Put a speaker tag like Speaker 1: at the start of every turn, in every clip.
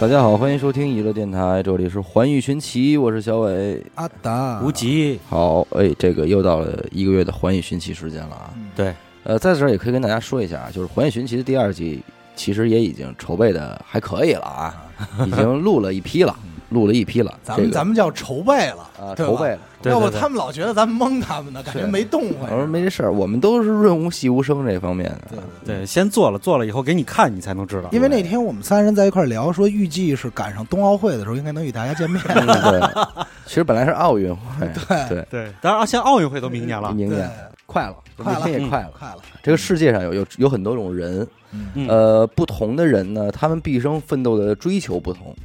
Speaker 1: 大家好，欢迎收听娱乐电台，这里是环宇寻奇，我是小伟。
Speaker 2: 阿
Speaker 1: 啊
Speaker 2: 达
Speaker 3: 无极，
Speaker 1: 好，哎，这个又到了一个月的环宇寻奇时间了
Speaker 2: 嗯
Speaker 1: 啊。
Speaker 3: 对，
Speaker 1: 呃，在这儿也可以跟大家说一下，就是环宇寻奇的第二季其实也已经筹备的还可以了啊， 已经录了一批了，录了一批了。
Speaker 2: 咱们
Speaker 1: 这个
Speaker 2: 咱们叫筹备了
Speaker 1: 啊，
Speaker 2: 对吧
Speaker 1: 筹备了。
Speaker 3: 对
Speaker 2: 要不
Speaker 3: 对对
Speaker 2: 他们老觉得咱们蒙他们呢，感觉
Speaker 1: 是
Speaker 2: 没动
Speaker 1: 我
Speaker 2: 过。
Speaker 1: 说没这事儿，我们都是润物细无声这方面
Speaker 2: 对
Speaker 1: 的。
Speaker 2: 对对
Speaker 3: 对，先做了，做了以后给你看，你才能知道。
Speaker 2: 因为那天我们三人在一块儿聊，说预计是赶上冬奥会的时候，应该能与大家见面。
Speaker 1: 嗯对，其实本来是奥运会，对，
Speaker 3: 对，当然啊，现在奥运会都明年了，
Speaker 1: 明
Speaker 2: 对
Speaker 1: 年，快了，
Speaker 2: 快了
Speaker 1: 明天也
Speaker 3: 嗯
Speaker 1: 快了。
Speaker 2: 快了，
Speaker 1: 这个世界上有有有很多种人，
Speaker 3: 嗯
Speaker 1: 呃，不同的人呢，他们毕生奋斗的追求不同。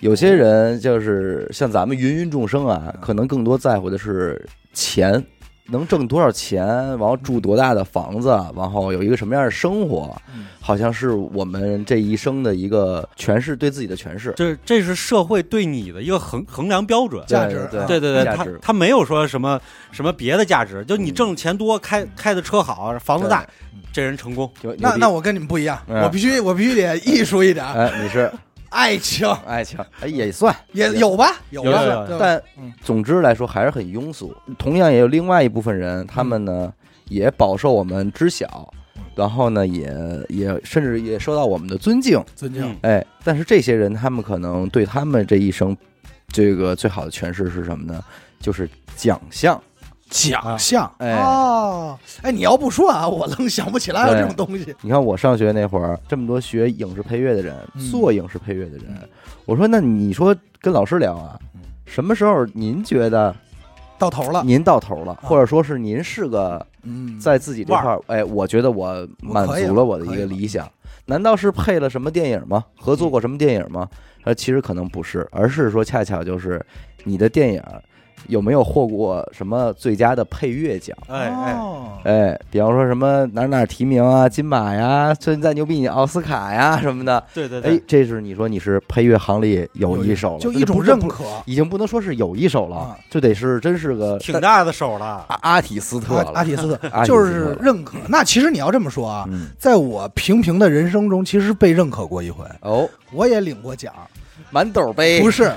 Speaker 1: 有些人就是像咱们芸芸众生啊，可能更多在乎的是钱，能挣多少钱，然后住多大的房子，啊然后有一个什么样的生活，好像是我们这一生的一个诠释，对自己的诠释。
Speaker 3: 这这是社会对你的一个衡衡量标准。
Speaker 2: 价值
Speaker 1: 对
Speaker 3: 对对对，
Speaker 1: 价
Speaker 3: 他
Speaker 1: 值。
Speaker 3: 他没有说什么什么别的价值，就你
Speaker 1: 嗯
Speaker 3: 挣钱多，开开的车好，房子大，这人成功。
Speaker 1: 就
Speaker 2: 那
Speaker 1: 牛逼
Speaker 2: 那我跟你们不一样，
Speaker 1: 嗯
Speaker 2: 我必须我必须得艺术一点，
Speaker 1: 哎，你是
Speaker 2: 爱情
Speaker 1: 爱情，哎也算
Speaker 2: 也有吧，有
Speaker 3: 有
Speaker 2: 吧
Speaker 3: 有有，
Speaker 2: 对吧
Speaker 1: 但总之来说还是很庸俗。同样也有另外一部分人，他们呢
Speaker 2: 嗯
Speaker 1: 也饱受我们知晓，然后呢也也甚至也受到我们的尊敬。
Speaker 2: 尊敬
Speaker 3: 嗯
Speaker 1: 哎，但是这些人他们可能对他们这一生这个最好的诠释是什么呢？就是奖项。
Speaker 3: 啊
Speaker 2: 奖项
Speaker 1: 哎
Speaker 2: 哦，哎，你要不说啊，我愣想不起来有
Speaker 1: 对
Speaker 2: 这种东西。
Speaker 1: 你看我上学那会儿，这么多学影视配乐的人，
Speaker 2: 嗯
Speaker 1: 做影视配乐的人，
Speaker 2: 嗯
Speaker 1: 我说那你说跟老师聊啊，什么时候您觉得
Speaker 2: 到头了，
Speaker 1: 您到头了，
Speaker 2: 啊
Speaker 1: 或者说是您是个
Speaker 2: 嗯，
Speaker 1: 在自己这块儿，哎，我觉得我满足了我的一个理想。难道是配了什么电影吗？合作过什么电影吗？呃，其实可能不是，而是说恰巧就是你的电影有没有获过什么最佳的配乐奖？
Speaker 3: 哎哎，
Speaker 2: 哦
Speaker 1: 哎，比方说什么哪儿哪儿提名啊，金马呀，最再牛逼你奥斯卡呀什么的。
Speaker 3: 对对
Speaker 1: 哎
Speaker 3: 对，，
Speaker 1: 这是你说你是配乐行里有一手了，
Speaker 2: 就
Speaker 1: 这
Speaker 2: 一种
Speaker 1: 不
Speaker 2: 认
Speaker 1: 不
Speaker 2: 可。
Speaker 1: 已经不能说是有一手了
Speaker 2: 啊，
Speaker 1: 这得是真是个
Speaker 3: 挺大的手了。
Speaker 1: 阿阿提斯特
Speaker 2: 阿啊阿
Speaker 1: 了。
Speaker 2: 提斯 特
Speaker 1: 阿提斯特
Speaker 2: 就是认可。那其实你要这么说啊，
Speaker 1: 嗯，
Speaker 2: 在我平平的人生中，其实被认可过一回，
Speaker 1: 哦，
Speaker 2: 我也领过奖，
Speaker 1: 满斗杯
Speaker 2: 不是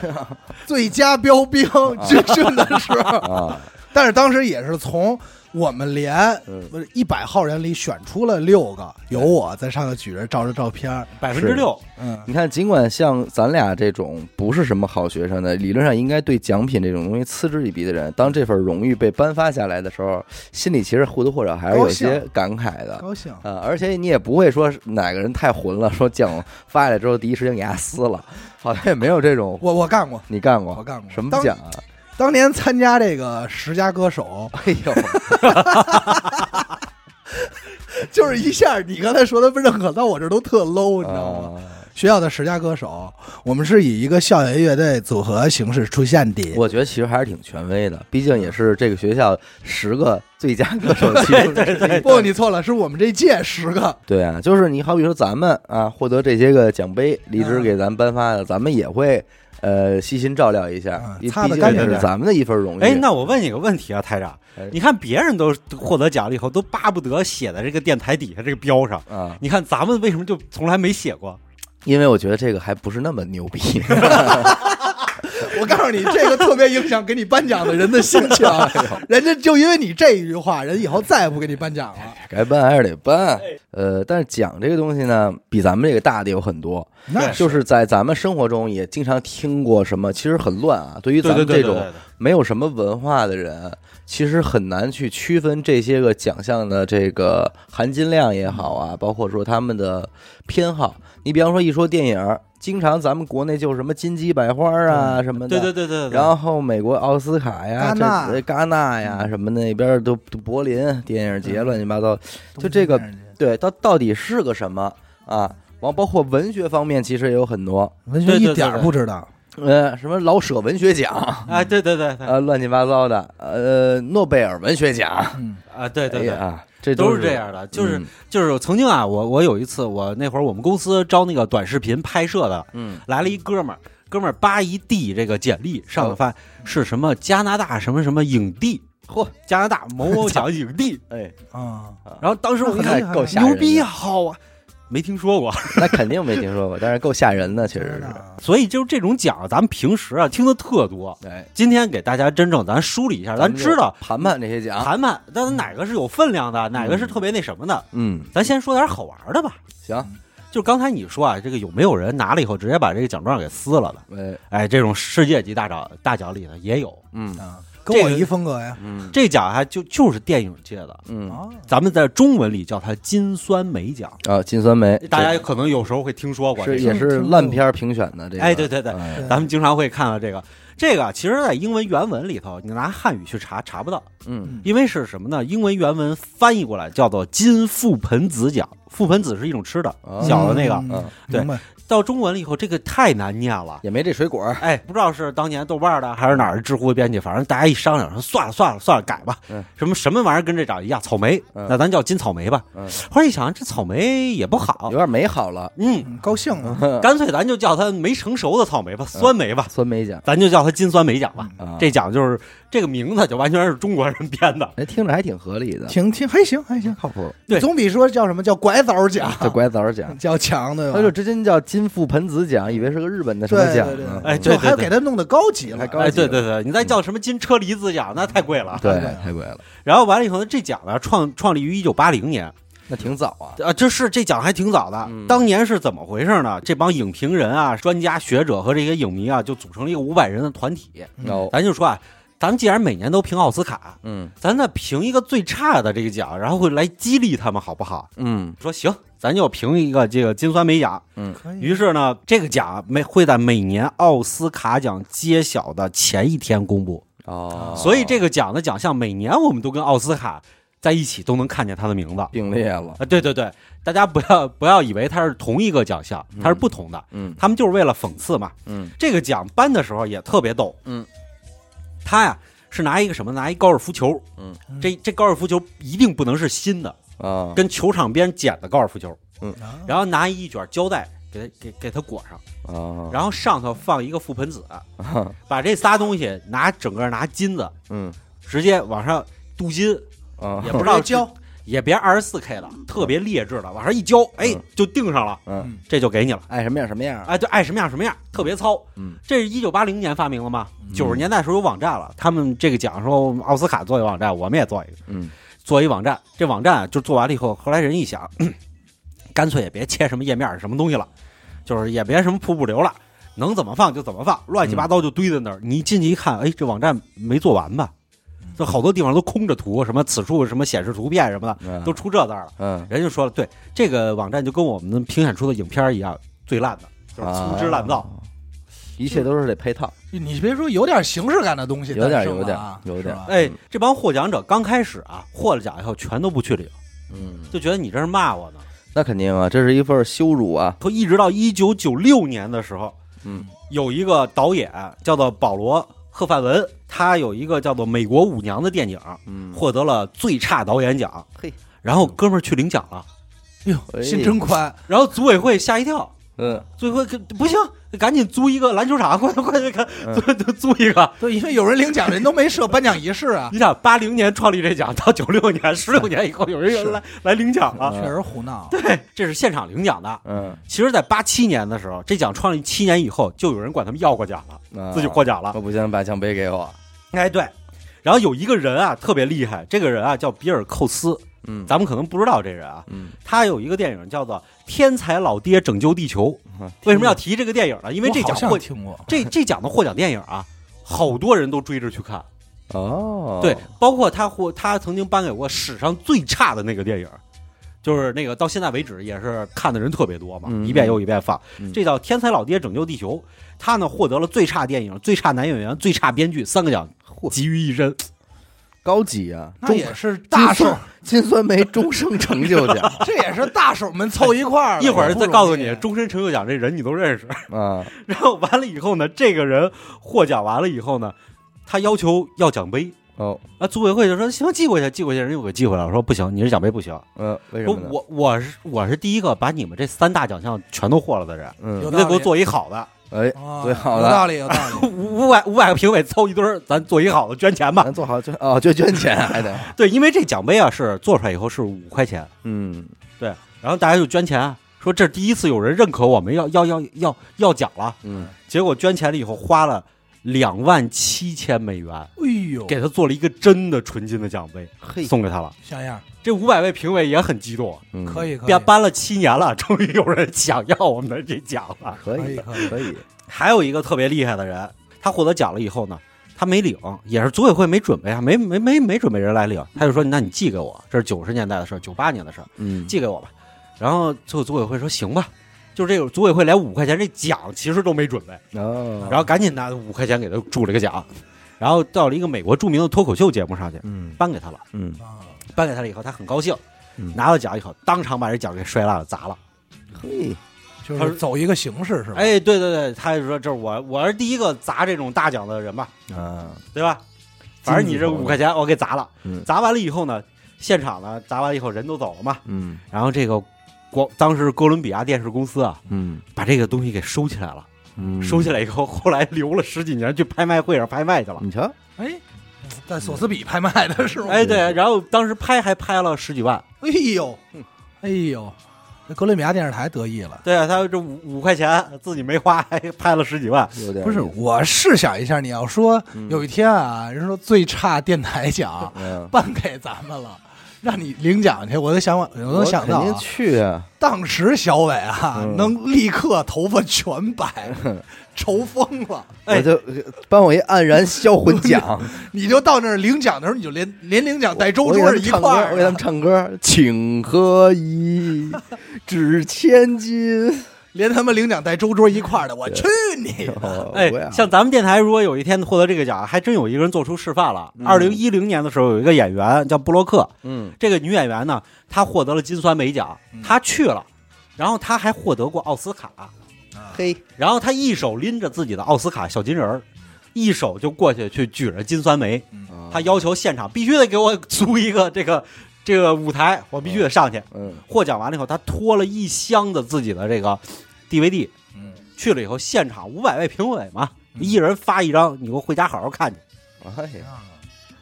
Speaker 2: 最佳标兵军训的时候，
Speaker 1: 啊，
Speaker 2: 但是当时也是从我们连
Speaker 1: 嗯
Speaker 2: 不是一百号人里选出了六个，有我在上头举着照着照片儿，
Speaker 3: 百分之六，
Speaker 2: 嗯，
Speaker 1: 你看，尽管像咱俩这种不是什么好学生的，理论上应该对奖品这种东西嗤之以鼻的人，当这份荣誉被颁发下来的时候，心里其实或多或少还是有些感慨的。
Speaker 2: 嗯高兴。
Speaker 1: 啊、而且你也不会说哪个人太混了，说奖发下来之后第一时间给他撕了，好像也没有这种。
Speaker 2: 我我干过，
Speaker 1: 你干过？
Speaker 2: 我干过
Speaker 1: 什么
Speaker 2: 当
Speaker 1: 奖啊？
Speaker 2: 当年参加这个十佳歌手，
Speaker 1: 哎呦，
Speaker 2: 就是一下你刚才说的认可到我这儿都特 low，你知道吗？
Speaker 1: 啊
Speaker 2: 学校的十佳歌手，我们是以一个校园乐队组合形式出现的。
Speaker 1: 我觉得其实还是挺权威的，毕竟也是这个学校十个最佳歌手其中之一
Speaker 2: 不，你错了，是我们这届十个。
Speaker 1: 对啊，就是你好比说咱们啊，获得这些个奖杯，离职给咱颁发的，咱们也会呃细心照料一下
Speaker 2: 啊，
Speaker 1: 毕
Speaker 2: 擦得
Speaker 1: 毕竟
Speaker 2: 干
Speaker 3: 净
Speaker 1: 也是
Speaker 3: 点
Speaker 1: 咱们的一份荣誉。
Speaker 3: 哎，那我问你个问题啊，台长
Speaker 1: 哎，
Speaker 3: 你看别人都获得奖了以后，都巴不得写在这个电台底下这个标上，
Speaker 1: 啊，
Speaker 3: 你看咱们为什么就从来没写过？
Speaker 1: 因为我觉得这个还不是那么牛 逼。
Speaker 3: 哎
Speaker 2: 我告诉你，这个特别影响给你颁奖的人的心情。人家就因为你这一句话，人以后再也不给你颁奖了。
Speaker 1: 该办还是得办。呃，但是讲这个东西呢，比咱们这个大的有很多。
Speaker 2: 那
Speaker 1: 就是在咱们生活中也经常听过什么，其实很乱啊。对于咱们这
Speaker 3: 对对对
Speaker 1: 种
Speaker 3: 对对
Speaker 1: 没有什么文化的人，其实很难去区分这些个奖项的这个含金量也好啊，包括说他们的偏好。你比方说一说电影儿，经常咱们国内就是什么金鸡百花啊什么的，
Speaker 3: 嗯对对对对，对
Speaker 1: 然后美国奥斯卡呀、
Speaker 2: 戛纳
Speaker 1: 这戛纳呀
Speaker 3: 嗯
Speaker 1: 什么那边儿都都柏林电影节乱七八糟，就这个对，到到底是个什么啊？完，包括文学方面，其实也有很多，
Speaker 2: 文学一点儿不知道。
Speaker 3: 嗯
Speaker 1: 呃，什么老舍文学奖，
Speaker 3: 哎，对对对对，
Speaker 1: 呃，乱七八糟的，呃，诺贝尔文学奖，
Speaker 2: 嗯，
Speaker 3: 啊，对
Speaker 1: 哎
Speaker 3: 对对，
Speaker 1: 呀，这
Speaker 3: 都
Speaker 1: 是
Speaker 3: 是这，样的，就是、
Speaker 1: 嗯
Speaker 3: 就是曾经啊，我我有一次，我那会儿我们公司招那个短视频拍摄的，
Speaker 1: 嗯，
Speaker 3: 来了一哥们儿，哥们儿扒一地这个简历，上
Speaker 1: 哦
Speaker 3: 头发是什么加拿大什么什么影帝，嚯，加拿大某某奖影帝，
Speaker 1: 哎，
Speaker 2: 啊，
Speaker 3: 然后当时我一
Speaker 1: 那
Speaker 3: 看
Speaker 1: 还够吓人的嗯
Speaker 3: 牛逼啊，好啊，没听说过，
Speaker 1: 那肯定没听说过，但是够吓人的，确
Speaker 2: 啊
Speaker 1: 实是。
Speaker 3: 所以就是这种奖，咱们平时啊听的特多。
Speaker 1: 哎，
Speaker 3: 今天给大家真正咱梳理一下，咱
Speaker 1: 们就啊
Speaker 3: 知道
Speaker 1: 盘盘这些奖，
Speaker 3: 谈谈，但是哪个是有分量的，哪个是特别那什么的，
Speaker 1: 嗯，
Speaker 3: 咱先说点好玩的吧。
Speaker 1: 行，
Speaker 3: 就刚才你说啊，这个有没有人拿了以后直接把这个奖状给撕了的？
Speaker 1: 哎，
Speaker 3: 哎，这种世界级大奖大奖里呢也有，
Speaker 1: 嗯
Speaker 2: 啊，跟我一风格呀。
Speaker 1: 嗯
Speaker 3: 这奖还就就是电影界的，
Speaker 1: 嗯
Speaker 2: 啊，
Speaker 3: 咱们在中文里叫它金酸梅奖，
Speaker 1: 啊，金酸梅，
Speaker 3: 哎大家可能有时候会听说过
Speaker 1: 是
Speaker 3: 这
Speaker 1: 也
Speaker 3: 个。
Speaker 1: 是烂片儿评选的这个，
Speaker 3: 哎，对对对，
Speaker 1: 哎，
Speaker 2: 对
Speaker 3: 咱们经常会看到这个。这个啊其实，在英文原文里头，你拿汉语去查查不到，
Speaker 1: 嗯
Speaker 3: 因为是什么呢？英文原文翻译过来叫做金覆盆子奖，覆盆子是一种吃的，
Speaker 1: 哦
Speaker 3: 小的那个。
Speaker 2: 嗯
Speaker 1: 嗯，
Speaker 3: 对
Speaker 2: 明白
Speaker 3: 到中文了以后，这个太难念了。
Speaker 1: 也没这水果 儿，
Speaker 3: 哎，不知道是当年豆瓣的还是哪儿的知乎编辑，反正大家一商量说算了算了算了改吧，
Speaker 1: 嗯
Speaker 3: 什么什么玩意儿跟这长一样，草莓，
Speaker 1: 嗯
Speaker 3: 那咱叫金草莓吧。
Speaker 1: 嗯
Speaker 3: 后来一想，这草莓也不好
Speaker 1: 有，点美好了，
Speaker 3: 嗯，
Speaker 2: 嗯高兴了。
Speaker 3: 哦干脆咱就叫它没成熟的草莓吧，
Speaker 1: 嗯
Speaker 3: 酸梅吧，
Speaker 1: 酸梅奖
Speaker 3: 咱就叫它金酸梅奖吧。
Speaker 1: 啊，
Speaker 3: 这奖就是这个名字就完全是中国人编的，
Speaker 1: 哎听着还挺合理的，
Speaker 2: 挺挺还行还行，
Speaker 1: 靠谱，
Speaker 3: 对
Speaker 2: 总比说叫什么叫拐枣奖
Speaker 3: 啊
Speaker 1: 这拐枣奖，
Speaker 2: 叫强对吧
Speaker 1: 他？就直接叫金覆盆子奖，以为是个日本的什么
Speaker 2: 对
Speaker 1: 奖
Speaker 2: 对对
Speaker 1: 呢，
Speaker 3: 哎对
Speaker 2: 就
Speaker 3: 对
Speaker 2: 还要
Speaker 3: 对
Speaker 2: 给他弄得高级了
Speaker 1: 还，高
Speaker 3: 哎，
Speaker 1: 级
Speaker 3: 对
Speaker 1: 了
Speaker 3: 对对，你再叫什么金车厘子奖，那太贵了。
Speaker 1: 对
Speaker 2: 太贵，了
Speaker 1: 太贵了，
Speaker 3: 然后完了以后呢，这奖呢创创立于一九八零年，
Speaker 1: 那挺早啊，
Speaker 3: 啊，这是这奖还挺早的。
Speaker 1: 嗯
Speaker 3: 当年是怎么回事呢？这帮影评人啊、专家学者和这些影迷啊，就组成了一个五百人的团体。
Speaker 2: 嗯
Speaker 1: 哦，
Speaker 3: 咱就说啊，咱们既然每年都评奥斯卡，
Speaker 1: 嗯
Speaker 3: 咱再评一个最差的这个奖，然后会来激励他们，好不好？
Speaker 1: 嗯
Speaker 3: 说行，咱就评一个这个金酸梅奖。
Speaker 2: 可以
Speaker 3: 于是呢，这个奖每会在每年奥斯卡奖揭晓的前一天公布，
Speaker 1: 哦，
Speaker 3: 所以这个奖的奖项每年我们都跟奥斯卡在一起都能看见它的名字。
Speaker 1: 并列了，
Speaker 3: 啊，对对对，大家不要不要以为它是同一个奖项，它是不同的，
Speaker 1: 嗯
Speaker 3: 他们就是为了讽刺嘛。
Speaker 1: 嗯
Speaker 3: 这个奖颁的时候也特别逗，
Speaker 1: 嗯，
Speaker 3: 他呀是拿一个什么？拿一高尔夫球，
Speaker 1: 嗯，
Speaker 3: 这这高尔夫球一定不能是新的，
Speaker 1: 啊，
Speaker 3: 跟球场边捡的高尔夫球，
Speaker 1: 嗯
Speaker 2: 啊
Speaker 3: 然后拿一卷胶带给它给给它裹上，
Speaker 1: 啊，
Speaker 3: 然后上头放一个覆盆子，
Speaker 1: 后
Speaker 3: 把这仨东西拿整个拿金子
Speaker 1: 嗯
Speaker 3: 直接往上镀金，
Speaker 1: 啊
Speaker 3: 也不知道
Speaker 2: 直接教
Speaker 3: 也别二十四 K 了，特别劣质的，往上一浇，哎
Speaker 1: 嗯，
Speaker 3: 就定上了，
Speaker 1: 嗯，
Speaker 3: 这就给你了。
Speaker 1: 爱什么样什么样啊，
Speaker 3: 哎，对，爱什么样什么样，特别糙。
Speaker 1: 嗯，
Speaker 3: 这是一九八零年发明的嘛？
Speaker 1: 嗯
Speaker 3: 九十年代时候有网站了，他们这个奖说奥斯卡做一网站，我们也做一个，
Speaker 1: 嗯
Speaker 3: 做一网站。这网站就做完了以后，后来人一想， 咳干脆也别切什么页面什么东西了，就是也别什么瀑布流了，能怎么放就怎么放，乱七
Speaker 1: 嗯
Speaker 3: 八糟就堆在那儿。你进去一看，哎，这网站没做完吧？就好多地方都空着图，什么此处什么显示图片什么的，
Speaker 1: 嗯
Speaker 3: 都出这字儿了。
Speaker 1: 嗯，
Speaker 3: 人家说了，对这个网站就跟我们评选出的影片儿一样，最烂的就是粗制滥造。
Speaker 1: 啊，一切都是得配套，
Speaker 2: 你别说有点形式感的东西
Speaker 1: 有点
Speaker 2: 诞生了啊，
Speaker 1: 有点有点
Speaker 2: 是吧
Speaker 3: 哎，这帮获奖者刚开始啊，获了奖以后全都不去领，
Speaker 1: 嗯，
Speaker 3: 就觉得你这是骂我呢。
Speaker 1: 那肯定啊，这是一份羞辱啊，
Speaker 3: 说一直到一九九六年的时候，
Speaker 1: 嗯，
Speaker 3: 有一个导演叫做保罗·赫范文，他有一个叫做《美国舞娘》的电影，
Speaker 1: 嗯，
Speaker 3: 获得了最差导演奖。
Speaker 1: 嘿，
Speaker 3: 然后哥们儿去领奖了，哎
Speaker 2: 哟，心真宽，
Speaker 3: 然后组委会吓一跳。
Speaker 1: 嗯，
Speaker 3: 组委会跟不行，赶紧租一个篮球场，快快快快，
Speaker 1: 嗯
Speaker 3: 租租一个！
Speaker 2: 对，因为有人领奖，人都没设颁奖仪式 啊，
Speaker 3: 你想，八零年创立这奖，到九六年，十六年以后，有人来来领奖了。
Speaker 2: 确实胡闹。
Speaker 3: 对，这是现场领奖的。
Speaker 1: 嗯
Speaker 3: 其实，在八七年的时候，这奖创立七年以后，就有人管他们要过奖了，
Speaker 1: 啊
Speaker 3: 自己获奖
Speaker 2: 哦
Speaker 3: 了。
Speaker 1: 我不行，把奖杯给我，
Speaker 3: 哎，对。然后有一个人啊，特别厉害，这个人啊叫比尔·寇斯，
Speaker 1: 嗯，
Speaker 3: 咱们可能不知道这人啊，
Speaker 1: 嗯，
Speaker 3: 他有一个电影叫做《天才老爹拯救地球》。为什么要提这个电影呢？因为
Speaker 2: 嗯
Speaker 3: 这
Speaker 2: 我好
Speaker 3: 奖
Speaker 2: 像
Speaker 3: 获
Speaker 2: 听过，
Speaker 3: 这这奖的获奖电影啊，好多人都追着去看。
Speaker 1: 哦，
Speaker 3: 对，包括他获他曾经颁给过史上最差的那个电影，就是那个到现在为止也是看的人特别多嘛，
Speaker 1: 嗯
Speaker 3: 一遍又一遍放。
Speaker 1: 嗯
Speaker 3: 这叫《天才老爹拯救地球》，他呢获得了最差电影、最差男演员、最差编剧三个奖，集于一身。
Speaker 1: 高级啊，
Speaker 2: 那也是大手，
Speaker 1: 金酸梅终生成就奖
Speaker 2: 这也是大手们凑一块儿了。
Speaker 3: 一会儿
Speaker 2: 不容
Speaker 3: 再
Speaker 2: 易
Speaker 3: 告诉你，终身成就奖这人你都认识。
Speaker 1: 啊，
Speaker 3: 然后完了以后呢，这个人获奖完了以后呢，他要求要奖杯。
Speaker 1: 哦，
Speaker 3: 啊，组委会就说行，寄过去，寄过去，人又给寄回来了，说不行，你这奖杯不行。
Speaker 1: 嗯，为什
Speaker 3: 说
Speaker 1: 么呢？
Speaker 3: 我我是我是第一个把你们这三大奖项全都获了的人，
Speaker 2: 有
Speaker 1: 嗯，
Speaker 3: 你得给
Speaker 2: 道
Speaker 3: 我
Speaker 2: 理
Speaker 3: 做一好的，
Speaker 1: 哎，
Speaker 2: 哦
Speaker 1: 最好
Speaker 2: 有
Speaker 1: 的，
Speaker 2: 道理，有道 理。
Speaker 3: 五五百五百个评委凑一堆儿，咱做一好的捐钱吧。
Speaker 1: 咱做好就哦，就捐钱还得，
Speaker 3: 对，因为这奖杯啊是做出来以后是五块钱，
Speaker 1: 嗯，
Speaker 3: 对，然后大家就捐钱啊，说这是第一次有人认可我们要要要要要奖了，
Speaker 1: 嗯，
Speaker 3: 结果捐钱了以后花了两万七千美元，
Speaker 2: 哎呦，
Speaker 3: 给他做了一个真的纯金的奖杯，
Speaker 1: 嘿，哎
Speaker 3: 送给他了。
Speaker 2: 像样，
Speaker 3: 这五百位评委也很激动，
Speaker 2: 可
Speaker 1: 以，
Speaker 2: 以，可以
Speaker 3: 编，搬了七年了，终于有人想要我们的这奖了。
Speaker 1: 可以的，
Speaker 2: 可以
Speaker 1: 可以，
Speaker 3: 还有一个特别厉害的人，他获得奖了以后呢，他没领，也是组委会没准备啊，没没没没准备人来领，他就说：“那你寄给我，这是九十年代的事儿，九八年的事儿，
Speaker 1: 嗯，
Speaker 3: 寄给我吧。”然后最后组委会说：“行吧。”就是这个组委会连五块钱这奖其实都没准备，
Speaker 1: 哦，
Speaker 3: 然后赶紧拿五块钱给他助了个奖，然后到了一个美国著名的脱口秀节目上去，
Speaker 1: 嗯
Speaker 3: 颁给他了。
Speaker 1: 嗯，
Speaker 2: 啊，
Speaker 3: 颁给他了以后，他很高兴，
Speaker 1: 嗯
Speaker 3: 拿到奖以后，当场把这奖给摔烂了砸了。
Speaker 1: 嘿，
Speaker 2: 就
Speaker 3: 他
Speaker 2: 是
Speaker 3: 是
Speaker 2: 走一个形式是吧？
Speaker 3: 哎，对对对，他就说这是我我是第一个砸这种大奖的人吧，
Speaker 1: 啊，
Speaker 3: 对吧？反正你这五块钱我给砸了，
Speaker 1: 嗯
Speaker 3: 砸完了以后呢，现场呢砸完以后人都走了嘛，
Speaker 1: 嗯
Speaker 3: 然后这个国当时哥伦比亚电视公司啊，
Speaker 1: 嗯
Speaker 3: 把这个东西给收起来了，
Speaker 1: 嗯
Speaker 3: 收起来以后，后来留了十几年去拍卖会上拍卖去了。
Speaker 1: 你瞧，
Speaker 2: 哎，在索斯比拍卖的
Speaker 1: 嗯
Speaker 2: 是吗？
Speaker 3: 哎，对，然后当时拍还拍了十几万，
Speaker 2: 哎呦，
Speaker 1: 嗯
Speaker 2: 哎呦，那哥伦比亚电视台得意了。
Speaker 3: 对啊，他这五五块钱自己没花， 还拍了十几万，
Speaker 1: 有点
Speaker 2: 不是，我试想一下，你要说
Speaker 1: 嗯
Speaker 2: 有一天啊，人说最差电台奖
Speaker 1: 嗯，
Speaker 2: 颁给咱们了，让你领奖去，我都想我我
Speaker 1: 我
Speaker 2: 都想到
Speaker 1: 肯
Speaker 2: 啊、
Speaker 1: 定去啊，
Speaker 2: 当时小伟啊，
Speaker 1: 嗯
Speaker 2: 能立刻头发全 白，愁疯了。
Speaker 3: 哎
Speaker 1: 我就颁我一黯然销 魂奖，
Speaker 2: 你就到那儿领奖的时候，你就连连领奖带周
Speaker 1: 我给
Speaker 2: 桌
Speaker 1: 他
Speaker 2: 儿
Speaker 1: 们
Speaker 2: 一
Speaker 1: 唱歌
Speaker 2: 块儿
Speaker 1: 我给他
Speaker 2: 的
Speaker 1: 们，唱歌，情何 以值千金，
Speaker 2: 连他们领奖带周桌一块儿的，我去你！
Speaker 1: 哦
Speaker 3: 哎
Speaker 1: 我呀，
Speaker 3: 像咱们电台，如果有一天获得这个奖，还真有一个人做出示范了。二零一零年的时候，有一个演员叫布洛克，
Speaker 1: 嗯
Speaker 3: 这个女演员呢，她获得了金酸梅奖，她去了，然后她还获得过奥斯卡，
Speaker 1: 嘿，
Speaker 3: 然后她一手拎着自己的奥斯卡小金人儿，一手就过去去举着金酸梅，
Speaker 1: 哦啊
Speaker 3: 她要求现场必须得给我租一个这个这个舞台，我必须得上去。
Speaker 1: 嗯
Speaker 3: 获奖完了以后，她拖了一箱子自己的这个 DVD，
Speaker 2: 嗯，
Speaker 3: 去了以后，现场五百位评委嘛，一人发一张，你给我回家好好看去。
Speaker 1: 哎呀。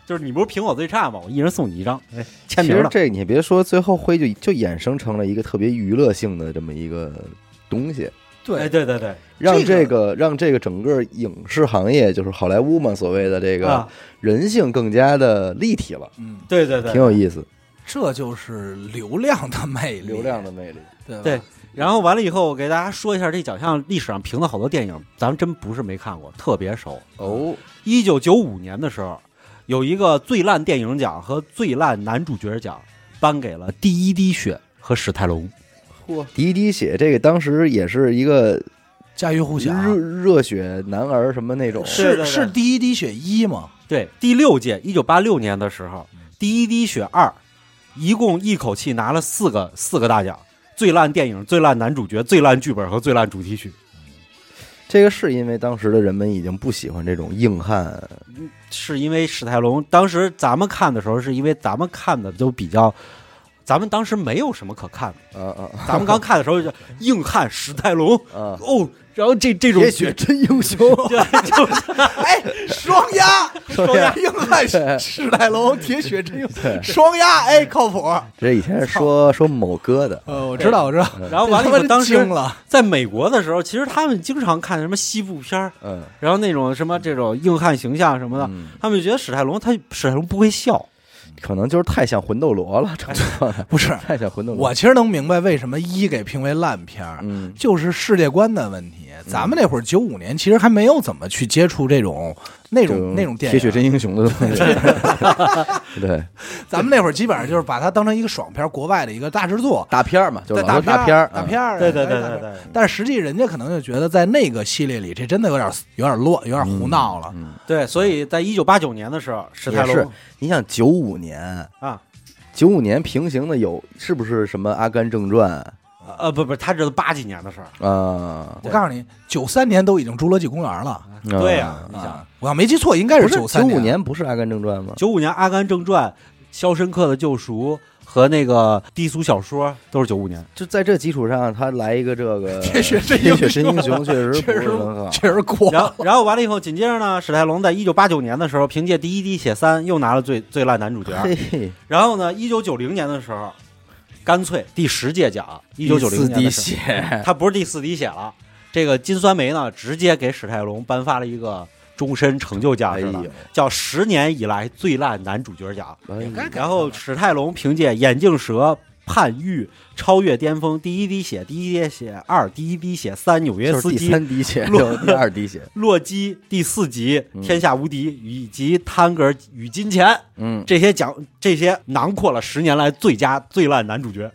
Speaker 3: 就是你不是评我最差吗？我一人送你一张，哎，签
Speaker 1: 其
Speaker 3: 名
Speaker 1: 实
Speaker 3: 的。
Speaker 1: 这你别说，最后会就就衍生成了一个特别娱乐性的这么一个东西，
Speaker 3: 哎，
Speaker 2: 对，
Speaker 3: 对对对，
Speaker 1: 让
Speaker 2: 这
Speaker 1: 这个让这个整个影视行业，就是好莱坞嘛，所谓的这个
Speaker 3: 啊，
Speaker 1: 人性更加的立体了，
Speaker 2: 嗯，
Speaker 3: 对对对，
Speaker 1: 挺有意思，
Speaker 2: 这就是流量的魅力，
Speaker 1: 流量的魅力。
Speaker 2: 对吧
Speaker 3: 对然后完了以后，我给大家说一下这奖项历史上评的好多电影，咱们真不是没看过，特别熟。
Speaker 1: 哦，
Speaker 3: 一九九五年的时候，有一个最烂电影奖和最烂男主角奖颁给了《第一滴血》和史泰龙。
Speaker 1: 嚯，第一滴血这个当时也是一个
Speaker 2: 家喻户晓。
Speaker 1: 热热血男儿什么那种，
Speaker 2: 是
Speaker 3: 对对对
Speaker 2: 是第一滴血一吗？
Speaker 3: 对，第六届一九八六年的时候，《第一滴血二》一共一口气拿了四个四个大奖：最烂电影、最烂男主角、最烂剧本和最烂主题曲。
Speaker 1: 这个是因为当时的人们已经不喜欢这种硬汉，
Speaker 3: 是因为史泰龙当时咱们看的时候，是因为咱们看的都比较，咱们当时没有什么可看的，
Speaker 1: 啊啊
Speaker 3: 咱们刚看的时候就硬汉史泰龙
Speaker 1: 啊，
Speaker 3: 哦，然后这 这种
Speaker 1: 铁血真英雄，
Speaker 3: 对，就是
Speaker 2: 哎，双鸭，
Speaker 1: 双鸭
Speaker 2: 硬汉史史泰龙，铁血真英，双鸭，哎，靠谱。
Speaker 1: 这以前是说说某哥的，
Speaker 2: 呃，我知道，我知道。
Speaker 3: 然后完了
Speaker 2: 这他妈
Speaker 3: 以后，
Speaker 2: 真
Speaker 3: 当时
Speaker 2: 惊了，
Speaker 3: 在美国的时候，其实他们经常看什么西部片儿，
Speaker 1: 嗯
Speaker 3: 然后那种什么这种硬汉形象什么的，
Speaker 1: 嗯，
Speaker 3: 他们就觉得史泰龙他史泰龙不会笑，
Speaker 1: 可能就是太像魂斗罗了， 这状态
Speaker 2: 不是
Speaker 1: 太像魂斗罗。
Speaker 2: 我其实能明白为什么一给评为烂片儿，
Speaker 1: 嗯
Speaker 2: 就是世界观的问题。咱们那会儿九五年其实还没有怎么去接触这种那
Speaker 1: 就
Speaker 2: 种那种电
Speaker 1: 铁血
Speaker 2: 影，啊
Speaker 1: 真英雄的东西， 对
Speaker 2: 咱们那会儿基本上就是把它当成一个爽片儿，国外的一个大制作，
Speaker 1: 大片儿嘛，就是
Speaker 2: 在
Speaker 1: 老说
Speaker 2: 大
Speaker 1: 大
Speaker 2: 片
Speaker 1: 片
Speaker 2: 儿
Speaker 1: 儿，
Speaker 2: 大
Speaker 1: 嗯
Speaker 2: 片儿，
Speaker 3: 对对对
Speaker 2: 哎大
Speaker 3: 对
Speaker 2: 片儿
Speaker 3: 对
Speaker 2: 但是实际人家可能就觉得在那个系列里，这真的有点有点乱，有点
Speaker 1: 嗯
Speaker 2: 胡闹了。
Speaker 3: 对，所以在一九八九年的时候，史泰
Speaker 1: 也是
Speaker 3: 龙。
Speaker 1: 你想九五年，
Speaker 3: 啊，
Speaker 1: 九五年平行的有是不是什么《阿甘正传
Speaker 3: 呃不不，他这都八几年的事儿，》
Speaker 1: 啊？
Speaker 2: 我告诉你，九三年都已经《侏罗纪公园》了，
Speaker 3: 对呀、你想
Speaker 2: 啊，我要没记错，应该
Speaker 1: 不是
Speaker 2: 九
Speaker 1: 九
Speaker 2: 三啊
Speaker 1: 五。年不是《阿甘正传》吗？
Speaker 3: 九五年《阿甘正传》《肖申克的救赎》和那个低俗小说都是九五年。
Speaker 1: 就在这基础上，他来一个这个
Speaker 2: 铁血真英
Speaker 1: 铁
Speaker 2: 雄
Speaker 1: 血真英雄，确实不
Speaker 2: 确
Speaker 1: 是
Speaker 2: 实
Speaker 1: 很好。
Speaker 2: 确实过
Speaker 3: 然后，然后完了以后，紧接着呢，史泰龙在一九八九年的时候，凭借《第一滴血三》又拿了最最烂男主角。
Speaker 1: 嘿，
Speaker 3: 然后呢，一九九零年的时候，干脆第十届奖，一九九零
Speaker 1: 四
Speaker 3: 年
Speaker 1: 滴
Speaker 3: 的时
Speaker 1: 血，
Speaker 3: 候，他不是第四滴血了。这个金酸梅呢，直接给史泰龙颁发了一个终身成就奖
Speaker 1: 哎
Speaker 3: 似
Speaker 1: 呦
Speaker 3: 的，，叫十年以来最烂男主角奖。
Speaker 1: 哎呦
Speaker 2: 该
Speaker 3: 然后史泰龙凭借《眼镜蛇》《叛狱》《超越巅峰》《第一滴血》《第一滴血二》《第一滴血三》《纽约
Speaker 1: 就是
Speaker 3: 司
Speaker 1: 第
Speaker 3: 机》《
Speaker 1: 三滴血，
Speaker 3: 洛
Speaker 1: 有第二滴血，
Speaker 3: 洛基》第四集
Speaker 1: 嗯
Speaker 3: 《天下无敌》以及《探戈尔与金钱》
Speaker 1: 嗯，
Speaker 3: 这些奖，这些囊括了十年来最佳最烂男主角。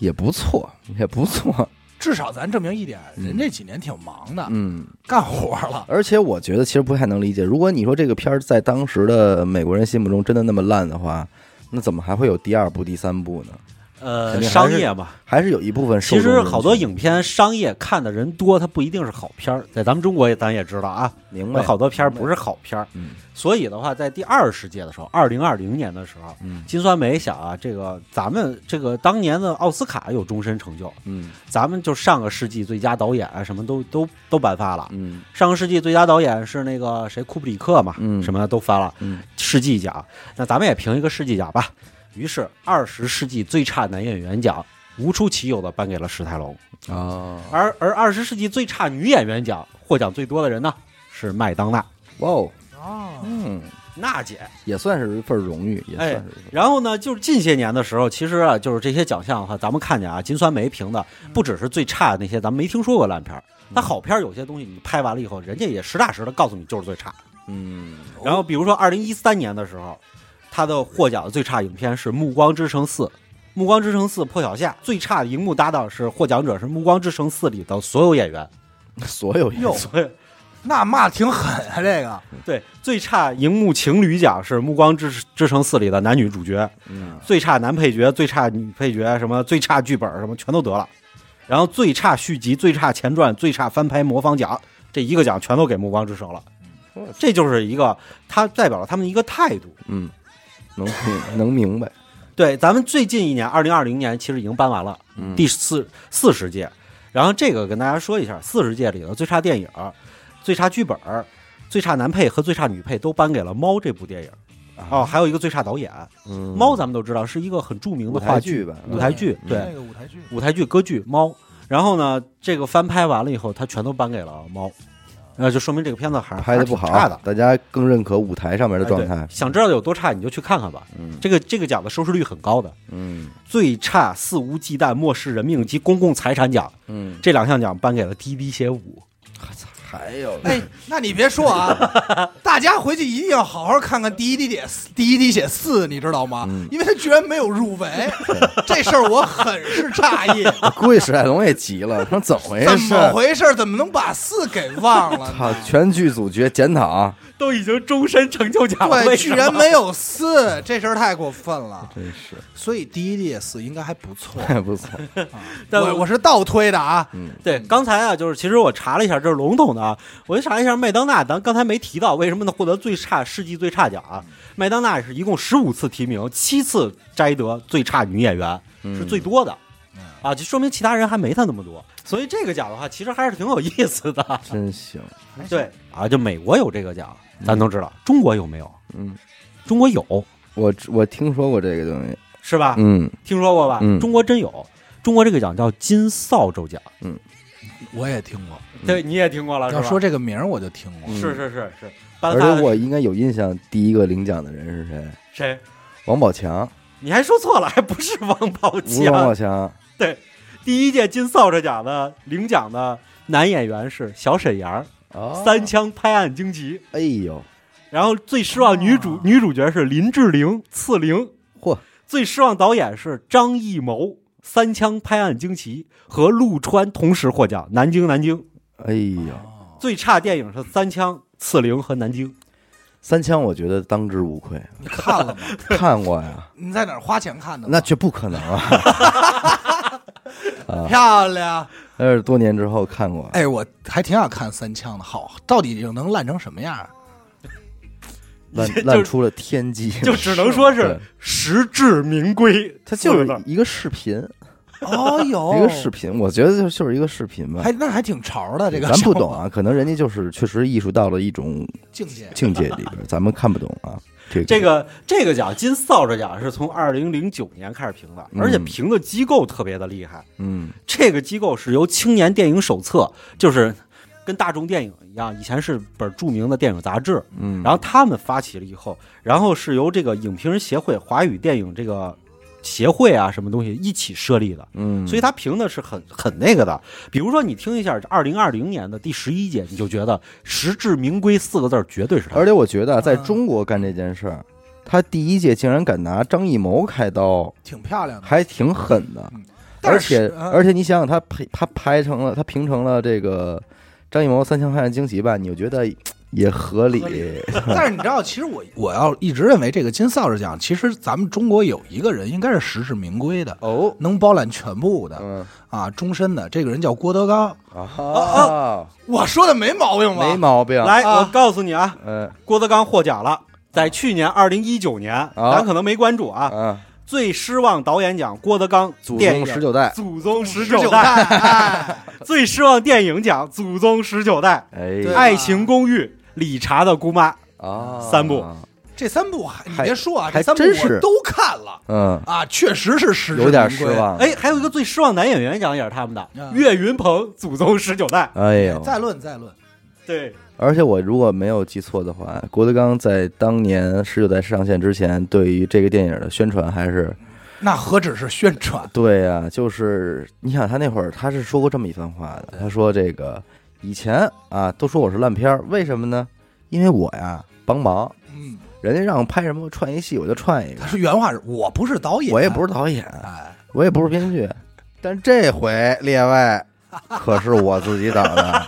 Speaker 1: 也不错，也不错，
Speaker 2: 至少咱证明一点，
Speaker 1: 嗯
Speaker 2: 人这几年挺忙的，
Speaker 1: 嗯。
Speaker 2: 干活了。
Speaker 1: 而且我觉得其实不太能理解，如果你说这个片儿在当时的美国人心目中真的那么烂的话，那怎么还会有第二部、第三部呢？
Speaker 3: 呃
Speaker 1: 肯，定还
Speaker 3: 商
Speaker 1: 是
Speaker 3: 业嘛，
Speaker 1: 还是有一部分受
Speaker 3: 其
Speaker 1: 众
Speaker 3: 实
Speaker 1: 人
Speaker 3: 好多
Speaker 1: 群
Speaker 3: 影片商业看的人多，它不一定是好片儿。在咱们中国也咱也知道啊，
Speaker 1: 明
Speaker 3: 有
Speaker 1: 白
Speaker 3: 好多片儿不是好片儿。
Speaker 1: 嗯
Speaker 3: 所以的话，在第二十届的时候，二零二零年的时候，
Speaker 1: 嗯
Speaker 3: 金酸梅想啊，这个咱们这个当年的奥斯卡有终身成就，
Speaker 1: 嗯
Speaker 3: 咱们就上个世纪最佳导演啊，什么都都都颁发了。
Speaker 1: 嗯
Speaker 3: 上个世纪最佳导演是那个谁库布里克嘛，
Speaker 1: 嗯
Speaker 3: 什么都翻了
Speaker 1: 嗯
Speaker 3: 世纪奖，那咱们也评一个世纪奖吧。于是，二十世纪最差男演员奖无出其右的颁给了史泰龙，
Speaker 1: 啊，
Speaker 3: 而而二十世纪最差女演员奖获奖最多的人呢是麦当娜
Speaker 1: 哇哦，
Speaker 2: 哦，
Speaker 1: 嗯，
Speaker 3: 娜姐。
Speaker 1: 也算是一份荣誉，也算是一份
Speaker 3: 然后呢，就是近些年的时候，其实啊，就是这些奖项的话，咱们看见啊，金酸梅评的不只是最差的那些，咱们没听说过烂片儿。那好片儿有些东西你拍完了以后，人家也实打实的告诉你就是最差。
Speaker 1: 嗯
Speaker 3: 然后比如说二零一三年的时候，他的获奖的最差影片是《暮光之城四》，《暮光之城四》破晓下最差的荧幕搭档是获奖者是《暮光之城四》里的所有演员，
Speaker 1: 所有
Speaker 2: 哟
Speaker 3: 所有
Speaker 2: 那骂挺狠啊，这个
Speaker 3: 对最差荧幕情侣奖是《暮光之之城四》里的男女主角，
Speaker 1: 嗯
Speaker 3: 最差男配角、最差女配角、什么最差剧本什么全都得了，然后最差续集、最差前传、最差翻拍模仿奖这一个奖全都给《暮光之城》了
Speaker 1: 嗯。
Speaker 3: 这就是一个，它代表了他们的一个态度。
Speaker 1: 嗯，能明能明白，
Speaker 3: 对，咱们最近一年，二零二零年其实已经颁完了
Speaker 1: 嗯
Speaker 3: 第四四十届，然后这个跟大家说一下，四十届里的最差电影、最差剧本、最差男配和最差女配都颁给了《猫》这部电影。哦，还有一个最差导演，
Speaker 1: 啊嗯
Speaker 3: 猫》咱们都知道是一个很著名
Speaker 1: 舞
Speaker 3: 的话
Speaker 1: 台
Speaker 3: 剧，
Speaker 1: 吧，
Speaker 3: 舞台剧对
Speaker 2: 那个舞台剧，
Speaker 3: 舞台剧、歌剧《猫》，然后呢，这个翻拍完了以后，他全都颁给了《猫》，那就说明这个片子还
Speaker 1: 拍的不好
Speaker 3: 还挺差的，，
Speaker 1: 大家更认可舞台上面的状
Speaker 3: 哎
Speaker 1: 态
Speaker 3: 对，想知道有多差，你就去看看吧。
Speaker 1: 嗯
Speaker 3: 这个这个奖的收视率很高的，
Speaker 1: 嗯
Speaker 3: 最差肆无忌惮、漠视人命及公共财产奖
Speaker 1: 嗯，
Speaker 3: 这两项奖颁给了《滴滴血五
Speaker 1: 还有
Speaker 2: 哎，那你别说啊，大家回去一定要好好看看《第一滴血》《第一滴血四》，你知道吗？
Speaker 1: 嗯
Speaker 2: 因为他居然没有入围，这事儿我很是诧异，
Speaker 1: 估计史泰龙也急了，说怎么回
Speaker 2: 怎
Speaker 1: 事啊
Speaker 2: 么
Speaker 1: 儿？
Speaker 2: 回事儿？怎么能把四给忘了
Speaker 1: 操，
Speaker 2: 呢？
Speaker 1: 全剧组决检讨啊，》，
Speaker 3: 都已经终身成就奖了，
Speaker 2: 对，
Speaker 3: 为什
Speaker 2: 居
Speaker 3: 么
Speaker 2: 然没有四，这事儿太过分了。
Speaker 1: 真是
Speaker 2: 所以《第一滴血四》应该还不 错。
Speaker 1: 太不错，
Speaker 3: 但
Speaker 2: 我我是倒推的啊，
Speaker 3: 对，刚才啊，就是其实我查了一下，这是笼统的啊，我就查了一下麦当娜，咱刚才没提到为什么能获得最差世纪最差奖啊？麦当娜是一共十五次提名，七次摘得最差女演员，是
Speaker 1: 嗯
Speaker 3: 最多的。啊，就说明其他人还没他那么多，所以这个奖的话，其实还是挺有意思 的。
Speaker 1: 真行，
Speaker 3: 对啊，就美国有这个奖，咱都知道，中国有没有？
Speaker 1: 嗯，
Speaker 3: 中国有
Speaker 1: 我我听说过这个东西，
Speaker 3: 是吧？
Speaker 1: 嗯，
Speaker 3: 听说过吧？
Speaker 1: 嗯
Speaker 3: 中国真有，中国这个奖叫金扫帚奖，
Speaker 2: 我也听过。
Speaker 3: 对，你也听过了是吧？嗯
Speaker 2: 要说这个名儿，我就听 过。
Speaker 3: 是是是啊是，
Speaker 1: 而
Speaker 3: 颁发
Speaker 1: 且
Speaker 3: 的
Speaker 1: 我应该有印象，第一个领奖的人是谁？
Speaker 3: 谁？
Speaker 1: 王宝强，
Speaker 3: 你还说错了，还不是王宝
Speaker 1: 不是王
Speaker 3: 强
Speaker 1: 宝。强，
Speaker 3: 对，第一届金扫帚奖的领奖的男演员是小沈阳，
Speaker 1: 哦
Speaker 3: 三，枪拍案惊奇》。
Speaker 1: 哎呦，
Speaker 3: 然后最失望女主、
Speaker 2: 哦
Speaker 3: 女主角是林志玲，《刺陵》。
Speaker 1: 嚯，
Speaker 3: 最失望导演是张艺谋，《三枪拍案惊奇》和陆川同时获奖，《南京南京》。
Speaker 1: 哎呦，
Speaker 3: 最差电影是《三枪》《刺陵》和《南京》。
Speaker 1: 三枪我觉得当之无愧，
Speaker 2: 你看了吗？
Speaker 1: 看过呀，
Speaker 2: 你在哪儿花钱看的吗？
Speaker 1: 那这不可能啊，呃
Speaker 2: 漂亮。
Speaker 1: 那是多年之后看过，
Speaker 2: 哎，我还挺想看三枪的，好，到底能烂成什么样？啊
Speaker 1: 烂
Speaker 3: 就
Speaker 1: 烂出了天际，
Speaker 3: 就只能说
Speaker 1: 是
Speaker 3: 是
Speaker 1: 吗
Speaker 3: 实至名归。
Speaker 1: 它就
Speaker 3: 四个
Speaker 1: 是
Speaker 3: 字
Speaker 1: 一个视频，
Speaker 2: 哦哟，
Speaker 1: 一个视频，我觉得就就是一个视频吧。
Speaker 2: 还那还挺潮的这个，
Speaker 1: 咱不懂啊，可能人家就是确实艺术到了一种
Speaker 2: 境界。
Speaker 1: 境界里边，咱们看不懂啊。这个
Speaker 3: 这个这个奖金扫帚奖是从二零零九年开始评的，
Speaker 1: 嗯
Speaker 3: 而且评的机构特别的厉害。
Speaker 1: 嗯
Speaker 3: 这个机构是由青年电影手册，就是跟大众电影一样，以前是本著名的电影杂志，
Speaker 1: 嗯，
Speaker 3: 然后他们发起了以后，然后是由这个影评人协会、华语电影这个协会啊，什么东西一起设立的。
Speaker 1: 嗯，
Speaker 3: 所以他评的是很很那个的，比如说你听一下二零二零年的第十一届，你就觉得“实至名归”四个字儿绝对是他
Speaker 1: 而且我觉得啊在
Speaker 2: 啊
Speaker 1: 中国干这件事儿，他第一届竟然敢拿张艺谋开刀，
Speaker 2: 挺漂亮的，
Speaker 1: 还挺狠的。
Speaker 2: 但
Speaker 1: 而
Speaker 2: 是
Speaker 1: 且
Speaker 2: 啊
Speaker 1: 而且你想想，他拍他拍成了，他评成了这个张艺谋《三枪汉惊奇》吧，你就觉得也合理
Speaker 2: 合。但是你知道，其实我我要一直认为这个金扫帚奖，其实咱们中国有一个人应该是实至名归的，
Speaker 1: 哦，
Speaker 2: 能包揽全部的
Speaker 1: 嗯
Speaker 2: 啊，终身的。这个人叫郭德纲，
Speaker 1: 啊，
Speaker 2: 我说的没毛病
Speaker 1: 没毛病。
Speaker 3: 来，
Speaker 2: 啊
Speaker 3: 我告诉你啊，
Speaker 1: 嗯
Speaker 3: 郭德纲获奖了。在去年二零一九年，咱可能没关注啊，
Speaker 1: 啊，
Speaker 3: 最失望导演奖郭德纲
Speaker 1: 祖
Speaker 3: 电
Speaker 1: 宗
Speaker 3: 影
Speaker 1: 十九代，
Speaker 3: 祖宗十
Speaker 2: 十
Speaker 3: 九代，
Speaker 2: 代，哎
Speaker 3: 最失望电影奖祖宗十九代，
Speaker 1: 哎
Speaker 2: 对
Speaker 3: 《
Speaker 2: 啊
Speaker 3: 爱情公寓》理查的姑妈，
Speaker 1: 啊，
Speaker 3: 三部
Speaker 2: 这三部还你
Speaker 1: 还
Speaker 2: 别说啊，
Speaker 1: 还
Speaker 2: 这三部
Speaker 1: 真是
Speaker 2: 我都看了
Speaker 1: 嗯，
Speaker 2: 啊，确实是实至
Speaker 1: 有点
Speaker 2: 名
Speaker 1: 失
Speaker 2: 归。
Speaker 1: 望。
Speaker 3: 哎，还有一个最失望男演员奖也是他们的，
Speaker 2: 啊
Speaker 3: 岳云鹏祖宗十九代，
Speaker 1: 哎呦，
Speaker 2: 再论再论，
Speaker 3: 对，
Speaker 1: 而且我如果没有记错的话，郭德纲在当年《十九代》上线之前，对于这个电影的宣传还是
Speaker 2: 那何止是宣传？
Speaker 1: 对呀、就是你想他那会儿他是说过这么一番话的，他说这个以前啊都说我是烂片儿，为什么呢？因为我呀帮忙，
Speaker 2: 嗯，
Speaker 1: 人家让我拍什么串一戏我就串一个
Speaker 2: 他，说原话是我不是导演，
Speaker 1: 我也不是导演，
Speaker 2: 哎，
Speaker 1: 我也不是编剧，但这回列位可是我自己导的，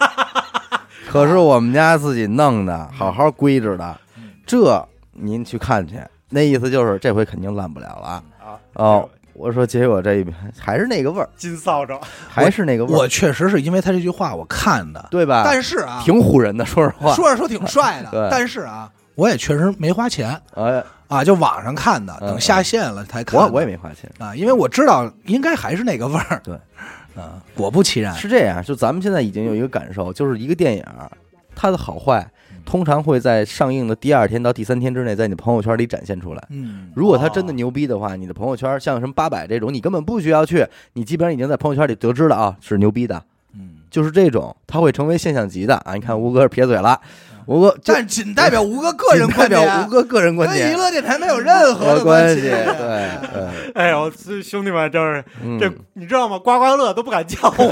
Speaker 1: 可是我们家自己弄的，好好规制的，
Speaker 2: 嗯
Speaker 1: 这您去看去。那意思就是这回肯定烂不了了
Speaker 3: 啊
Speaker 1: 哦。我说结果这一遍还是那个味儿，
Speaker 3: 金扫帚，
Speaker 1: 还是那个味儿，
Speaker 2: 我确实是因为他这句话我看的，
Speaker 1: 对吧？
Speaker 2: 但是啊，
Speaker 1: 挺唬人的，说实话。
Speaker 2: 说着说挺帅的
Speaker 1: 对，
Speaker 2: 但是啊，我也确实没花钱
Speaker 1: 哎，
Speaker 2: 啊，就网上看的，
Speaker 1: 嗯
Speaker 2: 等下线了才看的。
Speaker 1: 我我也没花钱。
Speaker 2: 啊，因为我知道应该还是那个味儿。
Speaker 1: 对，
Speaker 2: 啊，果不其然，
Speaker 3: 哎
Speaker 1: 是这样，就咱们现在已经有一个感受，就是一个电影儿，它的好坏，
Speaker 3: 嗯
Speaker 1: 通常会在上映的第二天到第三天之内，在你朋友圈里展现出来。
Speaker 2: 嗯，
Speaker 1: 如果他真的
Speaker 3: 哦
Speaker 1: 牛逼的话，你的朋友圈像什么八百这种，你根本不需要去，你基本上已经在朋友圈里得知了啊，是牛逼的，
Speaker 2: 嗯，
Speaker 1: 就是这种，他会成为现象级的啊。你看吴哥是撇嘴了，
Speaker 3: 嗯
Speaker 1: 吴哥这
Speaker 2: 但仅代表吴哥个人
Speaker 1: 代
Speaker 2: 观点，啊
Speaker 1: 表 吴哥个人观
Speaker 2: 跟娱
Speaker 1: 点
Speaker 2: 乐电台没有任何
Speaker 1: 和
Speaker 2: 的
Speaker 1: 关
Speaker 2: 系。
Speaker 1: 对对，
Speaker 3: 哎呦，这兄弟们，真是
Speaker 1: 嗯
Speaker 3: 这，你知道吗？刮刮乐都不敢叫我。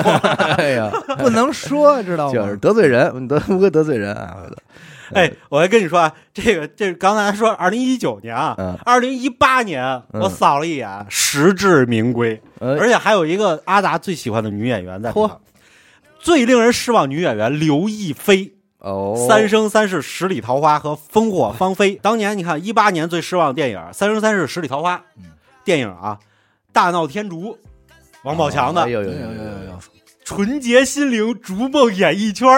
Speaker 1: 哎呀，
Speaker 2: 不能说，知道吗？
Speaker 1: 就是得罪人，你得吴哥得罪人啊，我的
Speaker 3: 哎，我还跟你说啊，这个这个刚才说二零一九年啊
Speaker 1: 嗯，
Speaker 3: 二零一八年
Speaker 1: 嗯
Speaker 3: 我扫了一眼，实至名归，
Speaker 1: 呃，
Speaker 3: 而且还有一个阿达最喜欢的女演员在里
Speaker 1: 嚯
Speaker 3: 头。最令人失望女演员刘亦菲，
Speaker 1: 哦，
Speaker 3: 《三生三世十里桃花》和《烽火芳菲》。当年你看一八年最失望的电影《三生三世十里桃花》
Speaker 2: 嗯，
Speaker 3: 电影啊，《大闹天竺》，王宝强的
Speaker 1: 哎
Speaker 3: 《
Speaker 1: 呦
Speaker 2: 有
Speaker 1: 呦
Speaker 2: 有
Speaker 1: 呦
Speaker 2: 有
Speaker 1: 呦
Speaker 2: 有
Speaker 1: 呦，
Speaker 2: 有。
Speaker 3: 纯洁心灵逐梦演艺圈》。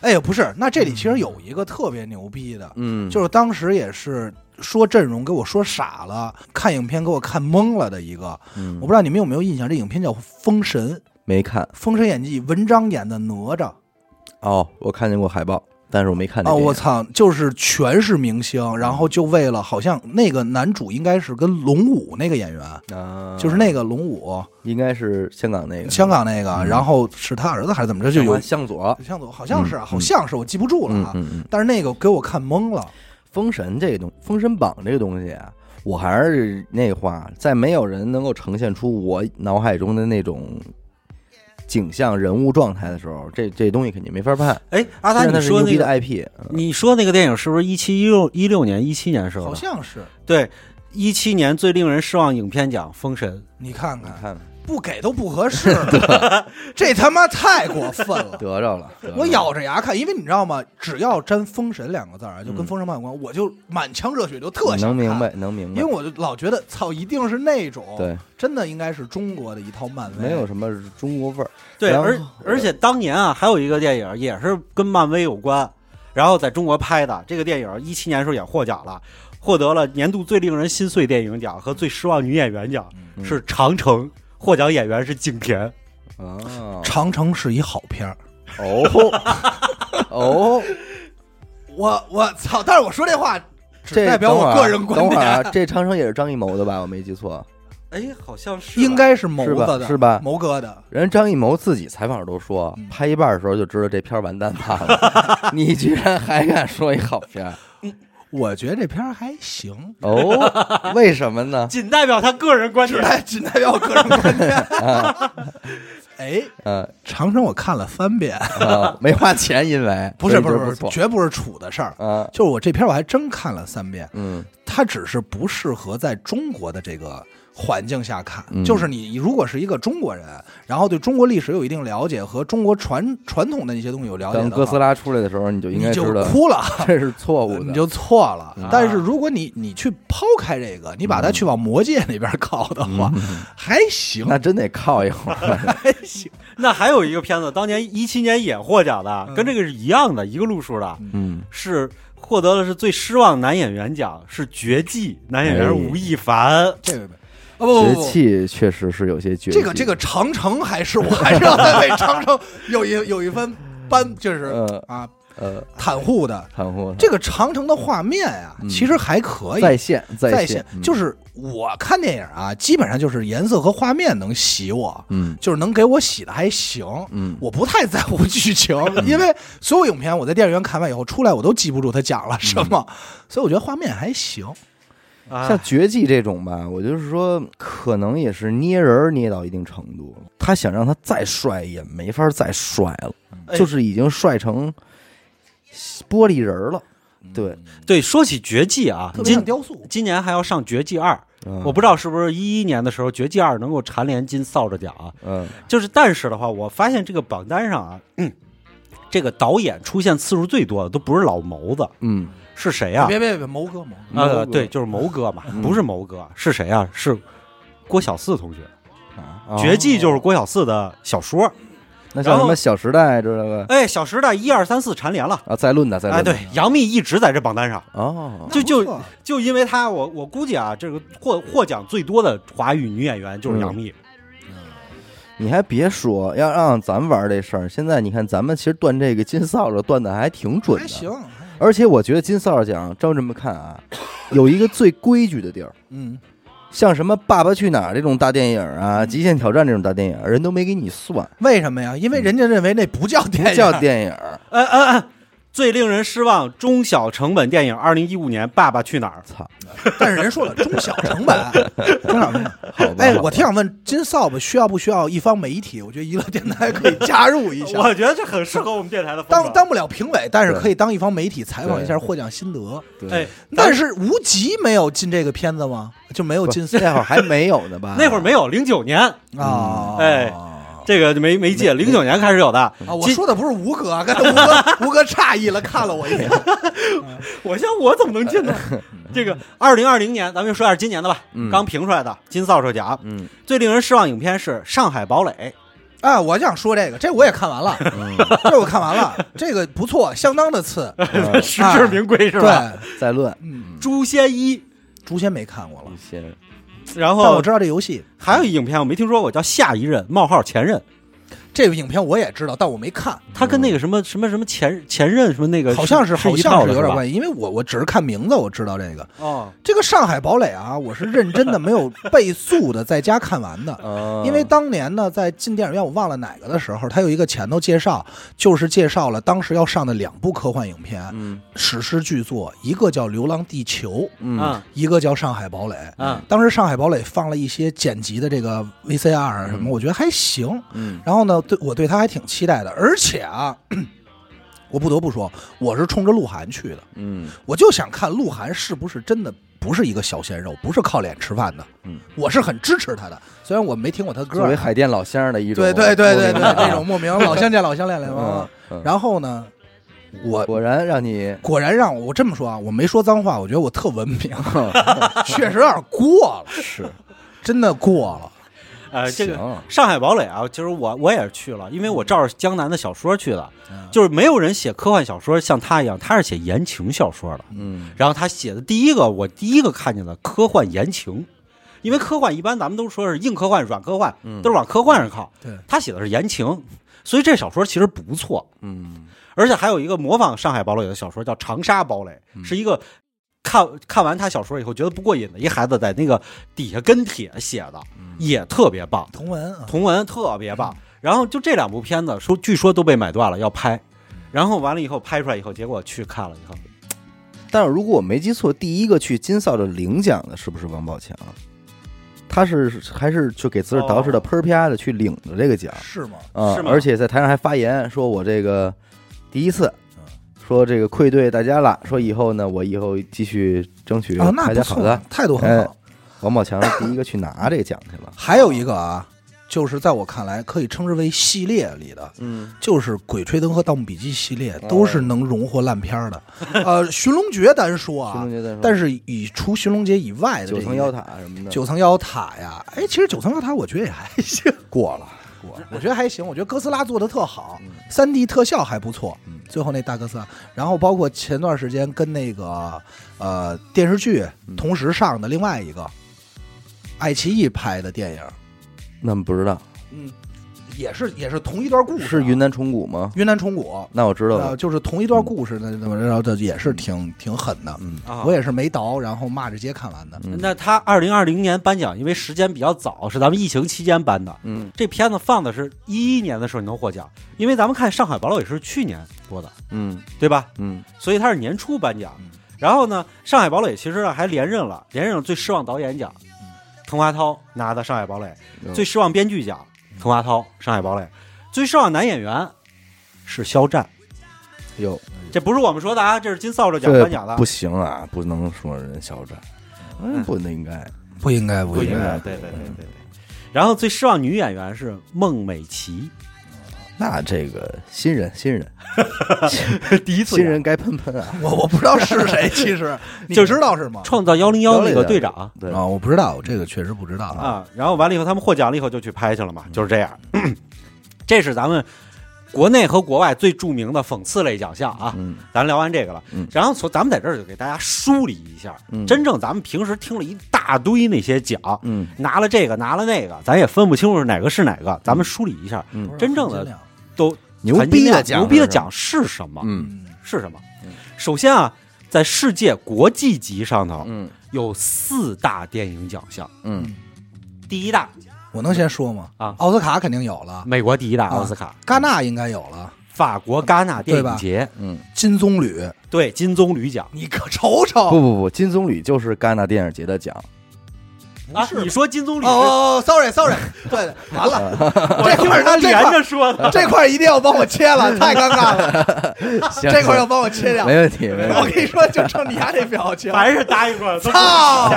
Speaker 2: 哎，不是，那这里其实有一个特别牛逼的，
Speaker 1: 嗯，
Speaker 2: 就是当时也是说阵容给我说傻了，看影片给我看懵了的一个。
Speaker 1: 嗯
Speaker 2: 我不知道你们有没有印象，这影片叫《封神》，《
Speaker 1: 没看
Speaker 2: 封神演义》文章演的哪吒
Speaker 1: 哦，我看见过海报，但是我没看这
Speaker 2: 啊！
Speaker 1: 电影
Speaker 2: 我操，就是全是明星，然后就为了好像那个男主应该是跟龙武那个演员，
Speaker 1: 啊，
Speaker 2: 就是那个龙武，
Speaker 1: 应该是香港那个
Speaker 2: 香港那个，
Speaker 1: 嗯
Speaker 2: 然后是他儿子还是怎么着，就有
Speaker 1: 向左，
Speaker 2: 向总，好像是啊，
Speaker 1: 嗯
Speaker 2: 好像是我记不住了
Speaker 1: 嗯
Speaker 2: 啊。
Speaker 1: 嗯嗯。
Speaker 2: 但是那个给我看懵了，
Speaker 1: 封神这个东，封神榜这个东西啊，我还是那话，在没有人能够呈现出我脑海中的那种景象、人物状态的时候，这这东西肯定没法判。
Speaker 3: 哎，阿达，
Speaker 1: 虽然它
Speaker 3: 你
Speaker 1: 是
Speaker 3: 说
Speaker 1: 牛
Speaker 3: 那
Speaker 1: 逼的啊
Speaker 3: 个，
Speaker 1: IP，
Speaker 3: 你说那个电影是不是一七一六一六年、一七年时候
Speaker 2: 好
Speaker 3: 的？
Speaker 2: 像是。
Speaker 3: 对，一七年最令人失望影片奖《封神》。
Speaker 2: 你看
Speaker 1: 你
Speaker 3: 嗯
Speaker 2: 看，
Speaker 1: 看
Speaker 2: 不给都不合 适了，这他妈太过分了。
Speaker 1: 得着了，得着了
Speaker 2: 我咬着牙看，因为你知道吗？只要沾“封神”两个字儿啊，就跟
Speaker 1: 嗯
Speaker 2: 《封神榜》有关，我就满腔热血，就特想
Speaker 1: 能明
Speaker 2: 看，
Speaker 1: 白，能明
Speaker 2: 因
Speaker 1: 白
Speaker 2: 为。我就老觉得操，一定是那种，
Speaker 1: 对，
Speaker 2: 真的应该是中国的一套漫威，
Speaker 1: 没
Speaker 3: 哎
Speaker 1: 有什么中国味儿。
Speaker 3: 对，
Speaker 1: 然后
Speaker 3: 而而且当年啊，还有一个电影也是跟漫威有关，然后在中国拍的。这个电影一七年时候也获奖了，获得了年度最令人心碎电影奖和最失望女演员奖，
Speaker 1: 嗯
Speaker 3: 是《长城》。获奖演员是景甜，
Speaker 1: 啊，
Speaker 2: 长城是一好片儿。
Speaker 1: 哦 哦，
Speaker 2: 我我操！但是我说这话只
Speaker 1: 这
Speaker 2: 代表我
Speaker 1: 等会儿
Speaker 2: 个人观
Speaker 1: 等会儿啊
Speaker 2: 点，，
Speaker 1: 这长城也是张艺谋的吧？我没记错，
Speaker 3: 哎，好像是吧
Speaker 2: 应该是谋
Speaker 1: 是
Speaker 2: 子
Speaker 1: 吧？
Speaker 2: 的，
Speaker 1: 是吧？
Speaker 2: 谋哥的。
Speaker 1: 人张艺谋自己采访时都说，
Speaker 2: 嗯
Speaker 1: 拍一半的时候就知道这片儿完蛋吧 了，你居然还敢说一好片儿
Speaker 2: 我觉得这片儿还行，
Speaker 1: 哦？为什么呢？
Speaker 3: 仅代表他个人 观
Speaker 2: 只
Speaker 3: 点。
Speaker 2: 代只代表我个人观 点。
Speaker 1: 啊
Speaker 2: 哎，
Speaker 1: 呃
Speaker 2: 长城我看了三遍，
Speaker 1: 啊，没花钱，因为
Speaker 2: 不是
Speaker 1: 所
Speaker 2: 不
Speaker 1: 以
Speaker 2: 是
Speaker 1: 就不
Speaker 2: 是，
Speaker 1: 错
Speaker 2: 绝不是处的事儿。
Speaker 1: 啊，
Speaker 2: 就是我这片儿我还真看了三遍，
Speaker 1: 嗯
Speaker 2: 它只是不适合在中国的这个环境下看。
Speaker 1: 嗯
Speaker 2: 就是你如果是一个中国人，然后对中国历史有一定了解和中国传传统的一些东西有了解
Speaker 1: 等
Speaker 2: 的
Speaker 1: 哥斯
Speaker 2: 话，
Speaker 1: 拉出来的时候，你就应
Speaker 2: 啊你
Speaker 1: 该
Speaker 2: 就
Speaker 1: 知道
Speaker 2: 哭了。
Speaker 1: 这是错误的，
Speaker 2: 你就错了
Speaker 1: 嗯。
Speaker 2: 但是如果你你去抛开这个，你把它去往魔界那边靠的话， 还行，
Speaker 1: 嗯那真得靠一会 儿。
Speaker 2: 还行。
Speaker 3: 那还有一个片子，当年一七年也获奖的，
Speaker 2: 嗯
Speaker 3: 跟这个是一样的，一个路数的，
Speaker 1: 嗯，
Speaker 3: 是获得的是最失望男演员奖，是《绝技》，男
Speaker 1: 哎
Speaker 3: 演员是吴亦凡。
Speaker 2: 这个啊不不
Speaker 1: 绝
Speaker 2: 不不，
Speaker 1: 气确实是有些绝技。
Speaker 2: 这个这个长城还是我还是要再为长城 有一有一番颁，就是
Speaker 1: 呃
Speaker 2: 啊
Speaker 1: 呃，
Speaker 2: 袒护的。
Speaker 1: 袒护
Speaker 2: 这个长城的画面啊，
Speaker 1: 嗯
Speaker 2: 其实还可以，
Speaker 1: 在线嗯
Speaker 2: 在
Speaker 1: 线
Speaker 2: 就是是我看电影啊，基本上就是颜色和画面能洗我，
Speaker 1: 嗯
Speaker 2: 就是能给我洗的还行。
Speaker 1: 嗯
Speaker 2: 我不太在乎剧情，因为所有影片我在电影院看完以后出来，我都记不住他讲了什么，所以我觉得画面还行。
Speaker 3: 啊
Speaker 1: 像绝技这种吧，我就是说，可能也是捏人儿捏到一定程度，他想让他再帅也没法再帅了，
Speaker 3: 哎
Speaker 1: 就是已经帅成玻璃人儿了。
Speaker 3: 嗯
Speaker 1: 对，
Speaker 3: 对，说起《绝技》啊
Speaker 2: 特，别像
Speaker 3: 今
Speaker 2: 雕塑，
Speaker 3: 今年还要上《绝技二》，我
Speaker 1: 我
Speaker 3: 不知道是不是一一年的时候，《绝技二》能够蝉联金扫帚奖啊。
Speaker 1: 嗯
Speaker 3: 就是，但是的话，我发现这个榜单上啊， 嗯这个导演出现次数最多的都不是老谋子，
Speaker 1: 嗯
Speaker 3: 是谁呀、
Speaker 2: 别别别，谋哥谋
Speaker 1: 谋
Speaker 3: 呃，
Speaker 1: 哥
Speaker 3: 对，就是谋哥嘛，
Speaker 1: 嗯
Speaker 3: 不是谋哥，是谁呀、是郭小四同学，
Speaker 1: 哦
Speaker 3: 《绝技》就是郭小四的小说。
Speaker 1: 那像
Speaker 3: 然
Speaker 1: 什
Speaker 3: 后
Speaker 1: 么《小时代》之类的
Speaker 3: 哎，《小时代》一二三四蝉联了。
Speaker 1: 啊，再论的再
Speaker 3: 哎，
Speaker 1: 论的。
Speaker 3: 对，杨幂一直在这榜单上，
Speaker 1: 哦，
Speaker 3: 就
Speaker 2: 那不错
Speaker 3: 就就因为她，我我估计啊，这个获获奖最多的华语女演员就是杨幂。
Speaker 1: 你还别说，要让咱们玩这事儿，现在你看咱们其实断这个金扫帚断的还挺准
Speaker 2: 还
Speaker 1: 的，
Speaker 2: 行。
Speaker 1: 而且我觉得金扫帚奖，照这么看啊，有一个最规矩的地儿，
Speaker 2: 嗯，
Speaker 1: 像什么《爸爸去哪儿》这种大电影啊，极限挑战》这种大电影，人都没给你算，
Speaker 2: 为什么呀？因为人家认为那不叫电影，
Speaker 1: 叫电影。
Speaker 3: 呃呃呃，最令人失望中小成本电影，二零一五年《爸爸去哪儿》。
Speaker 1: 操，
Speaker 2: 但是人说了中小成本，中小成本。
Speaker 1: 好吧，
Speaker 2: 哎，
Speaker 1: 好吧
Speaker 2: 我挺想问金扫把需要不需要一方媒体？我觉得娱乐电台可以加入一 下。
Speaker 3: 觉得这很适合我们电台的
Speaker 2: 当当不了评委，但是可以当一方媒体采访一下
Speaker 1: 对
Speaker 2: 获奖心得。
Speaker 1: 对
Speaker 3: 哎，
Speaker 2: 但是无极没有进这个片子吗？就没有
Speaker 1: 不
Speaker 2: 进
Speaker 1: 那会儿还没有呢 吧？嗯
Speaker 3: 那会儿没有，零九年
Speaker 2: 啊？
Speaker 3: 哎这个就没没借，零九年开始有的。
Speaker 2: 啊，我
Speaker 3: 今
Speaker 2: 说的不是吴哥，刚才吴哥吴哥诧异了，看了我一眼。
Speaker 3: 哎我像我怎么能进 呢？这个二零二零年，咱们就说一下今年的吧，
Speaker 1: 嗯
Speaker 3: 刚评出来的金扫帚奖
Speaker 1: 嗯，
Speaker 3: 最令人失望影片是《上海 堡垒
Speaker 2: 啊，我想说这个，这我也看完了，
Speaker 1: 嗯
Speaker 2: 这我看完了，这个不错，相当的次，》，
Speaker 3: 实至名归是
Speaker 2: 对，
Speaker 3: 吧？
Speaker 1: 呃再 论，
Speaker 2: 嗯，
Speaker 3: 诛啊仙一，
Speaker 2: 诛仙没看过了，
Speaker 1: 先
Speaker 3: 然
Speaker 2: 但我
Speaker 3: 后
Speaker 2: 知道这游戏，
Speaker 3: 还有一影片我没听说过，叫《下一任》冒号前任，
Speaker 2: 嗯这个影片我也知道，但我没看，
Speaker 3: 它跟那个什么什么什么前前任什么那个
Speaker 2: 好像是
Speaker 3: 呃是
Speaker 2: 好
Speaker 3: 一套
Speaker 2: 像
Speaker 3: 的
Speaker 2: 有
Speaker 3: 是
Speaker 2: 点
Speaker 3: 吧
Speaker 2: 关系，因为我我只是看名字我知道这个，
Speaker 3: 哦，
Speaker 2: 这个《上海堡垒》啊，我是认真的，没 有倍速的在家看完的。哦
Speaker 3: 嗯
Speaker 2: 因为当年呢，在进电影院，我忘了哪个的时候，它有一个前头介绍，就是介绍了当时要上的两部科幻影片，
Speaker 1: 嗯
Speaker 2: 史诗巨作，一个叫《流浪地球》，
Speaker 1: 嗯
Speaker 3: 嗯
Speaker 2: 一个叫《上海堡垒》。
Speaker 3: 嗯，
Speaker 2: 当时《上海堡垒》放了一些剪辑的这个 VCR 啊什么，
Speaker 1: 嗯
Speaker 2: 我觉得还行。
Speaker 1: 嗯
Speaker 2: 然后呢，对我对它还挺期待的，而且啊， 我不得不说，我是冲着鹿晗去的。
Speaker 1: 嗯
Speaker 2: 我就想看鹿晗是不是真的不是一个小鲜肉，不是靠脸吃饭的。
Speaker 1: 嗯，
Speaker 2: 我是很支持他的，虽然我没听过他歌
Speaker 1: 作
Speaker 2: 啊。
Speaker 1: 为海淀老乡的一种，
Speaker 2: 对对对 对对，这种莫名老乡见老乡恋恋忘
Speaker 1: 嗯
Speaker 2: 忘。，
Speaker 1: 嗯
Speaker 2: 然后呢，我
Speaker 1: 果然让你
Speaker 2: 果然让我我这么说啊，我没说脏话，我觉得我 特文明，确实有点过了，
Speaker 1: 是
Speaker 2: 真的过了。哎
Speaker 3: 呃，这个
Speaker 1: 行
Speaker 3: 上海堡垒啊，其实我我也是去了，因为我照着江南的小说去的
Speaker 2: 嗯，
Speaker 3: 就是没有人写科幻小说像他一样，他是写言情小说的。
Speaker 1: 嗯
Speaker 3: 然后他写的第一个，我第一个看见的科幻言情，因为科幻一般咱们都说是硬科幻、软科幻，
Speaker 1: 嗯
Speaker 3: 都是往科幻上靠。
Speaker 2: 对
Speaker 3: 他写的是言情，所以这小说其实不错。
Speaker 1: 嗯
Speaker 3: 而且还有一个模仿上海堡垒的小说叫《长沙堡垒》，
Speaker 2: 嗯
Speaker 3: 是一个看看完他小说以后觉得不过瘾的一孩子在那个底下跟帖写的，
Speaker 2: 嗯
Speaker 3: 也特别棒，
Speaker 2: 同文啊，
Speaker 3: 同文特别
Speaker 2: 嗯
Speaker 3: 棒。然后就这两部片子说，据说都被买断了要拍，
Speaker 2: 嗯
Speaker 3: 然后完了以后拍出来以后，结果去看了以后，
Speaker 1: 但是如果我没记错，第一个去金扫帚领奖的是不是王宝强？啊他是还是去给自个儿捯饬的
Speaker 3: 哦
Speaker 1: 喷儿啪的去领的这个奖
Speaker 2: 是吗？
Speaker 1: 啊
Speaker 3: 是，吗
Speaker 1: 而且在台上还发言说：“我这个第一次
Speaker 2: 嗯，
Speaker 1: 说这个愧对大家了，说以后呢，我以后继续争取
Speaker 2: 啊，那
Speaker 1: 大
Speaker 2: 不
Speaker 1: 家好
Speaker 2: 错
Speaker 1: 的。，哎
Speaker 2: 态度很好。
Speaker 1: 王宝强是第一个去拿这个奖去了，
Speaker 2: 还有一个啊，就是在我看来可以称之为系列里的，
Speaker 1: 嗯，哦
Speaker 2: 就是《鬼吹灯》和《盗墓笔记》系列都是能荣获烂片 儿的。呃，《寻龙诀》单说啊，但
Speaker 1: 是
Speaker 2: 是以除《寻龙诀》以外的这
Speaker 1: 嗯九层
Speaker 2: 些
Speaker 1: 妖、塔什么的，
Speaker 2: 九层妖塔呀，哎，其实九层妖塔我觉得也还行，
Speaker 1: 过了。嗯
Speaker 2: 我觉得还行。我觉得哥斯拉做的特好，三 D 特效还不错。最后那大哥斯拉，然后包括前段时间跟那个呃电视剧
Speaker 1: 嗯
Speaker 2: 同时上的另外一个，爱奇艺拍的电影，
Speaker 1: 那么不知道
Speaker 2: 嗯，也是也是同一段故事啊，
Speaker 1: 是云南虫谷吗？
Speaker 2: 云南虫谷，
Speaker 1: 那我知道
Speaker 2: 呃，
Speaker 1: 了。
Speaker 2: 就是同一段故事，那怎么着的也是挺挺狠的。
Speaker 1: 嗯
Speaker 3: 啊
Speaker 2: 我也是没倒，然后骂着街看完的。
Speaker 1: 嗯
Speaker 3: 那他二零二零年颁奖，因为时间比较早，是咱们疫情期间颁的。
Speaker 1: 嗯
Speaker 3: 这片子放的是一一年的时候能获奖，因为咱们看《上海堡垒》是去年播的，
Speaker 1: 嗯
Speaker 3: 对吧？
Speaker 1: 嗯
Speaker 3: 所以他是年初颁奖
Speaker 2: 嗯。
Speaker 3: 然后呢，《上海堡垒》其实啊还连任了，连任了最失望导演奖，滕华涛拿的《上海堡垒》；
Speaker 1: 嗯
Speaker 3: 最失望编剧奖，滕华涛《上海堡垒》；最失望男演员是肖战。
Speaker 1: 哟，
Speaker 3: 这不是我们说的啊，这是金扫帚奖
Speaker 1: 这
Speaker 3: 颁奖的
Speaker 1: 不。行啊，不能说人肖战，嗯，不能应该。
Speaker 2: 不应该，不
Speaker 3: 不应
Speaker 1: 应
Speaker 3: 该，
Speaker 1: 该嗯
Speaker 3: 对对对对对。然后最失望女演员是孟美岐，
Speaker 1: 那这个新人新人
Speaker 3: 第一次
Speaker 1: 新人该喷喷啊！
Speaker 2: 我我不知道是谁，其实你
Speaker 3: 就是
Speaker 2: 知道是吗？
Speaker 3: 创造幺零幺那个队长
Speaker 1: 对
Speaker 2: 啊，我不知道，这个确实不知道啊。
Speaker 3: 啊。然后完了以后，他们获奖了以后就去拍去了嘛，就是这样。 这是咱们国内和国外最著名的讽刺类奖项啊。
Speaker 1: 嗯
Speaker 3: 咱聊完这个了
Speaker 1: 嗯，
Speaker 3: 然后从咱们在这儿就给大家梳理一下，
Speaker 1: 嗯
Speaker 3: 真正咱们平时听了一大堆那些奖，
Speaker 1: 嗯
Speaker 3: 拿了这个拿了那个，咱也分不清楚是哪个是哪
Speaker 2: 嗯
Speaker 3: 个。咱们梳理一下，
Speaker 1: 嗯，
Speaker 3: 真正的
Speaker 2: 含金量
Speaker 3: 都
Speaker 1: 牛逼的
Speaker 3: 含金量
Speaker 1: 奖，
Speaker 3: 牛逼的，奖是什么？
Speaker 1: 嗯
Speaker 2: 嗯，
Speaker 3: 是什么
Speaker 1: 嗯？
Speaker 3: 首先啊，在世界国际级上头
Speaker 1: 嗯
Speaker 3: 有四大电影奖项，
Speaker 1: 嗯
Speaker 3: 第一大
Speaker 2: 我能先说吗？
Speaker 3: 啊嗯
Speaker 2: 奥斯卡肯定有了，
Speaker 3: 美国第一大
Speaker 2: 啊
Speaker 3: 奥斯卡，
Speaker 2: 戛纳应该有了，
Speaker 3: 法国戛纳电影节，
Speaker 1: 嗯，
Speaker 2: 金棕榈，
Speaker 3: 对金棕榈奖
Speaker 2: 你可瞅瞅。
Speaker 1: 不不不，金棕榈就是戛纳电影节的奖，
Speaker 3: 啊
Speaker 2: 是！
Speaker 3: 你说金棕
Speaker 2: 哦
Speaker 3: 榈，
Speaker 2: 哦哦，sorry sorry，对，完了，
Speaker 3: 我
Speaker 2: 这
Speaker 3: 听
Speaker 2: 块儿
Speaker 3: 他
Speaker 2: 这
Speaker 3: 连
Speaker 2: 块儿
Speaker 3: 着说 的，
Speaker 2: 这块儿一定要帮我切 了，太尴尬了，
Speaker 1: 行
Speaker 2: 这块儿要帮我切掉。
Speaker 1: 没问题，没
Speaker 2: 我
Speaker 1: 问题。
Speaker 2: 跟你说，就冲你家这表情，
Speaker 3: 凡是答应过的都不
Speaker 2: 操！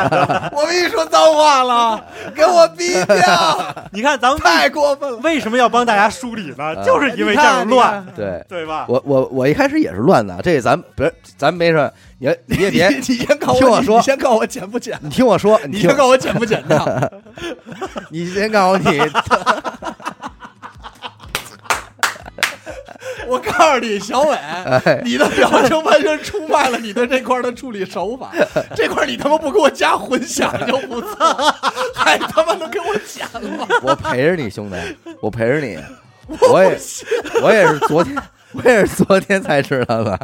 Speaker 2: 我跟你说脏话了，给我逼 掉，
Speaker 3: 你看咱们
Speaker 2: 太过分了。
Speaker 3: 为什么要帮大家梳理呢？就是因为这样
Speaker 2: 你
Speaker 3: 乱，
Speaker 2: 看，
Speaker 1: 对，
Speaker 3: 对吧？
Speaker 1: 嗯我我我一开始也是乱的，啊这咱别咱没事，你也你也
Speaker 2: 你
Speaker 1: 别
Speaker 2: 看你，你先告
Speaker 1: 听
Speaker 2: 我，
Speaker 1: 我
Speaker 2: 你
Speaker 1: 说
Speaker 2: 你先告我剪不剪？
Speaker 1: 你听我说，
Speaker 2: 你
Speaker 1: 听
Speaker 2: 先告我剪不剪 的？
Speaker 1: 你先告诉你，
Speaker 2: 我告诉你，小伟，
Speaker 1: 哎
Speaker 2: 你的表情完全出卖了你对这块儿的处理 手法。这块儿你他妈不给我加混响就不错，还他妈能给我剪了？
Speaker 1: 我陪着你兄弟，我陪着你，我也我也是昨天。我也是昨天才知道的，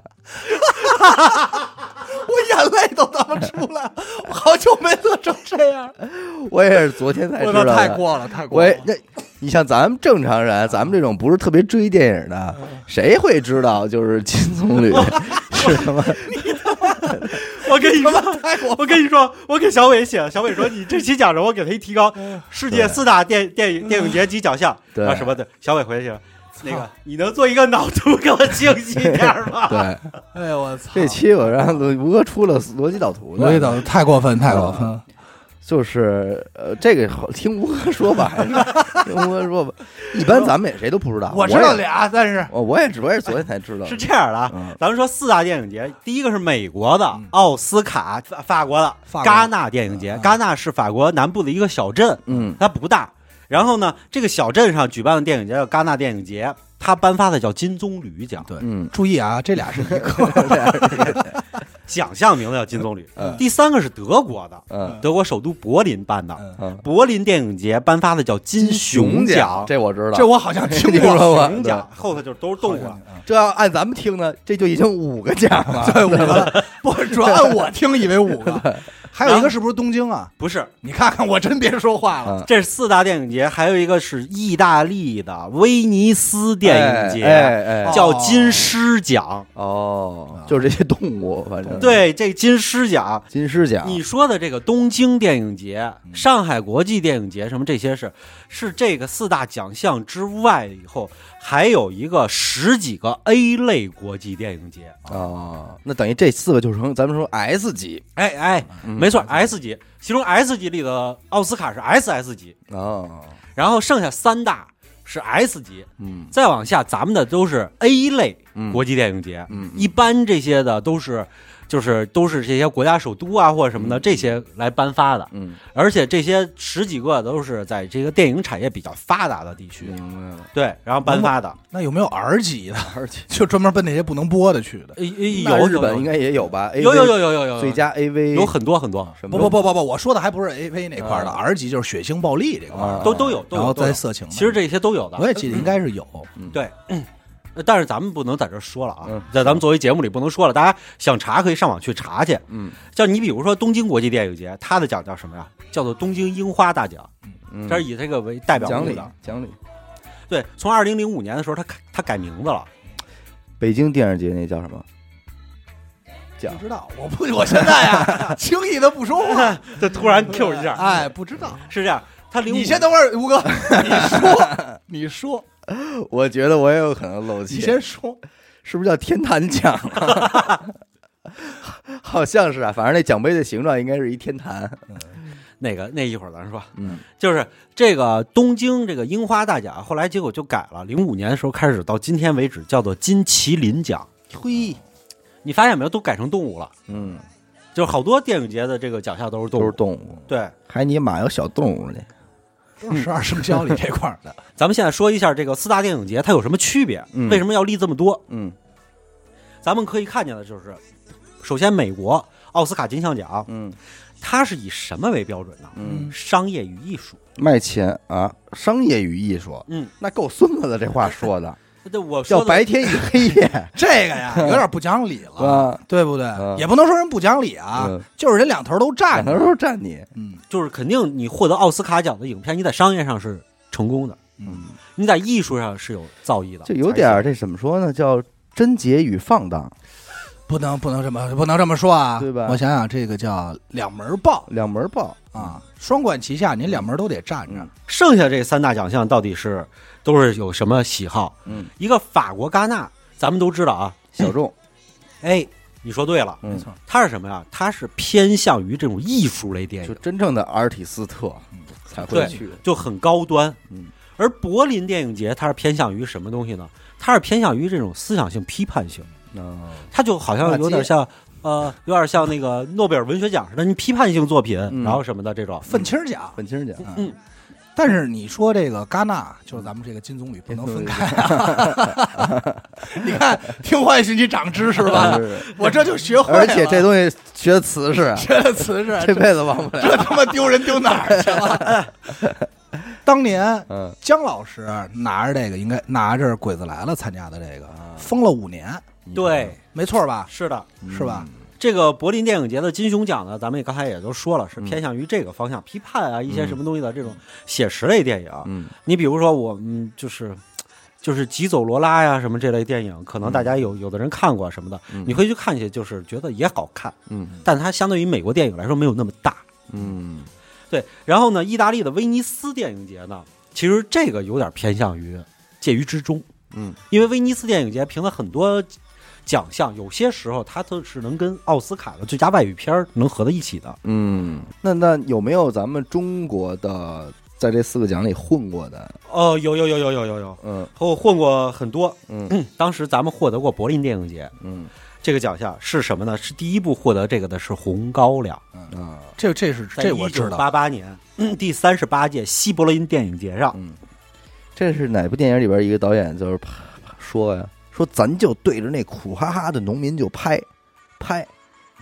Speaker 2: 我眼泪都他妈出来了，我好久没乐成这样，
Speaker 1: 我也是昨天哎才知
Speaker 2: 我
Speaker 1: 道
Speaker 2: 操，
Speaker 1: 的。
Speaker 2: 太过了，太过
Speaker 1: 我
Speaker 2: 了
Speaker 1: 也。那，你像咱们正常人，咱们这种不是特别追电影的，谁会知道就是金棕榈是什么？
Speaker 3: 我跟你说，
Speaker 2: 太过
Speaker 3: 我跟你说，我给小伟写了，小伟说你这期讲什么？我给他一提高，
Speaker 2: 嗯
Speaker 3: 世界四大电电影电影节及奖项
Speaker 1: 对
Speaker 3: 啊什么的。小伟回去了，那个你能做一个脑图给我清晰一点吗？
Speaker 1: 对，
Speaker 2: 哎呦我操！
Speaker 1: 这期我让吴哥出了逻辑导图的，
Speaker 2: 我也导太过分，太过分了。
Speaker 1: 就是呃，这个好听吴哥说吧，还是听吴哥说吧。一般咱们也谁都不知道，我
Speaker 2: 我知道
Speaker 1: 也
Speaker 2: 俩，但是
Speaker 1: 我我也只我也是昨天才知道的，
Speaker 3: 是这样的啊
Speaker 1: 嗯，
Speaker 3: 咱们说四大电影节，第一个是美国的奥斯卡，法法国的
Speaker 2: 嗯法国嗯
Speaker 3: 戛纳电影节，戛纳是法国南部的一个小镇，
Speaker 1: 嗯
Speaker 3: 它不大。然后呢，这个小镇上举办的电影节叫戛纳电影节，它颁发的叫金棕榈奖。
Speaker 2: 对
Speaker 1: 嗯
Speaker 2: 注意啊，这俩是一个。
Speaker 3: 奖项名字叫金棕榈。
Speaker 1: 嗯
Speaker 3: 第三个是德国的，
Speaker 1: 嗯
Speaker 3: 德国首都柏林办的，
Speaker 2: 嗯
Speaker 1: 嗯，
Speaker 3: 柏林电影节颁发的叫金熊奖。
Speaker 1: 这我知道，
Speaker 3: 这我好像听
Speaker 1: 听
Speaker 3: 过
Speaker 1: 说过
Speaker 3: 熊奖，后头就是都是动物了。
Speaker 1: 这要按咱们听呢，这就已经五个奖 了。
Speaker 2: 对五个，不主要按我听以为 五个，还有一个是不是东京啊？
Speaker 3: 不是，
Speaker 2: 你看看，我真别说话了。
Speaker 1: 嗯
Speaker 3: 这是四大电影节，还有一个是意大利的威尼斯电影节，
Speaker 1: 哎哎哎
Speaker 3: 叫金狮奖。
Speaker 1: 哦，就是这些动物，反正，
Speaker 3: 对，这金狮奖
Speaker 1: 金狮奖，
Speaker 3: 你说的这个东京电影节、
Speaker 1: 嗯
Speaker 3: 上海国际电影节什么这些是，是这个四大奖项之外，以后还有一个十几个 A 类国际电影节。
Speaker 1: 啊，那等于这四个就成咱们说 S 级
Speaker 3: 哎哎，
Speaker 1: 嗯
Speaker 3: 没错，S 级，其中 S 级里的奥斯卡是 SS 级，
Speaker 1: 啊，
Speaker 3: 然后剩下三大是 S 级，
Speaker 1: 嗯
Speaker 3: 再往下咱们的都是 A 类
Speaker 1: 嗯
Speaker 3: 国际电影节。
Speaker 1: 嗯嗯
Speaker 3: 一般这些的都是，就是都是这些国家首都啊或者什么的这些来颁发的。
Speaker 1: 嗯，
Speaker 3: 而且这些十几个都是在这个电影产业比较发达的地区，
Speaker 1: 明白了，
Speaker 3: 对，然后颁发的。
Speaker 2: 那有没有 R 级的？
Speaker 1: 而且
Speaker 2: 就专门奔那些不能播的去的？
Speaker 3: 呃
Speaker 1: 那
Speaker 3: 呃有
Speaker 1: 日本应
Speaker 3: 该
Speaker 1: 该也有吧？
Speaker 3: 有有有
Speaker 1: AV
Speaker 3: 有有有
Speaker 1: 最佳嗯 AV
Speaker 3: 有很多很多，
Speaker 1: 什么
Speaker 2: 不不不不不，我说的还不是 A V 那块儿的
Speaker 1: 啊
Speaker 2: ，R 级就是血腥暴力这块儿
Speaker 1: 啊
Speaker 2: 的，
Speaker 3: 都都有都有。
Speaker 2: 然后
Speaker 3: 都有
Speaker 2: 再色情的。
Speaker 3: 其实这些都有的
Speaker 2: 我，也记得应该是有，
Speaker 3: 对。嗯但是咱们不能在这儿说了啊
Speaker 1: 嗯，
Speaker 3: 在咱们作为节目里不能说了，大家想查可以上网去查去。
Speaker 1: 嗯，
Speaker 3: 像你比如说东京国际电影节，它的奖叫什么呀？叫做东京樱花大奖，
Speaker 1: 嗯
Speaker 3: 它是以这个为代表
Speaker 1: 讲
Speaker 3: 物
Speaker 1: 理
Speaker 3: 的。
Speaker 1: 讲理，
Speaker 3: 对，从二零零五年的时候，它改它改名 字了，
Speaker 1: 北京电影节那叫什么？
Speaker 2: 不知道，我不，我现在 呀，轻易的不说话，
Speaker 3: 这突然 Q 一下，
Speaker 2: 哎，不知道。
Speaker 3: 是这样，它零五
Speaker 2: 你先等会儿，吴哥，你说，你说，
Speaker 1: 我觉得我也有可能漏气，
Speaker 2: 你先说，
Speaker 1: 是不是叫天坛奖 啊？好像是啊，反正那奖杯的形状应该是一天坛。
Speaker 3: 那个那一会儿咱说，
Speaker 1: 嗯，
Speaker 3: 就是这个东京这个樱花大奖，后来结果就改了，零五年的时候开始到今天为止叫做金麒麟奖。
Speaker 2: 嘿，
Speaker 3: 你发现没有，都改成动物了，
Speaker 1: 嗯，
Speaker 3: 就是好多电影节的这个奖项都是动
Speaker 1: 都
Speaker 3: 物。
Speaker 1: 是动物，
Speaker 3: 对，
Speaker 1: 还你妈有小动物呢。
Speaker 2: 都是 十二生肖里这块儿的，
Speaker 3: 咱们现在说一下这个四大电影节它有什么区别，
Speaker 1: 嗯
Speaker 3: 为什么要立这么多？
Speaker 1: 嗯
Speaker 3: 咱们可以看见的就是，首先美国奥斯卡金像奖，
Speaker 1: 嗯
Speaker 3: 它是以什么为标准呢？
Speaker 1: 嗯，
Speaker 3: 商业与艺术。
Speaker 1: 卖钱啊，商业与艺术，
Speaker 3: 嗯，
Speaker 1: 那够孙子的这话说的，
Speaker 3: 这我说
Speaker 1: 叫
Speaker 3: 的
Speaker 1: 白天与黑夜
Speaker 2: 这个 呀，有点不讲理了
Speaker 1: 啊，
Speaker 2: 对不对
Speaker 1: 啊？
Speaker 2: 也不能说人不讲理啊
Speaker 1: 嗯，
Speaker 2: 就是人两头都
Speaker 1: 哪
Speaker 2: 站
Speaker 1: 头
Speaker 2: 着，
Speaker 1: 都站你。
Speaker 2: 嗯
Speaker 3: 就是肯定你获得奥斯卡奖的影片，你在商业上是成功的，
Speaker 2: 嗯，
Speaker 3: 你在艺术上是有造诣的，
Speaker 1: 就有点儿这怎么说呢？叫贞洁与放荡，
Speaker 2: 不能不能这么不能这么说啊，
Speaker 1: 对吧
Speaker 2: 我想想，这个叫两门报
Speaker 1: 两门儿报。
Speaker 2: 啊，双管齐下，您两门都得站着
Speaker 1: 嗯，
Speaker 3: 剩下这三大奖项到底是都是有什么喜好？
Speaker 1: 嗯，
Speaker 3: 一个法国戛纳，咱们都知道啊，
Speaker 1: 小众，
Speaker 3: 哎，你说对了，
Speaker 1: 嗯，
Speaker 2: 错，
Speaker 3: 它是什么呀？它是偏向于这种艺术类电
Speaker 1: 就
Speaker 3: 影，
Speaker 1: 真正的阿尔体斯特才会
Speaker 3: 对
Speaker 1: 去。
Speaker 2: 嗯
Speaker 3: 就很高端。
Speaker 1: 嗯，
Speaker 3: 而柏林电影节它是偏向于什么东西呢？它是偏向于这种思想性、批判性，
Speaker 1: 嗯
Speaker 3: 它就好
Speaker 2: 啊
Speaker 3: 像有点像。呃，有点像那个诺贝尔文学奖似的，你批判性作品，
Speaker 1: 嗯
Speaker 3: 然后什么的这种，
Speaker 2: 愤青儿奖，
Speaker 1: 本青讲，
Speaker 3: 嗯，
Speaker 2: 但是你说这个戛纳，就是咱们这个金棕榈不能分开啊！你看，听话也是你长知识吧？
Speaker 1: 是
Speaker 2: 我这就学会 了，
Speaker 1: 而且这东西学词是，
Speaker 2: 学的词是
Speaker 1: 这
Speaker 2: 这
Speaker 1: 辈子忘不了。
Speaker 2: 这他妈丢人丢哪 儿去了？当年
Speaker 1: 嗯
Speaker 2: 姜老师拿着这个，应该拿着《鬼子来了》参加的这个，封了五年，
Speaker 3: 对，
Speaker 2: 没错吧？
Speaker 3: 是的，
Speaker 2: 是吧？
Speaker 3: 这个柏林电影节的金熊奖呢，咱们也刚才也都说了，是
Speaker 1: 嗯
Speaker 3: 偏向于这个方向，批判啊一些什么东西的这种写实类电影。
Speaker 1: 嗯
Speaker 3: 你比如说我们就是就是《急走罗拉》呀什么这类电影，可能大家有、有的人看过什么的，
Speaker 1: 嗯
Speaker 3: 你会去看去，就是觉得也好看，
Speaker 1: 嗯
Speaker 3: 但它相对于美国电影来说没有那么大。
Speaker 1: 嗯
Speaker 3: 对，然后呢，意大利的威尼斯电影节呢，其实这个有点偏向于介于之中。
Speaker 1: 嗯，
Speaker 3: 因为威尼斯电影节凭了很多奖项，有些时候它都是能跟奥斯卡的最佳外语片儿能合在一起的。
Speaker 1: 嗯。那那有没有咱们中国的在这四个奖里混过的？
Speaker 3: 哦，有有有有有有有，
Speaker 1: 嗯
Speaker 3: 和我混过很多。
Speaker 1: 嗯
Speaker 3: 当时咱们获得过柏林电影节
Speaker 1: 嗯
Speaker 3: 这个奖项是什么呢？是第一部获得这个的是《红高粱
Speaker 1: 啊
Speaker 2: 这这是》，
Speaker 3: 在
Speaker 2: 这我
Speaker 3: 一
Speaker 2: 知
Speaker 3: 九
Speaker 2: 道，
Speaker 3: 八八年、嗯第三十八届西柏林电影节上。
Speaker 1: 嗯。这是哪部电影里边一个导演就是啪啪说呀？说咱就对着那苦哈哈的农民就拍，拍，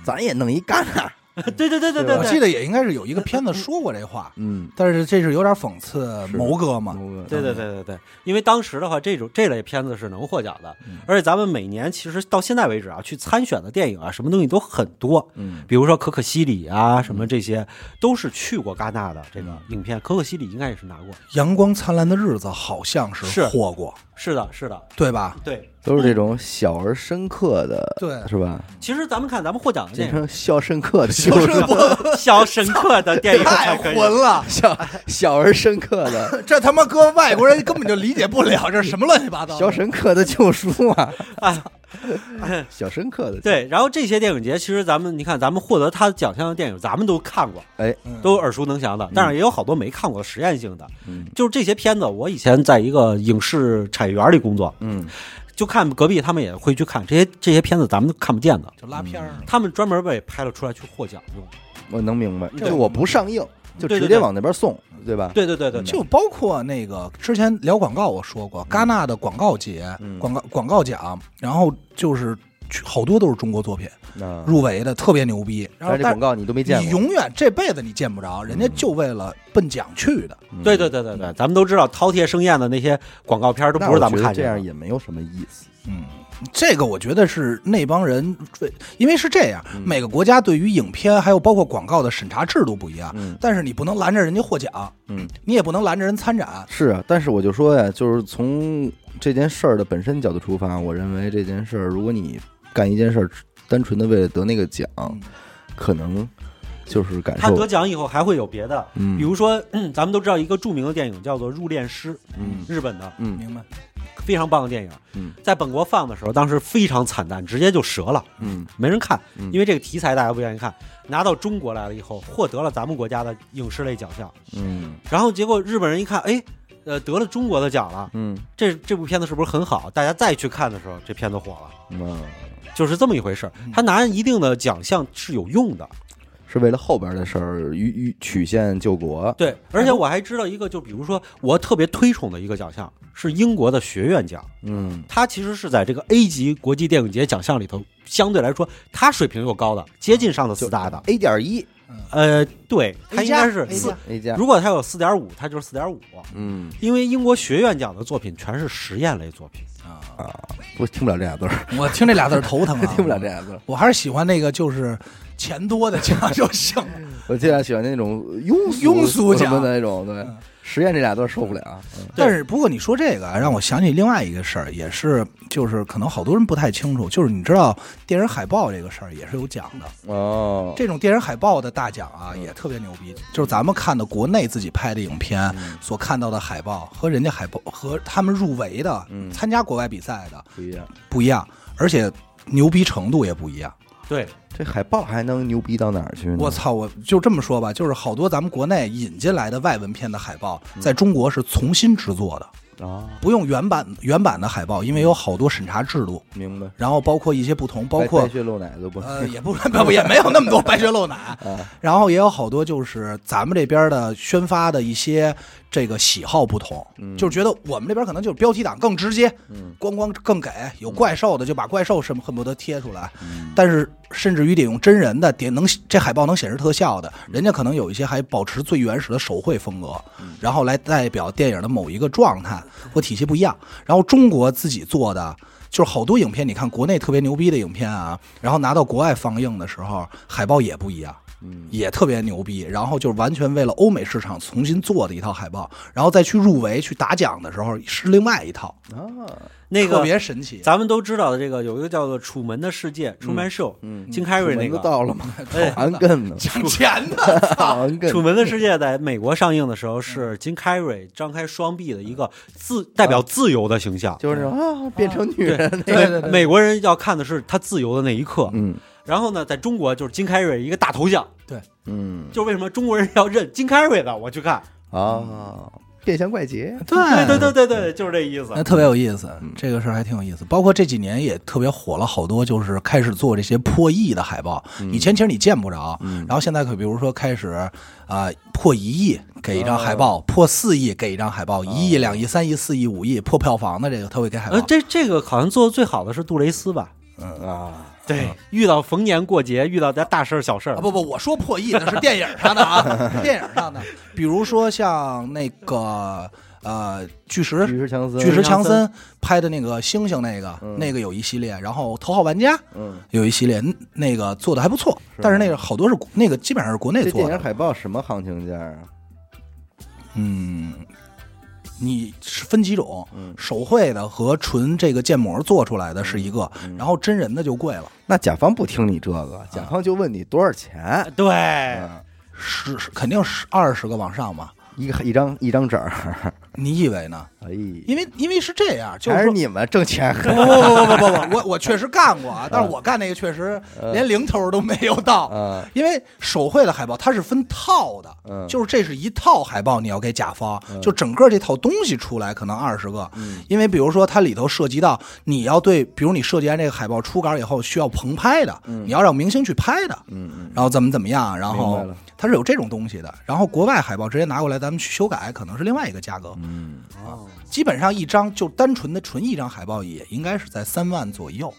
Speaker 1: 咱也弄一干那。
Speaker 3: 对对对对
Speaker 1: 对
Speaker 3: 对
Speaker 1: 吧
Speaker 2: 我
Speaker 3: 对
Speaker 2: 记得也应该是有一个片子说过这话，
Speaker 1: 嗯，
Speaker 2: 但是这是有点讽刺
Speaker 1: 是
Speaker 2: 谋哥嘛。
Speaker 1: 对
Speaker 3: 嗯对对对对对，因为当时的话，这种这类片子是能获奖的，
Speaker 2: 嗯
Speaker 3: 而且咱们每年其实到现在为止啊，去参选的电影啊，什么东西都很多，
Speaker 1: 嗯，
Speaker 3: 比如说可可西里啊，
Speaker 2: 嗯
Speaker 3: 什么这些都是去过戛纳的这个影片，可可西里应该也是拿过，
Speaker 2: 阳光灿烂的日子好像
Speaker 3: 是
Speaker 2: 是火过，
Speaker 3: 是的，是的，
Speaker 2: 对吧？
Speaker 3: 对。
Speaker 1: 都是这种小而深刻的，
Speaker 2: 对
Speaker 1: 是吧？
Speaker 3: 其实咱们看咱们获奖的
Speaker 1: 简
Speaker 3: 电
Speaker 1: 称
Speaker 3: 影，
Speaker 1: 肖申克的，
Speaker 2: 肖申克
Speaker 3: 肖申克的电影
Speaker 2: 太
Speaker 3: 才可
Speaker 2: 混
Speaker 3: 以。
Speaker 2: 了，
Speaker 1: 小小而深刻的
Speaker 2: 这他妈搁外国人根本就理解不了，这是什么乱七八糟
Speaker 1: 肖
Speaker 2: 的？
Speaker 1: 申克的救赎啊，
Speaker 3: 啊，
Speaker 1: 小深刻的，，
Speaker 3: 对，然后这些电影节，其实咱们你看，咱们获得他奖项的电影，咱们都看过，
Speaker 1: 哎，
Speaker 2: 嗯
Speaker 3: 都耳熟能详的，但是也有好多没看过的实验性的，
Speaker 1: 嗯
Speaker 3: 就是这些片子，我以前在一个影视产业园里工作，
Speaker 1: 嗯
Speaker 3: 就看隔壁他们也会去看这些这些片子，咱们都看不见的，
Speaker 2: 就拉片儿呢。
Speaker 3: 他们专门被拍了出来去获奖用。
Speaker 1: 我能明白，
Speaker 3: 对
Speaker 1: 就我不上映，就
Speaker 3: 对
Speaker 1: 直
Speaker 3: 对
Speaker 1: 接
Speaker 3: 对
Speaker 1: 往那边送，对吧？
Speaker 3: 对对对对，
Speaker 2: 就包括那个之前聊广告，我说过戛纳的广告节、
Speaker 1: 嗯
Speaker 2: 广告广告奖，然后就是好多都是中国作品
Speaker 1: 啊，
Speaker 2: 入围的，特别牛逼。
Speaker 1: 但
Speaker 2: 然后
Speaker 1: 是这
Speaker 2: 但
Speaker 1: 广告你都没见
Speaker 2: 你
Speaker 1: 过，
Speaker 2: 永远这辈子你见不着，人家就为了奔奖去的。
Speaker 1: 嗯
Speaker 3: 对对对对对，咱们都知道饕餮盛宴的那些广告片都
Speaker 1: 那
Speaker 3: 不是咱
Speaker 1: 我觉
Speaker 3: 们
Speaker 1: 得
Speaker 3: 看
Speaker 1: 这
Speaker 3: 见的
Speaker 1: 样也没有什么意思，
Speaker 2: 嗯，这个我觉得是那帮人追，因为是这样，
Speaker 1: 嗯
Speaker 2: 每个国家对于影片还有包括广告的审查制度不一样，
Speaker 1: 嗯
Speaker 2: 但是你不能拦着人家获奖，
Speaker 1: 嗯，
Speaker 2: 你也不能拦着人参展。
Speaker 1: 是啊，但是我就说呀，就是从这件事儿的本身角度出发，我认为这件事儿，如果你干一件事儿，单纯的为了得那个奖，可能就是感
Speaker 3: 嗯他
Speaker 1: 受
Speaker 3: 得，奖以后还会有别的，
Speaker 1: 嗯
Speaker 3: 比如说、嗯咱们都知道一个著名的电影叫做《入殓师》，
Speaker 1: 嗯
Speaker 3: 日本的
Speaker 1: 嗯
Speaker 2: 明白？
Speaker 3: 非常棒的电影，
Speaker 1: 嗯
Speaker 3: 在本国放的时候，当时非常惨淡，直接就折了，
Speaker 1: 嗯
Speaker 3: 没人看，
Speaker 1: 嗯
Speaker 3: 因为这个题材大家不愿意看。拿到中国来了以后，获得了咱们国家的影视类奖项，
Speaker 1: 嗯
Speaker 3: 然后结果日本人一看，哎，呃，得了中国的奖了，
Speaker 1: 嗯
Speaker 3: 这这部片子是不是很好？大家再去看的时候，这片子火了，
Speaker 1: 嗯，
Speaker 3: 就是这么一回事儿。他拿一定的奖项是有用的，
Speaker 1: 是为了后边的事儿，与与曲线救国，
Speaker 3: 对，而且我还知道一个，就比如说我特别推崇的一个奖项是英国的学院奖，
Speaker 1: 嗯
Speaker 3: 它其实是在这个 A 级国际电影节奖项里头，相对来说它水平又高的，接近上的四大的。
Speaker 1: ，A 点一
Speaker 3: 呃，对，它
Speaker 2: A
Speaker 3: 应
Speaker 2: 加
Speaker 3: 该是
Speaker 2: A
Speaker 3: 四
Speaker 2: 加，
Speaker 1: A 啊加，
Speaker 3: 如果它有四点五，它就是四点五。
Speaker 1: 嗯
Speaker 3: 因为英国学院奖的作品全是实验类作品，
Speaker 2: 啊，
Speaker 1: 啊，不听不了这俩字儿，
Speaker 2: 我听这俩字儿头疼啊，
Speaker 1: 听不了这。俩字儿，
Speaker 2: 我还是喜欢那个就是钱多的奖就行了。
Speaker 1: 我尽量喜欢那种庸俗
Speaker 2: 庸俗嗯
Speaker 1: 什么
Speaker 2: 奖
Speaker 1: 的那种，对，实验这俩字儿受不了，嗯
Speaker 3: 对
Speaker 2: 但是不过你说这个啊让我想起另外一个事儿，也是就是可能好多人不太清楚，就是你知道电影海报这个事儿也是有奖的，
Speaker 1: 哦，
Speaker 2: 这种电影海报的大奖啊也特别牛逼，就是咱们看的国内自己拍的影片所看到的海报和人家海报和他们入围的、参加国外比赛的
Speaker 1: 不一样。
Speaker 2: 不一样，而且牛逼程度也不一样。
Speaker 3: 对，
Speaker 1: 这海报还能牛逼到哪儿去呢？
Speaker 2: 我操！我就这么说吧，就是好多咱们国内引进来的外文片的海报，
Speaker 1: 嗯
Speaker 2: 在中国是重新制作的，
Speaker 1: 啊！
Speaker 2: 不用原版原版的海报，因为有好多审查制度，
Speaker 1: 明白，
Speaker 2: 然后包括一些不同，包括
Speaker 1: 白血漏奶都不
Speaker 2: 呃，也不 不也没有那么多白雪露奶，然后也有好多就是咱们这边的宣发的一些这个喜好不同，就是觉得我们这边可能就是标题党更直接，光光更给有怪兽的就把怪兽什么恨不得贴出来，但是甚至于得用真人的，得能这海报能显示特效的，人家可能有一些还保持最原始的手绘风格，然后来代表电影的某一个状态或体系不一样，然后中国自己做的。就是好多影片，你看国内特别牛逼的影片啊，然后拿到国外放映的时候，海报也不一样，也特别牛逼。然后就是完全为了欧美市场重新做的一套海报，然后再去入围去打奖的时候是另外一套，
Speaker 1: 啊，
Speaker 3: 那
Speaker 2: 特
Speaker 3: 个
Speaker 2: 别神奇。
Speaker 3: 咱们都知道的这个有一个叫做《楚门的世界》，Truman Show，
Speaker 1: 嗯
Speaker 3: 金凯瑞那
Speaker 1: 楚门都
Speaker 3: 个。
Speaker 1: 到 了吗？
Speaker 3: 哎
Speaker 1: 韩更呢？
Speaker 2: 抢钱的，
Speaker 1: 韩更，
Speaker 3: 楚门的世界在美国上映的时候，是金凯瑞张开双臂的一个自代表自由的形象。
Speaker 1: 就是那种啊，变成女人那
Speaker 3: 对
Speaker 1: 个，
Speaker 3: 对，美国人要看的是他自由的那一刻。
Speaker 1: 嗯
Speaker 3: 然后呢，在中国就是金凯瑞一个大头像，
Speaker 1: 嗯
Speaker 3: 就是为什么中国人要认金凯瑞的，我去看。
Speaker 1: 啊，变相怪杰，
Speaker 2: 对
Speaker 3: 对对对对，就是这意思
Speaker 2: 那。特别有意思，这个事儿还挺有意思。包括这几年也特别火了，好多就是开始做这些破亿的海报。以前其实你见不着，然后现在可比如说开始啊、破一亿给一张海报，破四亿给一张海报，一亿、两亿、三亿、四亿、
Speaker 3: 呃
Speaker 2: 五亿，破票房的这个他会给海报。
Speaker 3: 呃，这这个好像做的最好的是杜蕾斯吧？
Speaker 1: 啊，
Speaker 3: 对，遇到逢年过节，遇到点大事儿、小事儿
Speaker 2: 啊，，不不，我说破译那是电影上的 啊，是电影上的，比如说像那个呃巨石
Speaker 1: 巨石强森，
Speaker 2: 巨石强
Speaker 3: 森
Speaker 2: 森拍的那个猩猩那个、
Speaker 1: 嗯
Speaker 2: 那个有一系列，然后头号玩家
Speaker 1: 嗯，
Speaker 2: 有一系列，嗯那个做的还不错，
Speaker 1: 是
Speaker 2: 但是那个好多是国那个基本上是国内
Speaker 1: 这
Speaker 2: 做
Speaker 1: 电
Speaker 2: 的
Speaker 1: 影，海报什么行情价啊？
Speaker 2: 嗯，你是分几种，
Speaker 1: 嗯
Speaker 2: 手绘的和纯这个建模做出来的是一个，
Speaker 1: 嗯
Speaker 2: 然后真人的就贵了，
Speaker 1: 那甲方不听你这个，
Speaker 2: 啊
Speaker 1: 甲方就问你多少钱，
Speaker 3: 呃对，
Speaker 1: 嗯
Speaker 2: 十十肯定是二十个往上嘛，
Speaker 1: 一个一张一张纸儿，
Speaker 2: 你以为呢？
Speaker 1: 哎，因
Speaker 2: 因为因为是这样，就
Speaker 1: 还
Speaker 2: 是
Speaker 1: 是
Speaker 2: 说。
Speaker 1: 你们挣钱
Speaker 2: 不不不不不不，我我确实干过啊，但是我干那个确实
Speaker 1: 嗯
Speaker 2: 连零头都没有到，
Speaker 1: 啊，
Speaker 2: 因为手绘的海报它是分套的，
Speaker 1: 嗯，
Speaker 2: 就是这是一套海报，你要给甲方，
Speaker 1: 嗯
Speaker 2: 就整个这套东西出来可能二十个，
Speaker 1: 嗯
Speaker 2: 因为比如说它里头涉及到你要对，比如你设计完这个海报出稿以后需要棚拍的，你要让明星去拍的，
Speaker 1: 嗯嗯，
Speaker 2: 然后怎么怎么样，然
Speaker 1: 明白
Speaker 2: 后
Speaker 1: 了
Speaker 2: 它是有这种东西的。然后国外海报直接拿过来，咱们去修改，可能是另外一个价格。
Speaker 1: 嗯，
Speaker 3: 哦
Speaker 2: 基本上一张就单纯的纯一张海报也应该是在三万左右。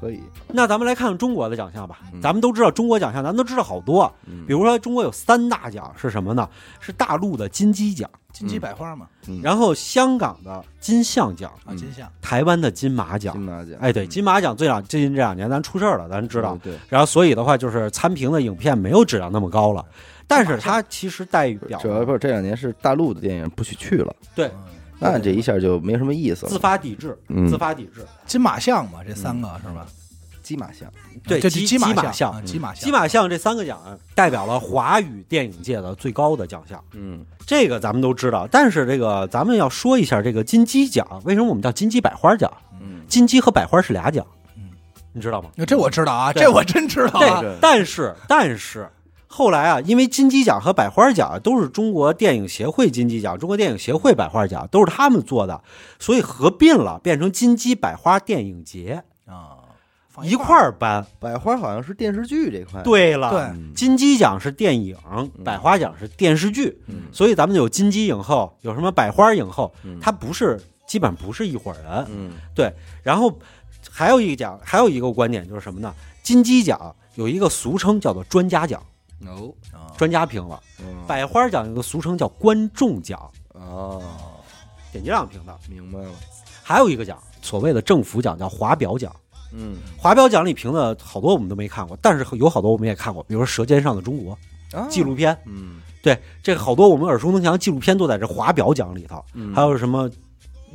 Speaker 1: 可以，
Speaker 3: 那咱们来看看中国的奖项吧
Speaker 1: 嗯。
Speaker 3: 咱们都知道中国奖项，咱们都知道好多。
Speaker 1: 嗯
Speaker 3: 比如说，中国有三大奖是什么呢？是大陆的金鸡奖，
Speaker 2: 金鸡百花嘛，
Speaker 1: 嗯
Speaker 3: 然后香港的金像奖，
Speaker 2: 啊，金像。
Speaker 3: 台湾的金马奖
Speaker 1: 金。马奖，嗯
Speaker 3: 哎，对，金马奖最两最近这两年咱出事儿了，咱知道。
Speaker 1: 对，
Speaker 3: 然后所以的话，就是参评的影片没有质量那么高了，但是它其实代表
Speaker 1: 主要不是这两年是大陆的电影不许去了，
Speaker 3: 对
Speaker 1: 那这一下就没什么意思
Speaker 3: 自
Speaker 1: 了。
Speaker 3: 发抵制，
Speaker 1: 嗯
Speaker 3: 自发抵制。
Speaker 2: 金马项嘛，这三个是吧？
Speaker 1: 鸡马像，
Speaker 3: 对，
Speaker 2: 就
Speaker 3: 鸡
Speaker 2: 鸡
Speaker 3: 马
Speaker 2: 马
Speaker 3: 项
Speaker 2: 啊，鸡马
Speaker 3: 金
Speaker 2: 项，
Speaker 3: 马奖这三个奖代表了华语电影界的最高的奖项，
Speaker 1: 嗯
Speaker 3: 这个咱们都知道。但是这个咱们要说一下这个金鸡奖，为什么我们叫金鸡百花奖？
Speaker 1: 嗯，
Speaker 3: 金鸡和百花是俩奖
Speaker 2: 嗯，
Speaker 3: 你知道吗？
Speaker 2: 那这我知道啊，
Speaker 3: 对
Speaker 2: 这我真知道啊。
Speaker 3: 对，但是但是后来啊，因为金鸡奖和百花奖都是中国电影协会金鸡奖、中国电影协会百花奖都是他们做的，所以合并了变成金鸡百花电影节
Speaker 2: 啊，放
Speaker 3: 一块儿颁。
Speaker 1: 百花好像是电视剧这块，
Speaker 3: 对了，
Speaker 2: 对
Speaker 1: 嗯，
Speaker 3: 金鸡奖是电影，百花奖是电视剧，
Speaker 1: 嗯
Speaker 3: 所以咱们有金鸡影后，有什么百花影后，
Speaker 1: 嗯
Speaker 3: 它不是基本不是一伙人。
Speaker 1: 嗯
Speaker 3: 然后还有一个奖，还有一个观点就是什么呢？金鸡奖有一个俗称叫做专家奖，
Speaker 1: no，
Speaker 2: 啊，
Speaker 3: 专家评了。百花奖有个俗称叫观众奖，
Speaker 1: 嗯哦，
Speaker 3: 点击量评的。
Speaker 1: 明白了，
Speaker 3: 还有一个奖，所谓的政府奖叫华表奖。
Speaker 1: 嗯
Speaker 3: 华表奖里评的好多我们都没看过，但是有好多我们也看过，比如说《舌尖上的中国》
Speaker 1: 啊
Speaker 3: 纪录，片，
Speaker 1: 嗯
Speaker 3: 对，这个好多我们耳熟能详的纪录片都在这华表奖里头，
Speaker 1: 嗯，
Speaker 3: 还有什么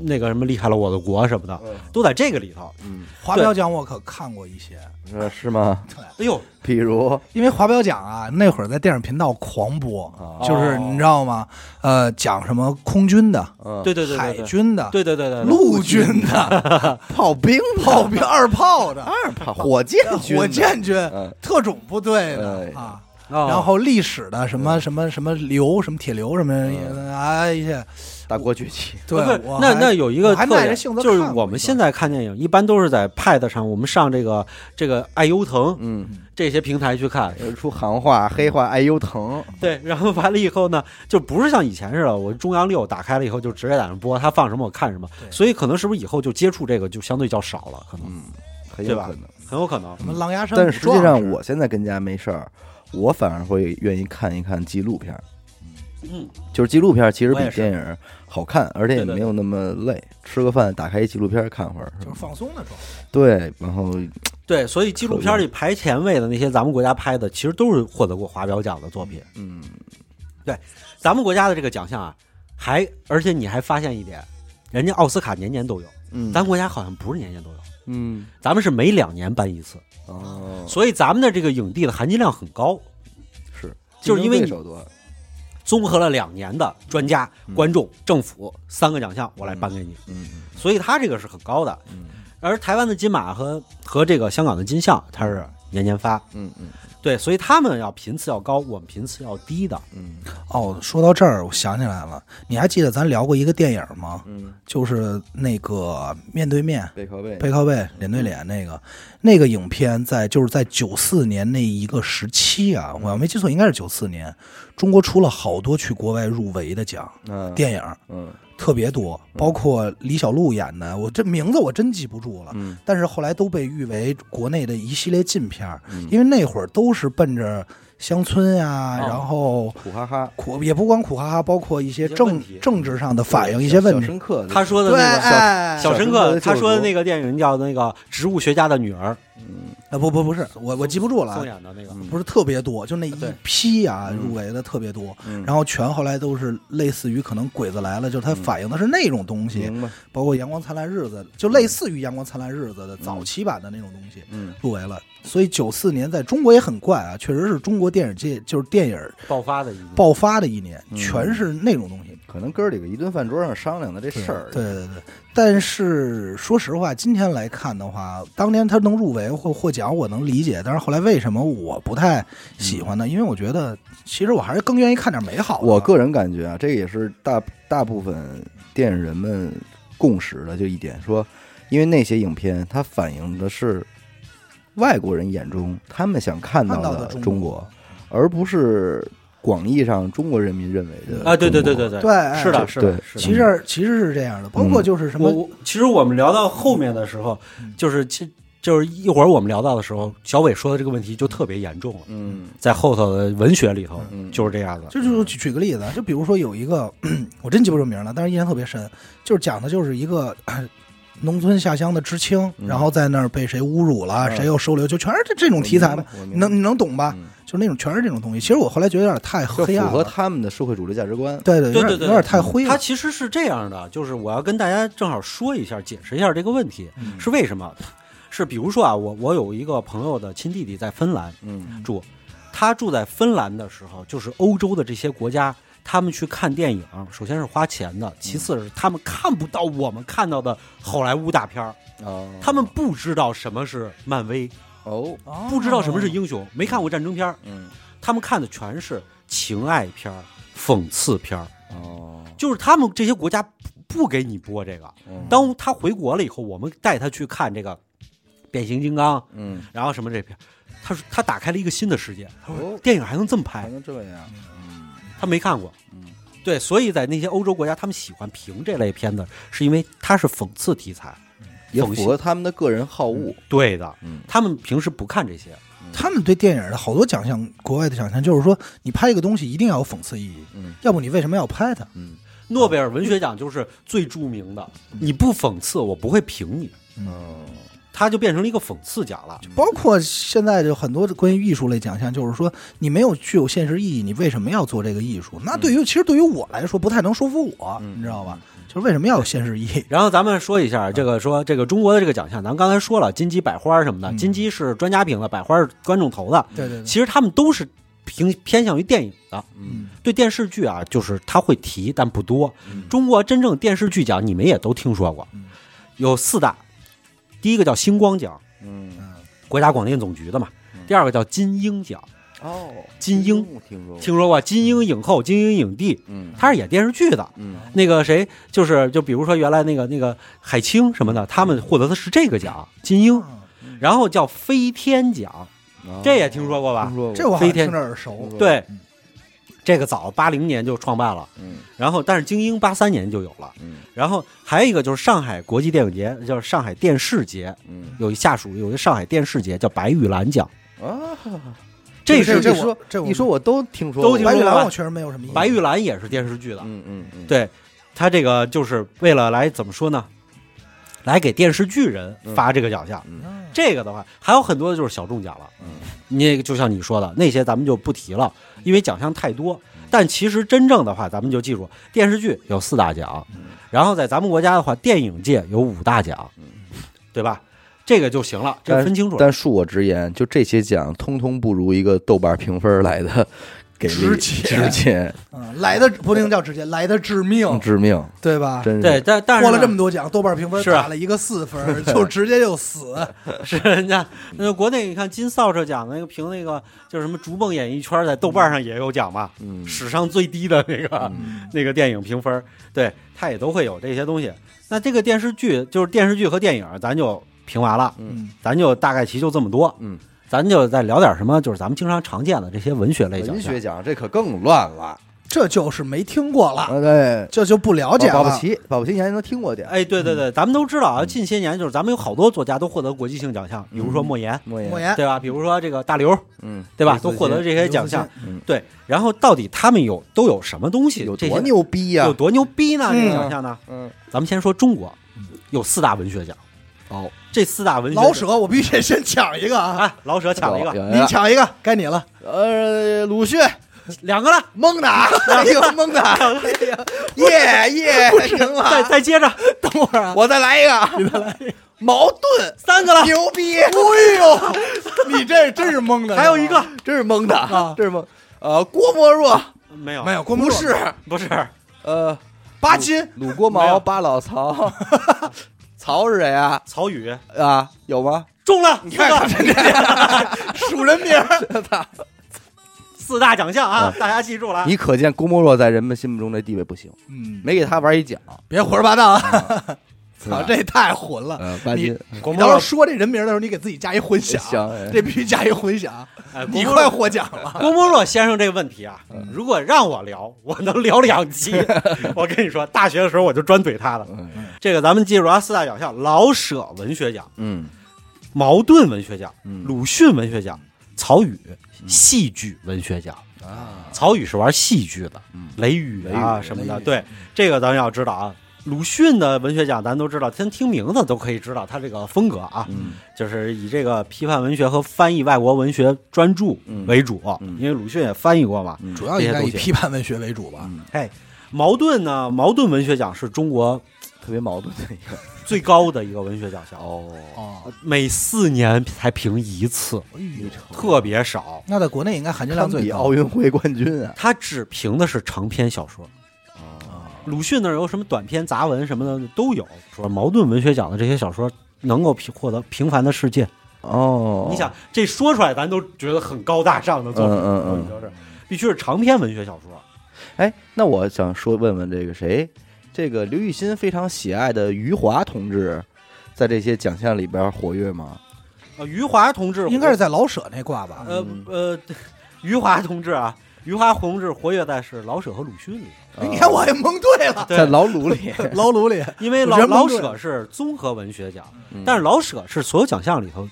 Speaker 3: 那个什么离开了我的国什么的，
Speaker 1: 嗯
Speaker 3: 都在这个里头。
Speaker 1: 嗯，
Speaker 2: 华标奖我可看过一些，
Speaker 1: 是是吗？
Speaker 2: 对，
Speaker 3: 哎呦，
Speaker 1: 比如
Speaker 2: 因为华标奖啊，那会儿在电视频道狂播，
Speaker 1: 啊，
Speaker 2: 就是你知道吗？呃，讲什么空军的、
Speaker 1: 嗯
Speaker 3: 对对对
Speaker 2: 海
Speaker 3: 对对。
Speaker 2: 军的、
Speaker 3: 对对对对，对
Speaker 2: 陆军 的、
Speaker 1: 炮兵
Speaker 2: 炮兵、二炮的、
Speaker 1: 二炮火箭军
Speaker 2: 火箭军、
Speaker 1: 嗯
Speaker 2: 特种部队的
Speaker 1: 哎
Speaker 2: 啊，
Speaker 3: 哦
Speaker 2: 然后历史的什么什么什么流、什么铁流什么
Speaker 1: 嗯
Speaker 2: 哎呀，
Speaker 1: 大国崛起，
Speaker 2: 对
Speaker 3: 不是，
Speaker 2: 我
Speaker 3: 那
Speaker 2: 还
Speaker 3: 那有一个
Speaker 2: 我还
Speaker 3: 特
Speaker 2: 耐着
Speaker 3: 点
Speaker 2: 性子
Speaker 3: 就是
Speaker 2: 看过
Speaker 3: 我
Speaker 2: 一段
Speaker 3: 们现在看电影一般都是在 Pad 上，我们上这个这个爱优腾
Speaker 1: 嗯，
Speaker 3: 这些平台去看。
Speaker 2: 嗯
Speaker 1: 有出行话、黑话、哎爱优腾，
Speaker 3: 对，然后完了以后呢，就不是像以前似的，我中央六打开了以后就直接在那播，它放什么我看什么。
Speaker 2: 对
Speaker 3: 所以可能是不是以后就接触这个就相对较少了，可能
Speaker 1: 嗯，很
Speaker 3: 对
Speaker 1: 有
Speaker 3: 吧
Speaker 1: 可能。
Speaker 3: 很有可能。
Speaker 2: 什么狼牙山武
Speaker 1: 但
Speaker 2: 壮
Speaker 1: 是
Speaker 2: 士，
Speaker 1: 实际上，我现在跟家没事儿，我反而会愿意看一看纪录片儿。
Speaker 3: 嗯，
Speaker 1: 就是纪录片儿其实
Speaker 3: 我
Speaker 1: 比
Speaker 3: 也是
Speaker 1: 电影儿好看，而且也
Speaker 3: 对对
Speaker 1: 没有那么累。吃个饭，打开一纪录片儿看会儿，
Speaker 2: 就是放松的状态。
Speaker 1: 对，然后
Speaker 3: 对，所以纪录片里排前位的那些咱们国家拍的，其实都是获得过华表奖的作品。
Speaker 1: 嗯，
Speaker 3: 咱们国家的这个奖项啊，还而且你还发现一点，人家奥斯卡年年都有，
Speaker 1: 嗯
Speaker 3: 咱国家好像不是年年都有。
Speaker 1: 嗯
Speaker 3: 咱们是每两年颁一次，
Speaker 1: 哦，
Speaker 3: 所以咱们的这个影帝的含金量很高，
Speaker 1: 是，
Speaker 3: 就是因为
Speaker 1: 竞争对手
Speaker 3: 你
Speaker 1: 多，
Speaker 3: 综合了两年的专家
Speaker 1: 嗯、
Speaker 3: 观众、政府三个奖项，我来颁给你，
Speaker 1: 嗯
Speaker 3: 所以它这个是很高的。
Speaker 1: 嗯
Speaker 3: 而台湾的金马和和这个香港的金像，它是年年发，
Speaker 1: 嗯嗯
Speaker 3: 对，所以他们要频次要高，我们频次要低的。
Speaker 1: 嗯
Speaker 2: 哦，说到这儿，我想起来了，你还记得咱聊过一个电影吗？
Speaker 1: 嗯，
Speaker 2: 就是那个面对面、
Speaker 1: 背靠背，
Speaker 2: 背靠背、脸对脸那个，那个影片在就是在九四年那一个时期啊，我要没记错，应该是九四年，中国出了好多去国外入围的奖
Speaker 1: 嗯
Speaker 2: 电影，
Speaker 1: 嗯
Speaker 2: 特别多，包括李小璐演的，我这名字我真记不住了，
Speaker 1: 嗯
Speaker 2: 但是后来都被誉为国内的一系列禁片儿，
Speaker 1: 嗯
Speaker 2: 因为那会儿都是奔着乡村呀、
Speaker 1: 哦
Speaker 2: 然后
Speaker 1: 苦哈哈，
Speaker 2: 苦也不光苦哈哈，包括一些
Speaker 3: 一些问
Speaker 2: 政
Speaker 3: 题
Speaker 2: 政治上的反映一些
Speaker 1: 小
Speaker 2: 问
Speaker 1: 小
Speaker 2: 题。
Speaker 1: 深刻。
Speaker 3: 他说的
Speaker 2: 对，
Speaker 3: 那个
Speaker 2: 哎，
Speaker 3: 小
Speaker 1: 深
Speaker 3: 深
Speaker 1: 刻
Speaker 3: 刻，
Speaker 1: 的
Speaker 3: 他
Speaker 1: 救
Speaker 3: 说的
Speaker 1: 赎
Speaker 3: 那个电影叫那个《植物学家的女儿
Speaker 2: 啊不不不是，我我记不住》，了
Speaker 3: 宋
Speaker 2: 啊，
Speaker 3: 演的那个。
Speaker 1: 嗯
Speaker 2: 不是特别多，就那一
Speaker 3: 对
Speaker 2: 批啊
Speaker 1: 嗯
Speaker 2: 入围的特别多，
Speaker 1: 嗯
Speaker 2: 然后全后来都是类似于可能鬼子来了，就是它反映的是那种东西，
Speaker 1: 明白，
Speaker 2: 包括《阳光灿烂日子》，就类似于《阳光灿烂日子》的早期版的那种东西
Speaker 1: 嗯
Speaker 2: 入围了。所以九四年在中国也很怪啊，确实是中国电影界就是电影
Speaker 3: 爆发的一年
Speaker 2: 爆发的一年，
Speaker 1: 嗯
Speaker 2: 全是那种东西。
Speaker 1: 可能哥儿几个一顿饭桌上商量的这事儿，
Speaker 2: 对对对对。但是说实话，今天来看的话，当年他能入围或获奖，我能理解。但是后来为什么我不太喜欢呢？因为我觉得，其实我还是更愿意看点美好
Speaker 1: 嗯
Speaker 2: 的。
Speaker 1: 我个人感觉啊，这个也是大大部分电影人们共识的，就一点说，因为那些影片它反映的是外国人眼中他们想看
Speaker 2: 看到
Speaker 1: 的
Speaker 2: 的中
Speaker 1: 中国，而不是广义上中国人民认为的
Speaker 3: 啊！对对对
Speaker 1: 中
Speaker 3: 对
Speaker 1: 国，
Speaker 3: 对
Speaker 2: 对，哎
Speaker 3: 是的，
Speaker 1: 对
Speaker 3: 是的
Speaker 1: 对，
Speaker 3: 是的。
Speaker 2: 其实其实是这样的，包
Speaker 1: 嗯
Speaker 2: 括就是什么
Speaker 3: 我我其实我们聊到后面的时候
Speaker 2: 嗯，
Speaker 3: 就是其就是一会儿我们聊到的时候，小伟说的这个问题就特别严重了，
Speaker 1: 嗯
Speaker 3: 在后头的文学里头
Speaker 1: 嗯
Speaker 3: 就是这样的。
Speaker 2: 就就举举个例子啊，就比如说有一个， 我真记不住名了，但是印象特别深，就是讲的就是一个。呃农村下乡的知青，
Speaker 1: 嗯
Speaker 2: 然后在那儿被谁侮辱了，
Speaker 1: 嗯
Speaker 2: 谁又收留，就全是这这种题材嘛，，
Speaker 1: 我明
Speaker 2: 你
Speaker 1: 白
Speaker 2: 能你能懂吧？
Speaker 1: 嗯
Speaker 2: 就是那种全是这种东西。其实我后来觉得有点太
Speaker 1: 就
Speaker 2: 黑
Speaker 1: 符
Speaker 2: 暗
Speaker 1: 合
Speaker 2: 了，
Speaker 1: 他们的社会主流价值观。
Speaker 2: 对对
Speaker 3: 对
Speaker 2: 有点
Speaker 3: 对对
Speaker 2: 有点太灰
Speaker 3: 它
Speaker 2: 了。
Speaker 3: 其实是这样的，就是我要跟大家正好说一下，解释一下这个问题
Speaker 2: 嗯
Speaker 3: 是为什么。是比如说啊，我我有一个朋友的亲弟弟在芬兰
Speaker 1: 嗯
Speaker 3: 住，他住在芬兰的时候，就是欧洲的这些国家，他们去看电影，首先是花钱的，其次是他们看不到我们看到的好莱坞大片儿，
Speaker 1: 哦，
Speaker 3: 他们不知道什么是漫威，
Speaker 1: 哦，
Speaker 3: 不知道什么是英雄，没看过战争片儿，
Speaker 1: 嗯
Speaker 3: 他们看的全是情爱片儿、讽刺片儿，
Speaker 1: 哦，
Speaker 3: 就是他们这些国家不不给你播这个。
Speaker 1: 嗯
Speaker 3: 当他回国了以后，我们带他去看这个变形金刚，
Speaker 1: 嗯
Speaker 3: 然后什么这片儿，他说他打开了一个新的世界，他说
Speaker 1: 哦
Speaker 3: 电影还能这么
Speaker 1: 还
Speaker 3: 拍，
Speaker 1: 能这样，
Speaker 3: 他没看过
Speaker 1: 嗯。
Speaker 3: 对，所以在那些欧洲国家，他们喜欢评这类片子，是因为它是讽刺题材。
Speaker 1: 也
Speaker 3: 讽
Speaker 1: 符
Speaker 3: 刺
Speaker 1: 合他们的个人好恶。
Speaker 3: 对的，
Speaker 1: 嗯
Speaker 3: 他们平时不看这些。
Speaker 2: 他们对电影的好多奖项，国外的奖项就是说，你拍一个东西一定要有讽刺意义，
Speaker 1: 嗯
Speaker 2: 要不你为什么要拍它？
Speaker 1: 嗯
Speaker 3: 诺贝尔文学奖就是最著名的，你不讽刺，我不会评你。
Speaker 1: 哦，
Speaker 3: 它就变成了一个讽刺奖了。
Speaker 2: 包括现在就很多关于艺术类奖项，就是说你没有具有现实意义，你为什么要做这个艺术？那对于其实对于我来说不太能说服我，
Speaker 1: 嗯
Speaker 2: 你知道吧？就是为什么要有现实意义？
Speaker 3: 然后咱们说一下这个说这个中国的这个奖项，咱们刚才说了金鸡百花什么的，
Speaker 2: 嗯
Speaker 3: 金鸡是专家评的，百花是观众投的。
Speaker 2: 对对对，
Speaker 3: 其实他们都是偏偏向于电影的，
Speaker 1: 嗯
Speaker 3: 对电视剧啊，就是他会提，但不多。
Speaker 1: 嗯
Speaker 3: 中国真正电视剧奖你们也都听说过
Speaker 2: 嗯，
Speaker 3: 有四大，第一个叫星光奖，
Speaker 1: 嗯
Speaker 2: 嗯，
Speaker 3: 国家广电总局的嘛；第二个叫金鹰奖，
Speaker 1: 哦，
Speaker 3: 金鹰
Speaker 1: 我听说过，
Speaker 3: 听说过金鹰影后、金鹰影帝，
Speaker 1: 哦嗯
Speaker 3: 他是演电视剧的。
Speaker 1: 嗯
Speaker 3: 那个谁，就是就比如说原来那个那个海清什么的，他们获得的是这个奖金鹰，
Speaker 1: 嗯
Speaker 3: 然后叫飞天奖，
Speaker 1: 哦
Speaker 3: 这也听说过吧
Speaker 1: 听？说
Speaker 2: 这
Speaker 1: 过，
Speaker 2: 我好像
Speaker 3: 飞天
Speaker 2: 听着耳熟。
Speaker 3: 对，这个早八零年就创办了，
Speaker 1: 嗯
Speaker 3: 然后但是精英八三年就有了，
Speaker 1: 嗯
Speaker 3: 然后还有一个就是上海国际电影节，就是上海电视节，
Speaker 1: 嗯
Speaker 3: 有一下属有一个上海电视节叫白玉兰奖，
Speaker 1: 啊，
Speaker 3: 这
Speaker 2: 这
Speaker 3: 是
Speaker 1: 这
Speaker 2: 这
Speaker 1: 一说
Speaker 2: 我这我
Speaker 1: 一说我都听说
Speaker 3: 都
Speaker 1: 过
Speaker 3: 听
Speaker 2: 白
Speaker 3: 说
Speaker 2: 玉
Speaker 3: 过
Speaker 2: 兰，
Speaker 3: 吧
Speaker 2: 我确实没有什么意义。
Speaker 3: 白玉兰也是电视剧的，
Speaker 1: 嗯嗯嗯，
Speaker 3: 对他这个就是为了来怎么说呢？来给电视剧人发这个奖项，
Speaker 2: 嗯，
Speaker 3: 这个的话，还有很多就是小众奖了。
Speaker 1: 嗯，
Speaker 3: 你就像你说的那些，咱们就不提了，因为奖项太多。但其实真正的话，咱们就记住，电视剧有四大奖，然后在咱们国家的话，电影界有五大奖，对吧？这个就行了，这
Speaker 1: 但
Speaker 3: 分清楚了。
Speaker 1: 但恕我直言，就这些奖，通通不如一个豆瓣评分来 的给力、
Speaker 2: 直
Speaker 1: 直
Speaker 2: 接
Speaker 1: 接、
Speaker 2: 嗯，来的不能叫直接，来的致命，
Speaker 1: 致命，
Speaker 2: 对吧？
Speaker 1: 嗯真是
Speaker 3: 啊对，但但是
Speaker 2: 获了
Speaker 3: 呢
Speaker 2: 这么多奖，豆瓣评分
Speaker 3: 是啊
Speaker 2: 打了一个四分，就直接就死。
Speaker 3: 是 人家那个国内，你看金扫帚奖那个评那个就是什么逐梦演艺圈，在豆瓣上也有奖嘛，
Speaker 1: 嗯
Speaker 3: 史上最低的那个、那个电影评分，对，它也都会有这些东西。那这个电视剧就是电视剧和电影，咱就评完了，
Speaker 1: 嗯
Speaker 3: 咱就大概其就这么多，
Speaker 1: 嗯，
Speaker 3: 咱就再聊点什么，就是咱们经常常见的这些文学类奖
Speaker 1: 文
Speaker 3: 项啊
Speaker 1: 学。奖这可更乱了，
Speaker 2: 这就是没听过了，
Speaker 1: 啊，对，
Speaker 2: 这就不了解
Speaker 3: 啊
Speaker 1: 哦保不
Speaker 2: 了。
Speaker 1: 齐，保不齐你还能听过去。
Speaker 3: 哎，对对
Speaker 1: 嗯
Speaker 3: 对，咱们都知道啊，近些年就是咱们有好多作家都获得国际性奖项，比如说莫言，
Speaker 1: 莫
Speaker 2: 莫
Speaker 1: 言，
Speaker 2: 言，
Speaker 3: 对吧？比如说这个大刘，
Speaker 1: 嗯，
Speaker 3: 对吧？
Speaker 2: 刘
Speaker 3: 都
Speaker 2: 慈
Speaker 3: 获得
Speaker 2: 欣
Speaker 3: 这些
Speaker 2: 刘
Speaker 3: 奖
Speaker 2: 慈
Speaker 3: 项
Speaker 1: 欣嗯。
Speaker 3: 对，然后到底他们有都有什么东西？
Speaker 1: 有
Speaker 3: 这
Speaker 1: 多
Speaker 3: 些
Speaker 1: 牛逼呀
Speaker 3: 有？多牛逼呢？这
Speaker 2: 嗯
Speaker 3: 个奖项呢？
Speaker 1: 嗯，
Speaker 3: 咱们先说中国，有四大文学奖。
Speaker 1: 哦，
Speaker 3: 这四大文学
Speaker 2: 老舍，我必须得先抢一个啊！
Speaker 3: 啊，老舍抢了一个，
Speaker 2: 你抢一个，该你了。
Speaker 1: 呃，鲁迅、
Speaker 3: 两个了，
Speaker 1: 蒙达，
Speaker 2: 啊
Speaker 1: 哎呦，蒙达，耶耶，行
Speaker 3: 再
Speaker 1: 了，
Speaker 3: 再接着
Speaker 2: 等会儿啊，
Speaker 1: 我再来一个， 你再来矛盾，
Speaker 3: 三个了，
Speaker 1: 牛逼，
Speaker 2: 哎呦，你这真是蒙 的。
Speaker 3: 还有一个
Speaker 1: 这是蒙
Speaker 2: 啊
Speaker 1: 达，这是蒙，呃，郭沫若，
Speaker 3: 没有
Speaker 2: 没有？郭沫
Speaker 1: 不
Speaker 2: 若
Speaker 1: 是，
Speaker 3: 不是
Speaker 1: 呃，
Speaker 2: 巴金，
Speaker 1: 鲁郭
Speaker 3: 没
Speaker 1: 毛、
Speaker 3: 有
Speaker 1: 巴老曹， 曹是谁啊？
Speaker 3: 曹禺
Speaker 1: 啊，有 吗？
Speaker 3: 中了，
Speaker 2: 你看
Speaker 3: 四个
Speaker 2: 数人名儿，
Speaker 3: 四大奖项啊
Speaker 1: 啊，
Speaker 3: 大家记住了啊。
Speaker 1: 你可见郭沫若在人们心目中的地位不行，
Speaker 2: 嗯，
Speaker 1: 没给他玩一奖。
Speaker 2: 别胡说八道啊！ 操，
Speaker 1: 是吧
Speaker 2: 这太混了。
Speaker 1: 呃，巴金，
Speaker 3: 郭
Speaker 2: 你到
Speaker 3: 沫
Speaker 2: 时
Speaker 3: 若
Speaker 2: 候说这人名的时候，你给自己加一混响，
Speaker 1: 行哎
Speaker 2: 这必须加一混响。
Speaker 3: 哎郭
Speaker 2: 你
Speaker 3: 沫
Speaker 2: 快
Speaker 3: 若
Speaker 2: 获奖了，
Speaker 3: 郭沫若先生这个问题啊，如果让我聊，我能聊两期。我跟你说，大学的时候我就专怼他了。
Speaker 1: 嗯
Speaker 3: 这个咱们记住啊，四大奖项：老舍文学奖、
Speaker 1: 嗯
Speaker 3: 茅盾文学奖、
Speaker 1: 嗯
Speaker 3: 鲁迅文学奖、曹禺戏剧文学奖。
Speaker 2: 啊，
Speaker 3: 曹禺是玩戏剧的，
Speaker 1: 嗯
Speaker 3: 雷雨啊
Speaker 1: 雷雨
Speaker 3: 什么
Speaker 2: 雷
Speaker 3: 的。
Speaker 2: 雨
Speaker 3: 对，这个咱要知道啊。鲁迅的文学奖，咱都知道，先听名字都可以知道他这个风格啊，
Speaker 1: 嗯
Speaker 3: 就是以这个批判文学和翻译外国文学专著
Speaker 1: 嗯
Speaker 3: 为主，
Speaker 1: 嗯
Speaker 3: 因为鲁迅也翻译过嘛。
Speaker 1: 嗯
Speaker 2: 主要应该以批判文学为主吧？
Speaker 1: 嗯，
Speaker 3: 哎，茅盾呢？茅盾文学奖是中国
Speaker 1: 特别矛盾的一个。
Speaker 3: 最高的一个文学奖项，
Speaker 1: 哦，
Speaker 2: 哦，
Speaker 3: 每四年才评一次，
Speaker 2: 哎呦
Speaker 3: 特别少。
Speaker 2: 那在国内应该含金
Speaker 1: 堪
Speaker 2: 量最
Speaker 1: 比
Speaker 2: 高。
Speaker 1: 奥运会冠军啊！
Speaker 3: 他只评的是长篇小说。
Speaker 2: 啊
Speaker 3: 鲁迅那儿有什么短篇杂文什么的都有。说茅盾文学奖的这些小说能够平获得《平凡的世界》，
Speaker 1: 哦，
Speaker 3: 你想这说出来，咱都觉得很高大上的作品，
Speaker 1: 嗯嗯嗯
Speaker 3: 就是必须是长篇文学小说。
Speaker 1: 哎，那我想说问问这个谁，这个刘雨欣非常喜爱的余华同志，在这些奖项里边活跃吗？
Speaker 3: 呃，余华同志
Speaker 2: 应该是嗯在老舍那挂吧？
Speaker 3: 呃呃，余华同志啊，余华同志活跃在是老舍和鲁迅里。
Speaker 2: 哎你看我还蒙对了，
Speaker 1: 呃在老鲁里，
Speaker 2: 老鲁里
Speaker 3: 因为
Speaker 2: 我
Speaker 3: 老
Speaker 2: 觉得
Speaker 3: 老
Speaker 2: 蒙对了
Speaker 3: 舍是综合文学奖，
Speaker 1: 嗯
Speaker 3: 但是老舍是所有奖项里头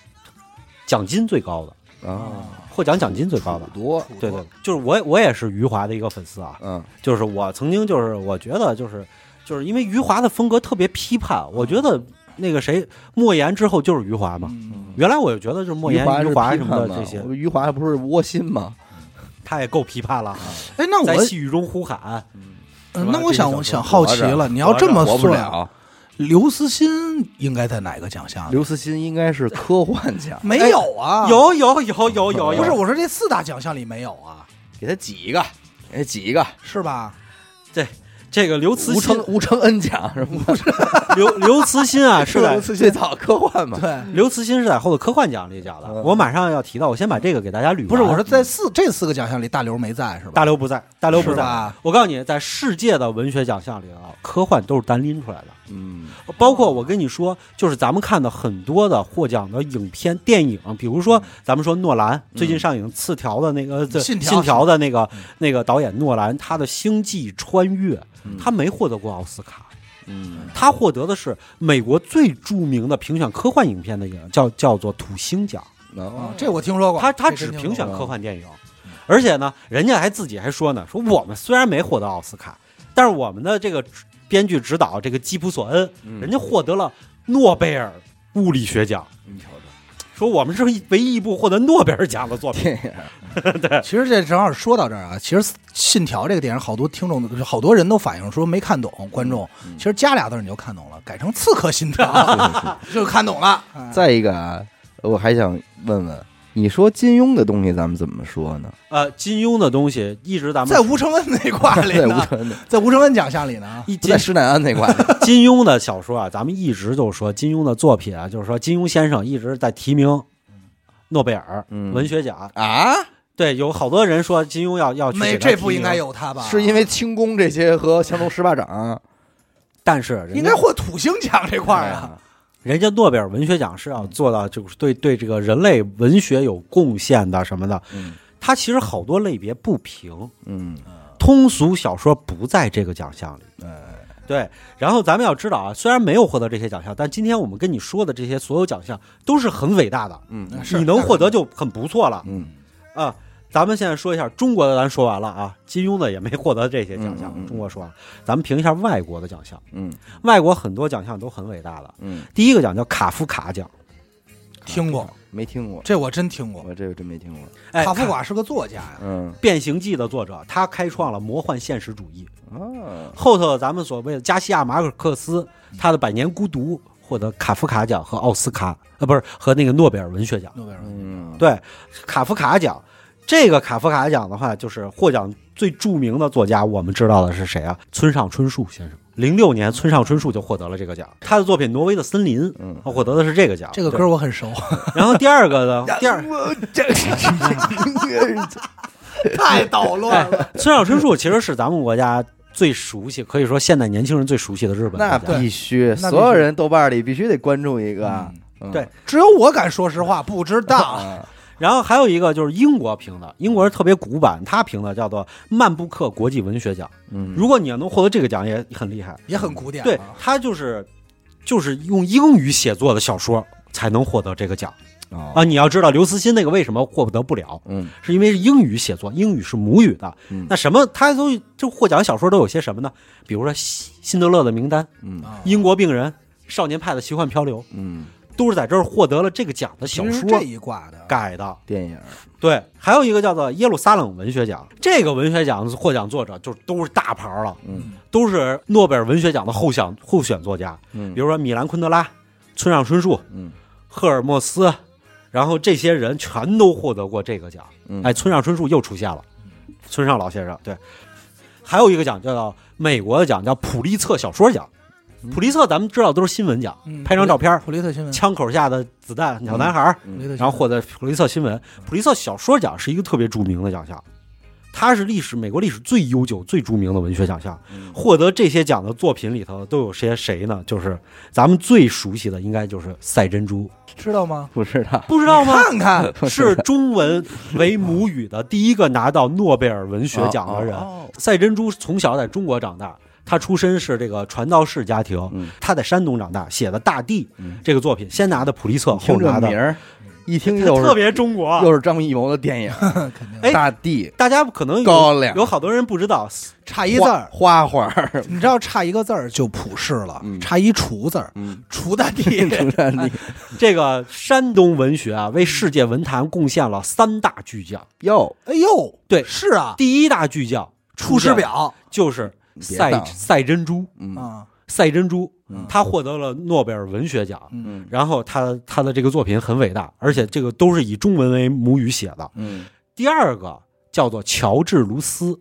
Speaker 3: 奖金最高的，
Speaker 1: 啊，
Speaker 3: 获奖奖金最高的
Speaker 1: 好。多，
Speaker 3: 对对，就是我也我也是余华的一个粉丝啊，
Speaker 1: 嗯
Speaker 3: 就是我曾经就是我觉得就是就是因为余华的风格特别批判，我觉得那个谁莫言之后就是余华嘛。
Speaker 2: 嗯
Speaker 3: 原来我就觉得就是莫言、
Speaker 1: 余
Speaker 3: 余
Speaker 1: 华
Speaker 3: 华
Speaker 1: 是
Speaker 3: 什
Speaker 1: 批
Speaker 3: 么
Speaker 1: 判吗
Speaker 3: 的这些，
Speaker 1: 余华不是窝心吗？
Speaker 3: 他也够批判了，啊
Speaker 2: 哎，那
Speaker 3: 在
Speaker 2: 我
Speaker 3: 细雨中呼喊，
Speaker 2: 呃
Speaker 3: 是吧
Speaker 2: 那我
Speaker 3: 这
Speaker 2: 想
Speaker 3: 个
Speaker 2: 我想
Speaker 3: 小说
Speaker 2: 好奇
Speaker 1: 活
Speaker 2: 了，你要这么
Speaker 1: 活不
Speaker 2: 算，
Speaker 1: 了。
Speaker 2: 刘慈欣应该在哪个奖项？
Speaker 1: 刘慈欣应该是科幻奖，
Speaker 2: 没有啊？
Speaker 3: 有有有有哦有，
Speaker 2: 不是？
Speaker 3: 有
Speaker 2: 我说这四大奖项里没有啊，
Speaker 1: 给他挤一个，给他挤一个。
Speaker 2: 是吧？
Speaker 3: 这个刘慈
Speaker 1: 吴
Speaker 3: 欣
Speaker 1: 承，吴承恩奖是吗？
Speaker 3: 刘刘慈欣啊是在
Speaker 2: 刘 慈
Speaker 1: 最
Speaker 2: 欣
Speaker 1: 早科幻嘛？
Speaker 2: 对，
Speaker 3: 刘慈欣是在后头科幻奖里讲的，
Speaker 1: 嗯
Speaker 3: 我马上要提到，我先把这个给大家捋完。
Speaker 2: 不是我说在四这四个奖项里，大刘没在是吧？
Speaker 3: 大刘不在，大刘不
Speaker 2: 是
Speaker 3: 在
Speaker 2: 吧。
Speaker 3: 我告诉你，在世界的文学奖项里啊，科幻都是单拎出来的，
Speaker 1: 嗯
Speaker 3: 包括我跟你说，就是咱们看的很多的获奖的影片、电影，比如说咱们说诺兰最近上映《刺条》的那个《
Speaker 2: 信条
Speaker 3: 信条》的那个那个导演诺兰，他的《星际穿越》
Speaker 1: 嗯，
Speaker 3: 他没获得过奥斯卡。
Speaker 1: 嗯
Speaker 3: 他获得的是美国最著名的评选科幻影片的一个叫叫做土星奖，
Speaker 1: 哦
Speaker 2: 啊，这我听说过。
Speaker 3: 他他
Speaker 2: 这
Speaker 3: 只
Speaker 2: 真嗯听
Speaker 3: 评选
Speaker 2: 说过
Speaker 3: 科幻电影，而且呢，人家还自己还说呢，说我们虽然没获得奥斯卡，但是我们的这个编剧指导这个基普索恩，
Speaker 1: 嗯
Speaker 3: 人家获得了诺贝尔物理学奖，
Speaker 2: 嗯
Speaker 1: 你瞧瞧
Speaker 3: 说我们是唯一一部获得诺贝尔奖的作品。
Speaker 1: 电影，
Speaker 2: 其实这正好说到这儿啊，其实《信条》这个电影，好多听众都好多人都反映说没看懂，观众
Speaker 1: 嗯
Speaker 2: 其实加俩字儿你就看懂了，改成《刺客信 条》就看懂了。哎
Speaker 1: 再一个啊，我还想问问，你说金庸的东西咱们怎么说呢？
Speaker 3: 呃，金庸的东西一直咱们
Speaker 2: 在吴承恩那块 儿里
Speaker 1: 在吴
Speaker 2: 呢，
Speaker 1: 承恩的，
Speaker 2: 在吴承恩奖项里呢，
Speaker 3: 一
Speaker 1: 不在
Speaker 3: 金
Speaker 1: 施耐庵那块 儿。
Speaker 3: 金庸的小说啊，咱们一直就说金庸的作品啊，就是说金庸先生一直在提名诺贝尔
Speaker 1: 嗯
Speaker 3: 文学奖。
Speaker 1: 啊，
Speaker 3: 对，有好多人说金庸要要去
Speaker 2: 没
Speaker 3: 给他
Speaker 2: 这
Speaker 3: 提
Speaker 2: 不应该
Speaker 3: 名，
Speaker 2: 有他吧？
Speaker 1: 是因为轻功这些和降龙十八掌
Speaker 3: 但是人
Speaker 2: 应
Speaker 3: 家
Speaker 2: 该获土星奖这块儿啊。
Speaker 1: 啊，
Speaker 3: 人家诺贝尔文学奖是要啊
Speaker 2: 嗯
Speaker 3: 做到，就是对对这个人类文学有贡献的什么的。
Speaker 1: 嗯
Speaker 3: 它其实好多类别不平，
Speaker 1: 嗯，
Speaker 3: 通俗小说不在这个奖项里。
Speaker 2: 哎
Speaker 3: 对，然后咱们要知道啊，虽然没有获得这些奖项，但今天我们跟你说的这些所有奖项都是很伟大的，
Speaker 1: 嗯
Speaker 2: 是
Speaker 3: 你能获得就很不错了
Speaker 1: 嗯
Speaker 3: 啊。咱们现在说一下中国的，咱说完了啊，金庸的也没获得这些奖项，
Speaker 1: 嗯嗯嗯
Speaker 3: 中国说完了，咱们评一下外国的奖项，
Speaker 1: 嗯
Speaker 3: 外国很多奖项都很伟大的。
Speaker 1: 嗯，
Speaker 3: 第一个奖叫卡夫卡奖，
Speaker 2: 听过，
Speaker 1: 没听过，
Speaker 2: 这我真听过。
Speaker 1: 我这个真没听过。
Speaker 3: 哎，
Speaker 2: 卡夫卡是个作家呀，
Speaker 1: 嗯
Speaker 3: 《变形记》的作者，他开创了魔幻现实主义。
Speaker 1: 啊，
Speaker 3: 后头咱们所谓的加西亚马尔克斯，他的《百年孤独》获得卡夫卡奖和奥斯卡，呃，不是和那个诺贝尔文学奖。
Speaker 2: 诺贝尔文
Speaker 1: 嗯，
Speaker 3: 对，卡夫卡奖，这个卡夫卡奖的话，就是获奖最著名的作家，我们知道的是谁啊？村上春树先生。零六年，村上春树就获得了这个奖，他的作品《挪威的森林》，
Speaker 1: 嗯
Speaker 3: 他获得的是这个奖。
Speaker 2: 这个
Speaker 3: 啊对
Speaker 2: 歌，我很熟，
Speaker 3: 然后第二个 呢？第二，
Speaker 1: 我这
Speaker 2: 太捣乱了。
Speaker 3: 村上春树其实是咱们国家最熟悉，可以说现代年轻人最熟悉的日本作
Speaker 1: 那
Speaker 3: 家。
Speaker 1: 必须，
Speaker 2: 那必须
Speaker 1: 所有人豆瓣里必须得关注一个。嗯
Speaker 3: 对
Speaker 2: 只有我敢说实话，不知道。
Speaker 1: 啊，
Speaker 3: 然后还有一个就是英国评的，英国人特别古板，他评的叫做曼布克国际文学奖。
Speaker 1: 嗯
Speaker 3: 如果你要能获得这个奖，也很厉害。
Speaker 2: 也很古典啊，
Speaker 3: 对他就是就是用英语写作的小说才能获得这个奖
Speaker 1: 啊，
Speaker 2: 哦
Speaker 3: 啊！你要知道刘慈欣那个为什么获得不了，
Speaker 1: 嗯
Speaker 3: 是因为是英语写作，英语是母语的。
Speaker 1: 嗯
Speaker 3: 那什么，他都这获奖小说都有些什么呢？比如说《辛辛德勒的名单》《
Speaker 1: 嗯
Speaker 2: 啊
Speaker 3: 英国病人》《少年派的奇幻漂流》，
Speaker 1: 嗯，
Speaker 3: 都是在这儿获得了这个奖的小
Speaker 2: 其实
Speaker 3: 说
Speaker 2: 这一挂的，
Speaker 3: 改的。
Speaker 1: 电影，
Speaker 3: 对，还有一个叫做耶路撒冷文学奖，这个文学奖获奖作者就都是大牌儿了，
Speaker 1: 嗯
Speaker 3: 都是诺贝尔文学奖的候选候选作家，
Speaker 1: 嗯
Speaker 3: 比如说米兰昆德拉、村上春树、
Speaker 1: 嗯
Speaker 3: 赫尔墨斯，然后这些人全都获得过这个奖。
Speaker 1: 嗯，
Speaker 3: 哎，村上春树又出现了，村上老先生对，还有一个奖叫做美国的奖叫普利策小说奖，
Speaker 1: 嗯
Speaker 3: 普利策咱们知道都是新闻奖，
Speaker 2: 嗯
Speaker 3: 拍张照片儿，
Speaker 2: 普利特新闻，
Speaker 3: 枪口下的子弹，小男孩儿，
Speaker 2: 普利特新闻
Speaker 3: 嗯然后获得普利策新闻。普利策小说奖是一个特别著名的奖项，它是历史美国历史最悠久、最著名的文学奖项。
Speaker 1: 嗯
Speaker 3: 获得这些奖的作品里头都有些谁呢？就是咱们最熟悉的，应该就是《赛珍珠》，
Speaker 2: 知道吗？
Speaker 1: 不知道，
Speaker 3: 不知道吗？
Speaker 2: 看看，
Speaker 3: 是中文为母语的第一个拿到诺贝尔文学奖的人
Speaker 1: 哦哦。
Speaker 3: 赛珍珠从小在中国长大，他出身是这个传道士家庭
Speaker 1: 嗯，
Speaker 3: 他在山东长大，写的《大地》这个作品，先拿的普利策，后
Speaker 1: 听这
Speaker 3: 拿的
Speaker 1: 名儿，一听又
Speaker 3: 特
Speaker 1: 是
Speaker 3: 别中国。
Speaker 1: 又是张艺谋的电影，
Speaker 3: 哎
Speaker 1: 大地
Speaker 3: 大家可能有
Speaker 1: 高粱
Speaker 3: 有好多人不知道，
Speaker 2: 差一字儿，
Speaker 1: 花花儿，
Speaker 2: 你知道差一个字儿就普世了
Speaker 1: 嗯，
Speaker 2: 差一厨字儿，
Speaker 1: 嗯，
Speaker 2: 厨大 帝。
Speaker 1: 大地
Speaker 3: 这个山东文学啊，为世界文坛贡献了三大巨匠。
Speaker 1: 哟，
Speaker 2: 哎呦，
Speaker 3: 对
Speaker 2: 是啊，
Speaker 3: 第一大巨匠《
Speaker 2: 出师表
Speaker 3: 就是
Speaker 1: 别嗯
Speaker 3: 赛
Speaker 1: 闹
Speaker 3: 赛珍珠，
Speaker 1: 嗯
Speaker 2: 啊，
Speaker 3: 赛珍珠，他获得了诺贝尔文学奖。
Speaker 1: 嗯
Speaker 3: 然后他他的这个作品很伟大，而且这个都是以中文为母语写的。
Speaker 1: 嗯，
Speaker 3: 第二个叫做乔治·卢斯，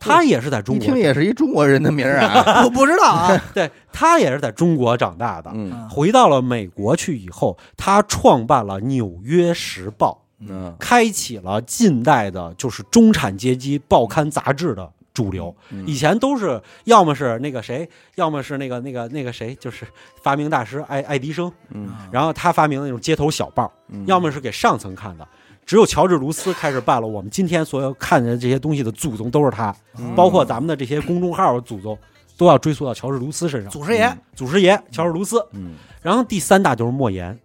Speaker 3: 他也是在中
Speaker 1: 一哦听
Speaker 3: 国，
Speaker 1: 也是一中国人的名儿啊，
Speaker 2: 我不知道啊，
Speaker 3: 对他也是在中国长大的。
Speaker 1: 嗯
Speaker 3: 回到了美国去以后，他创办了《纽约时报
Speaker 1: 嗯》，
Speaker 3: 开启了近代的就是中产阶级报刊杂志的主流。
Speaker 1: 嗯
Speaker 3: 以前都是要么是那个谁，要么是那个那个那个谁，就是发明大师爱爱迪生，
Speaker 1: 嗯
Speaker 3: 然后他发明的那种街头小报，
Speaker 1: 嗯
Speaker 3: 要么是给上层看的。只有乔治·卢斯开始办了，我们今天所有看的这些东西的祖宗都是他，
Speaker 1: 嗯
Speaker 3: 包括咱们的这些公众号的祖宗，都要追溯到乔治·卢斯身上。嗯
Speaker 2: 祖师爷，
Speaker 3: 祖师爷乔治·卢斯，
Speaker 1: 嗯，
Speaker 3: 然后第三大就是莫言，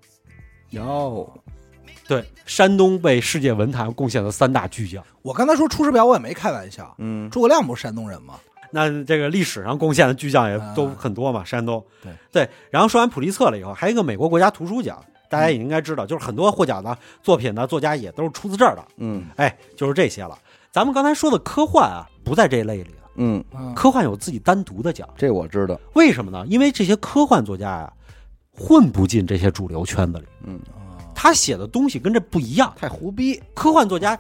Speaker 1: 哟，
Speaker 3: 对，山东为世界文坛贡献了三大巨匠。
Speaker 2: 嗯我刚才说《出师表》，我也没开玩笑。
Speaker 1: 嗯
Speaker 2: 诸葛亮不是山东人吗？
Speaker 3: 那这个历史上贡献的巨匠也都
Speaker 2: 啊
Speaker 3: 很多嘛，山东。
Speaker 2: 对
Speaker 3: 然后说完普利策了以后，还有一个美国国家图书奖，大家也应该知道，就是很多获奖的作品呢，作家也都是出自这儿的。
Speaker 1: 嗯
Speaker 3: 哎，就是这些了。咱们刚才说的科幻啊，不在这类里了。
Speaker 1: 嗯，
Speaker 2: 嗯，
Speaker 3: 科幻有自己单独的奖，
Speaker 1: 这我知道，
Speaker 3: 为什么呢？因为这些科幻作家呀、混不进这些主流圈子里，
Speaker 1: 嗯，
Speaker 3: 他写的东西跟这不一样。
Speaker 1: 太胡逼，
Speaker 3: 科幻作家，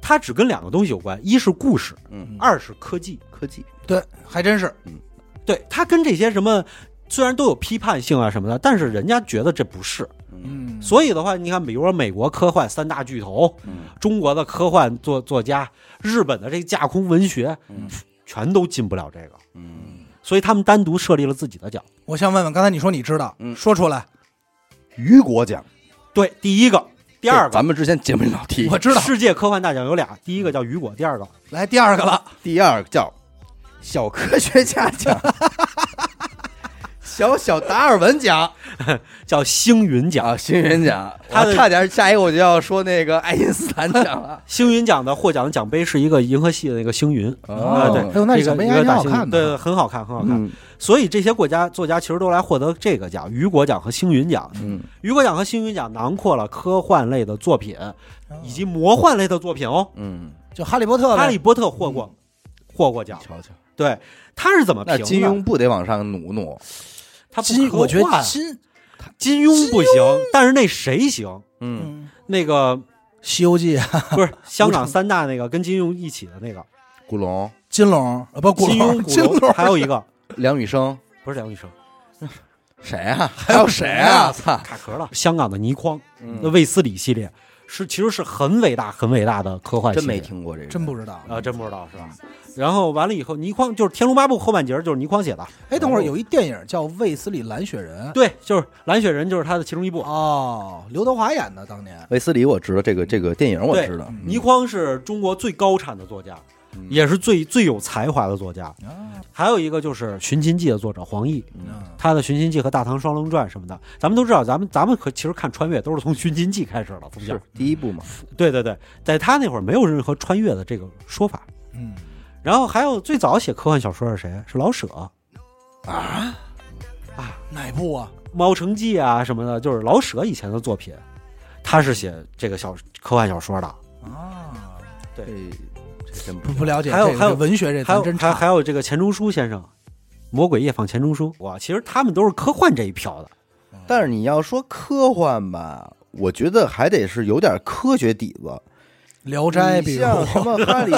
Speaker 3: 他只跟两个东西有关，一是故事，
Speaker 1: 嗯，
Speaker 3: 二是科技。
Speaker 1: 科技，
Speaker 2: 对，还真是
Speaker 3: 对他跟这些什么，虽然都有批判性啊什么的，但是人家觉得这不是。
Speaker 2: 嗯，
Speaker 3: 所以的话，你看，比如说美国科幻三大巨头，
Speaker 1: 嗯
Speaker 3: 中国的科幻作作家，日本的这个架空文学，
Speaker 1: 嗯
Speaker 3: 全都进不了这个，
Speaker 1: 嗯，
Speaker 3: 所以他们单独设立了自己的奖。
Speaker 2: 我想问问，刚才你说你知道，
Speaker 1: 嗯
Speaker 2: 说出来，
Speaker 1: 雨果奖，
Speaker 3: 对，第一个第二个
Speaker 1: 咱们之前节目里老提，
Speaker 2: 我知道。
Speaker 3: 世界科幻大奖有俩，第一个叫雨果，第二个
Speaker 2: 来第二个了，
Speaker 4: 第二个叫小科学家奖，小小达尔文奖
Speaker 3: 叫星云奖。
Speaker 1: 啊，星云奖， 他
Speaker 3: 他的。
Speaker 1: 差点下一个我就要说那个爱因斯坦奖了
Speaker 3: 星云奖的获奖奖杯是一个银河系的那个星云， 啊，
Speaker 1: 哦
Speaker 3: 对，
Speaker 2: 哎呦那
Speaker 3: 一个
Speaker 2: 奖杯
Speaker 3: 一
Speaker 2: 还
Speaker 3: 个
Speaker 2: 挺
Speaker 3: 大
Speaker 2: 好
Speaker 3: 星
Speaker 2: 看
Speaker 3: 云
Speaker 2: 的
Speaker 3: 对，对很好看，很好看。
Speaker 1: 嗯
Speaker 3: 所以这些国家作家其实都来获得这个奖，雨果奖和星云奖。
Speaker 1: 嗯，
Speaker 3: 雨果奖和星云奖囊括了科幻类的作品，以及魔幻类的作品哦。
Speaker 1: 嗯，
Speaker 2: 就哈利波特呗，
Speaker 3: 哈利波特获过，获过奖。
Speaker 1: 瞧瞧，
Speaker 3: 对，他是怎么评
Speaker 1: 啊那
Speaker 3: 的？
Speaker 1: 金庸不得往上努努？
Speaker 3: 他不
Speaker 2: 金，
Speaker 3: 科
Speaker 2: 我觉
Speaker 3: 幻嗯
Speaker 2: 得金，
Speaker 3: 金庸不行，但是那谁行？
Speaker 1: 嗯，
Speaker 2: 嗯，
Speaker 3: 那个
Speaker 2: 《西游记》
Speaker 3: 不 是香港三大那个跟金庸一起的那个
Speaker 1: 古龙、
Speaker 2: 金龙啊， 不，古
Speaker 3: 金庸、
Speaker 2: 龙， 金
Speaker 3: 古 龙，还有一个
Speaker 1: 梁羽生，
Speaker 3: 不是梁羽生，
Speaker 1: 谁啊？还有谁啊？操！
Speaker 3: 卡壳了。香港的倪匡，
Speaker 1: 嗯
Speaker 3: 那卫斯理系列是其实是很伟大、很伟大的科幻系
Speaker 1: 真
Speaker 3: 列，
Speaker 1: 没听过这个，
Speaker 2: 真不知道。
Speaker 3: 啊，真不知道是吧？然后完了以后，倪匡就是《天龙八部》后半截儿就是倪匡写的，
Speaker 2: 哎，等会儿有一电影叫《卫斯理蓝雪人》，
Speaker 3: 对，就是《蓝雪人》就是他的其中一
Speaker 1: 嗯
Speaker 3: 部。
Speaker 2: 哦，刘德华演的，当年
Speaker 1: 卫斯理我知道这个这个电影我
Speaker 3: 对
Speaker 1: 知道，嗯
Speaker 3: 倪匡是中国最高产的作家，也是最最有才华的作家。
Speaker 2: 啊，
Speaker 3: 还有一个就是《寻秦记》的作者黄奕，
Speaker 2: 嗯
Speaker 3: 他的《寻秦记》和《大唐双龙传》什么的，咱们都知道，咱们咱们可其实看穿越都是从《寻秦记》开始了，从小
Speaker 1: 是。第一部嘛？
Speaker 3: 对对对，在他那会儿没有任何穿越的这个说法。
Speaker 2: 嗯，
Speaker 3: 然后还有最早写科幻小说是谁？啊是老舍，《
Speaker 2: 哪部啊？
Speaker 3: 猫城记》啊什么的，就是老舍以前的作品，他是写这个小科幻小说的。
Speaker 2: 啊，
Speaker 1: 这哎这真
Speaker 2: 不
Speaker 1: 不
Speaker 2: 不了解，
Speaker 3: 嗯还有
Speaker 2: 这个
Speaker 3: 还有
Speaker 2: 这文学这
Speaker 3: 还有
Speaker 2: 咱真
Speaker 3: 还有还
Speaker 2: 差，
Speaker 3: 有这个钱钟书先生，《魔鬼夜访钱钟书》哇，其实他们都是科幻这一票的。
Speaker 1: 但是你要说科幻吧，我觉得还得是有点科学底子。
Speaker 2: 《聊斋》
Speaker 3: 嗯
Speaker 1: 你
Speaker 2: 比如，
Speaker 1: 像什么哈 利、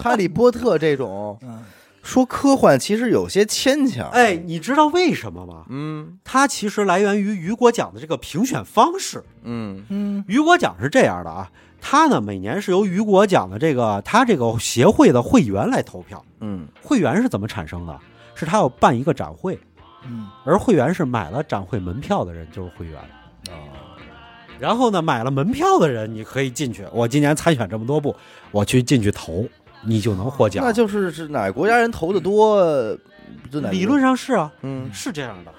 Speaker 1: 哈利波特这种
Speaker 2: 嗯，
Speaker 1: 说科幻，其实有些牵强。
Speaker 3: 哎，你知道为什么吗？
Speaker 1: 嗯
Speaker 3: 它其实来源于雨果奖的这个评选方式。
Speaker 1: 嗯
Speaker 2: 嗯
Speaker 3: 雨果奖是这样的啊，它呢每年是由雨果奖的这个它这个协会的会员来投票。
Speaker 1: 嗯
Speaker 3: 会员是怎么产生的？是他要办一个展会，
Speaker 2: 嗯，
Speaker 3: 而会员是买了展会门票的人就是会员。
Speaker 1: 啊
Speaker 3: 然后呢，买了门票的人，你可以进去。我今年参选这么多部，我去进去投，你就能获奖。
Speaker 1: 那就是是哪个国家人投的多，就哪个
Speaker 3: 理论上是啊，
Speaker 1: 嗯。
Speaker 3: 是这样的。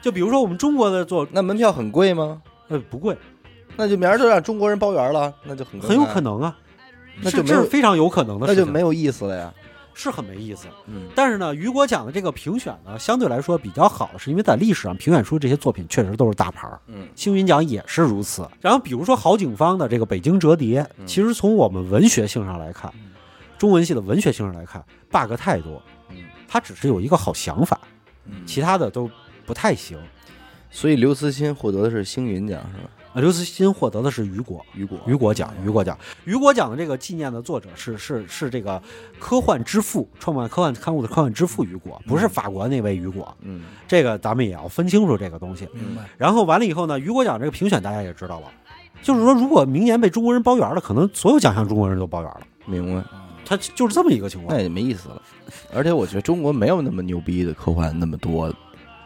Speaker 3: 就比如说我们中国的做，
Speaker 1: 那门票很贵吗？
Speaker 3: 呃，不贵，
Speaker 1: 那就明儿就让中国人包圆了，那就很
Speaker 3: 很有可
Speaker 1: 能，
Speaker 3: 能啊，
Speaker 1: 那
Speaker 3: 是
Speaker 1: 就没
Speaker 3: 这是
Speaker 1: 有，
Speaker 3: 非常有可能的
Speaker 1: 那
Speaker 3: 事
Speaker 1: 就
Speaker 3: 情，
Speaker 1: 没有意思了呀。
Speaker 3: 是很没意思。
Speaker 1: 嗯
Speaker 3: 但是呢，雨果奖的这个评选呢，相对来说比较好，是因为在历史上评选出这些作品确实都是大牌儿。
Speaker 1: 嗯
Speaker 3: 星云奖也是如此。然后比如说郝景芳的这个《北京折叠》，
Speaker 1: 嗯
Speaker 3: 其实从我们文学性上来看，中文系的文学性上来看，bug 太多，
Speaker 1: 嗯
Speaker 3: 他只是有一个好想法，
Speaker 1: 嗯
Speaker 3: 其他的都不太行。
Speaker 1: 所以刘慈欣获得的是星云奖是吧？
Speaker 3: 啊，刘慈欣获得的是雨果。
Speaker 1: 雨果
Speaker 3: 雨果奖，雨果奖，雨果奖的这个纪念的作者是是是这个科幻之父，创办科幻刊物的科幻之父雨果，
Speaker 2: 嗯
Speaker 3: 不是法国那位雨果。
Speaker 1: 嗯
Speaker 3: 这个咱们也要分清楚这个东西。
Speaker 2: 明白。
Speaker 3: 然后完了以后呢，雨果奖这个评选大家也知道了，就是说，如果明年被中国人包圆了，可能所有奖项中国人都包圆了，
Speaker 1: 明白，
Speaker 3: 它就是这么一个情
Speaker 1: 那
Speaker 3: 况。
Speaker 1: 也没意思了。而且我觉得中国没有那么牛逼的科幻那么多，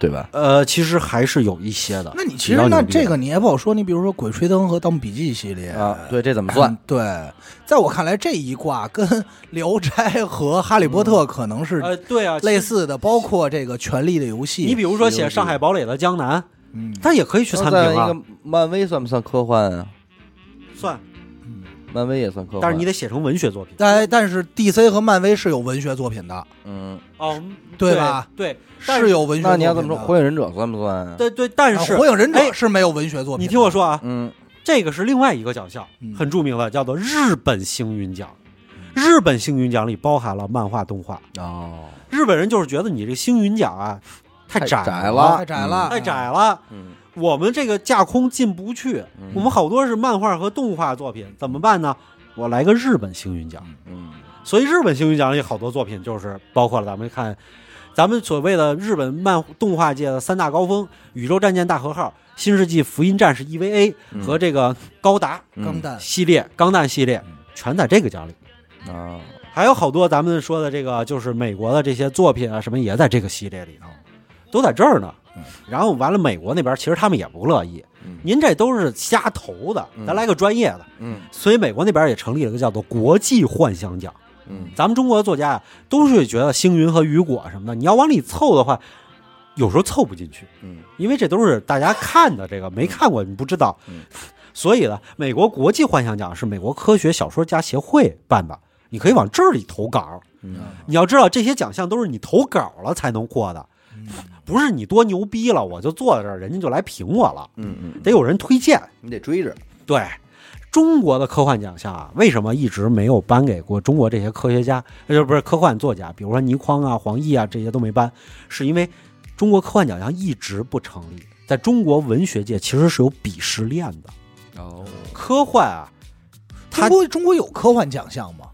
Speaker 1: 对吧？
Speaker 3: 呃，其实还是有一些的。
Speaker 2: 那你其
Speaker 3: 比
Speaker 2: 实
Speaker 3: 较
Speaker 2: 那
Speaker 3: 牛逼的
Speaker 2: 这个你也不好说，你比如说《鬼吹灯》和《盗墓笔记》系列
Speaker 1: 啊，对，这怎么算
Speaker 2: 嗯？对，在我看来，这一卦跟 《聊斋》和《哈利波特》可能是
Speaker 3: 呃，对啊，
Speaker 2: 类。似的，包括这个《权力的游戏》。
Speaker 3: 你比如说写《上海堡垒的江南》，
Speaker 2: 嗯，
Speaker 3: 他也可以去参评
Speaker 1: 那再一
Speaker 3: 啊，
Speaker 1: 个漫威算不算科幻啊？
Speaker 3: 算，
Speaker 1: 漫威也算科幻，啊
Speaker 3: 但是你得写成文学作品
Speaker 2: 但但是 DC 和漫威是有文学作品的，
Speaker 1: 嗯，
Speaker 3: 哦，
Speaker 2: 对
Speaker 3: 对
Speaker 2: 吧？
Speaker 3: 对，但
Speaker 2: 是有文学作品的。
Speaker 1: 那你要这么说，火影忍者算不算啊？
Speaker 3: 啊对对，但
Speaker 2: 啊
Speaker 3: 是
Speaker 2: 火影忍
Speaker 3: 哎
Speaker 2: 者是没有文学作品。
Speaker 3: 你听我，说啊，
Speaker 1: 嗯，
Speaker 3: 这个是另外一个奖项
Speaker 2: 嗯，
Speaker 3: 很著名的，叫做日本星云奖。日本星云奖里包含了漫画、动画。
Speaker 1: 哦，
Speaker 3: 日本人就是觉得你这个星云奖啊，太
Speaker 1: 太
Speaker 3: 窄
Speaker 1: 窄
Speaker 3: 了，
Speaker 1: 了，
Speaker 2: 太窄了
Speaker 3: 太窄了。
Speaker 1: 嗯，
Speaker 3: 我们这个架空进不去，
Speaker 1: 嗯
Speaker 3: 我们好多是漫画和动画作品，怎么办呢？我来个日本星云奖。
Speaker 1: 嗯
Speaker 3: 所以日本星云奖里好多作品就是包括了咱们看，咱们所谓的日本漫动画界的三大高峰：《宇宙战舰大和号》《新世纪福音战士 EVA》
Speaker 1: 嗯
Speaker 3: 和这个《高达》
Speaker 1: 嗯，
Speaker 2: 钢弹
Speaker 3: 系列、钢弹系列，全在这个奖里。
Speaker 1: 啊，
Speaker 3: 还有好多咱们说的这个，就是美国的这些作品啊，什么也在这个系列里头，都在这儿呢。然后完了，美国那边其实他们也不乐意，
Speaker 1: 嗯
Speaker 3: 您这都是瞎投的，咱来个专业的。
Speaker 1: 嗯
Speaker 3: 所以美国那边也成立了一个叫做国际幻想奖。
Speaker 1: 嗯
Speaker 3: 咱们中国的作家呀，都是觉得星云和雨果什么的，你要往里凑的话，有时候凑不进去，
Speaker 1: 嗯
Speaker 3: 因为这都是大家看的，这个没看过你不知道
Speaker 1: 嗯。
Speaker 3: 所以呢，美国国际幻想奖是美国科学小说家协会办的，你可以往这里投稿。
Speaker 1: 嗯
Speaker 3: 你要知道，这些奖项都是你投稿了才能获的，
Speaker 1: 嗯
Speaker 3: 不是你多牛逼了我就坐在这儿，人家就来评我了，
Speaker 1: 嗯，
Speaker 3: 得有人推荐。
Speaker 1: 你得追着，
Speaker 3: 对，中国的科幻奖项啊，为什么一直没有颁给过中国这些科学家，呃，就不是科幻作家，比如说倪匡啊、黄奕啊这些都没颁，是因为中国科幻奖项一直不成立，在中国文学界其实是有鄙视链的。
Speaker 1: 哦，
Speaker 3: 科幻啊，
Speaker 2: 中
Speaker 3: 它
Speaker 2: 国中国有科幻奖项吗？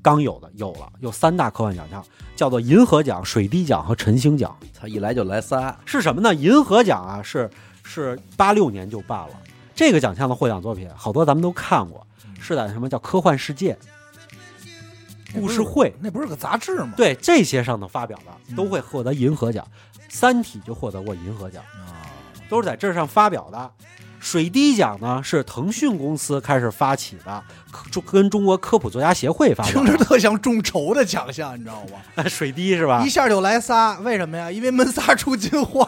Speaker 3: 刚有的有了，有三大科幻奖项，叫做银河奖、水滴奖和晨星奖。
Speaker 1: 他一来就来仨，
Speaker 3: 是什么呢？银河奖啊，是是八六年就办了。这个奖项的获奖作品，啊好多咱们都看过，是在什么叫科幻世界、故事会，
Speaker 2: 那不是个杂志吗？
Speaker 3: 对这些上头发表的，
Speaker 2: 嗯
Speaker 3: 都会获得银河奖。三体》就获得过银河奖，
Speaker 2: 啊
Speaker 3: 都是在这上发表的。水滴奖呢是腾讯公司开始发起的，科中跟中国科普作家协会发表
Speaker 2: 听着特像众筹的奖项，你知道吗？
Speaker 3: 的。 水滴是吧
Speaker 1: 啊
Speaker 2: 一？下就来仨，为什么呀？因为闷仨出金花。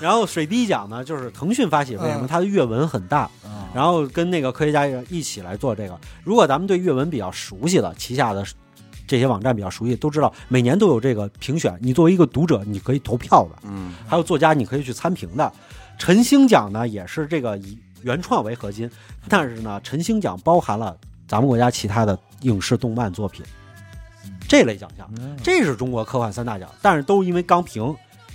Speaker 3: 然后水滴奖呢就是腾讯发起，为什么
Speaker 2: 嗯
Speaker 3: 它的阅文很大？然后跟那个科学家一起来做这个。如果咱们对阅文比较熟悉的，旗下的这些网站比较熟悉，都知道每年都有这个评选。你作为一个读者，你可以投票的；
Speaker 1: 嗯
Speaker 3: 还有作家，你可以去参评的。陈星奖呢，也是这个以原创为核心，但是呢，陈星奖包含了咱们国家其他的影视、动漫作品这类奖项，这是中国科幻三大奖，但是都因为刚评，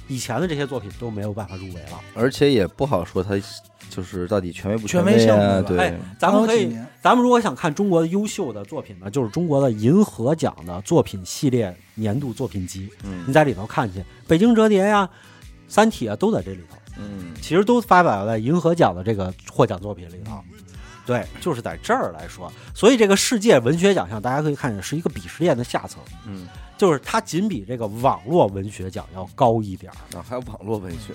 Speaker 3: 以前的这些作品都没有办法入围了。
Speaker 1: 而且也不好说他就是到底权威不
Speaker 2: 权威
Speaker 1: 威
Speaker 2: 性
Speaker 1: 啊，
Speaker 2: 对
Speaker 1: 对，
Speaker 3: 咱们
Speaker 2: 刚有
Speaker 3: 可
Speaker 2: 几
Speaker 3: 以
Speaker 2: 年，
Speaker 3: 咱们如果想看中国的优秀的作品呢，就是中国的银河奖的作品系列年度作品集，
Speaker 1: 嗯
Speaker 3: 你在里头看去，《北京折叠》呀，《三体》啊，都在这里头，
Speaker 1: 嗯
Speaker 3: 其实都发表在银河奖的这个获奖作品里头。对，就是在这儿来说，所以这个世界文学奖项，大家可以看见是一个鄙视链的下层，
Speaker 1: 嗯，
Speaker 3: 就是它仅比这个网络文学奖要高一点儿。
Speaker 1: 啊，还有网络文学，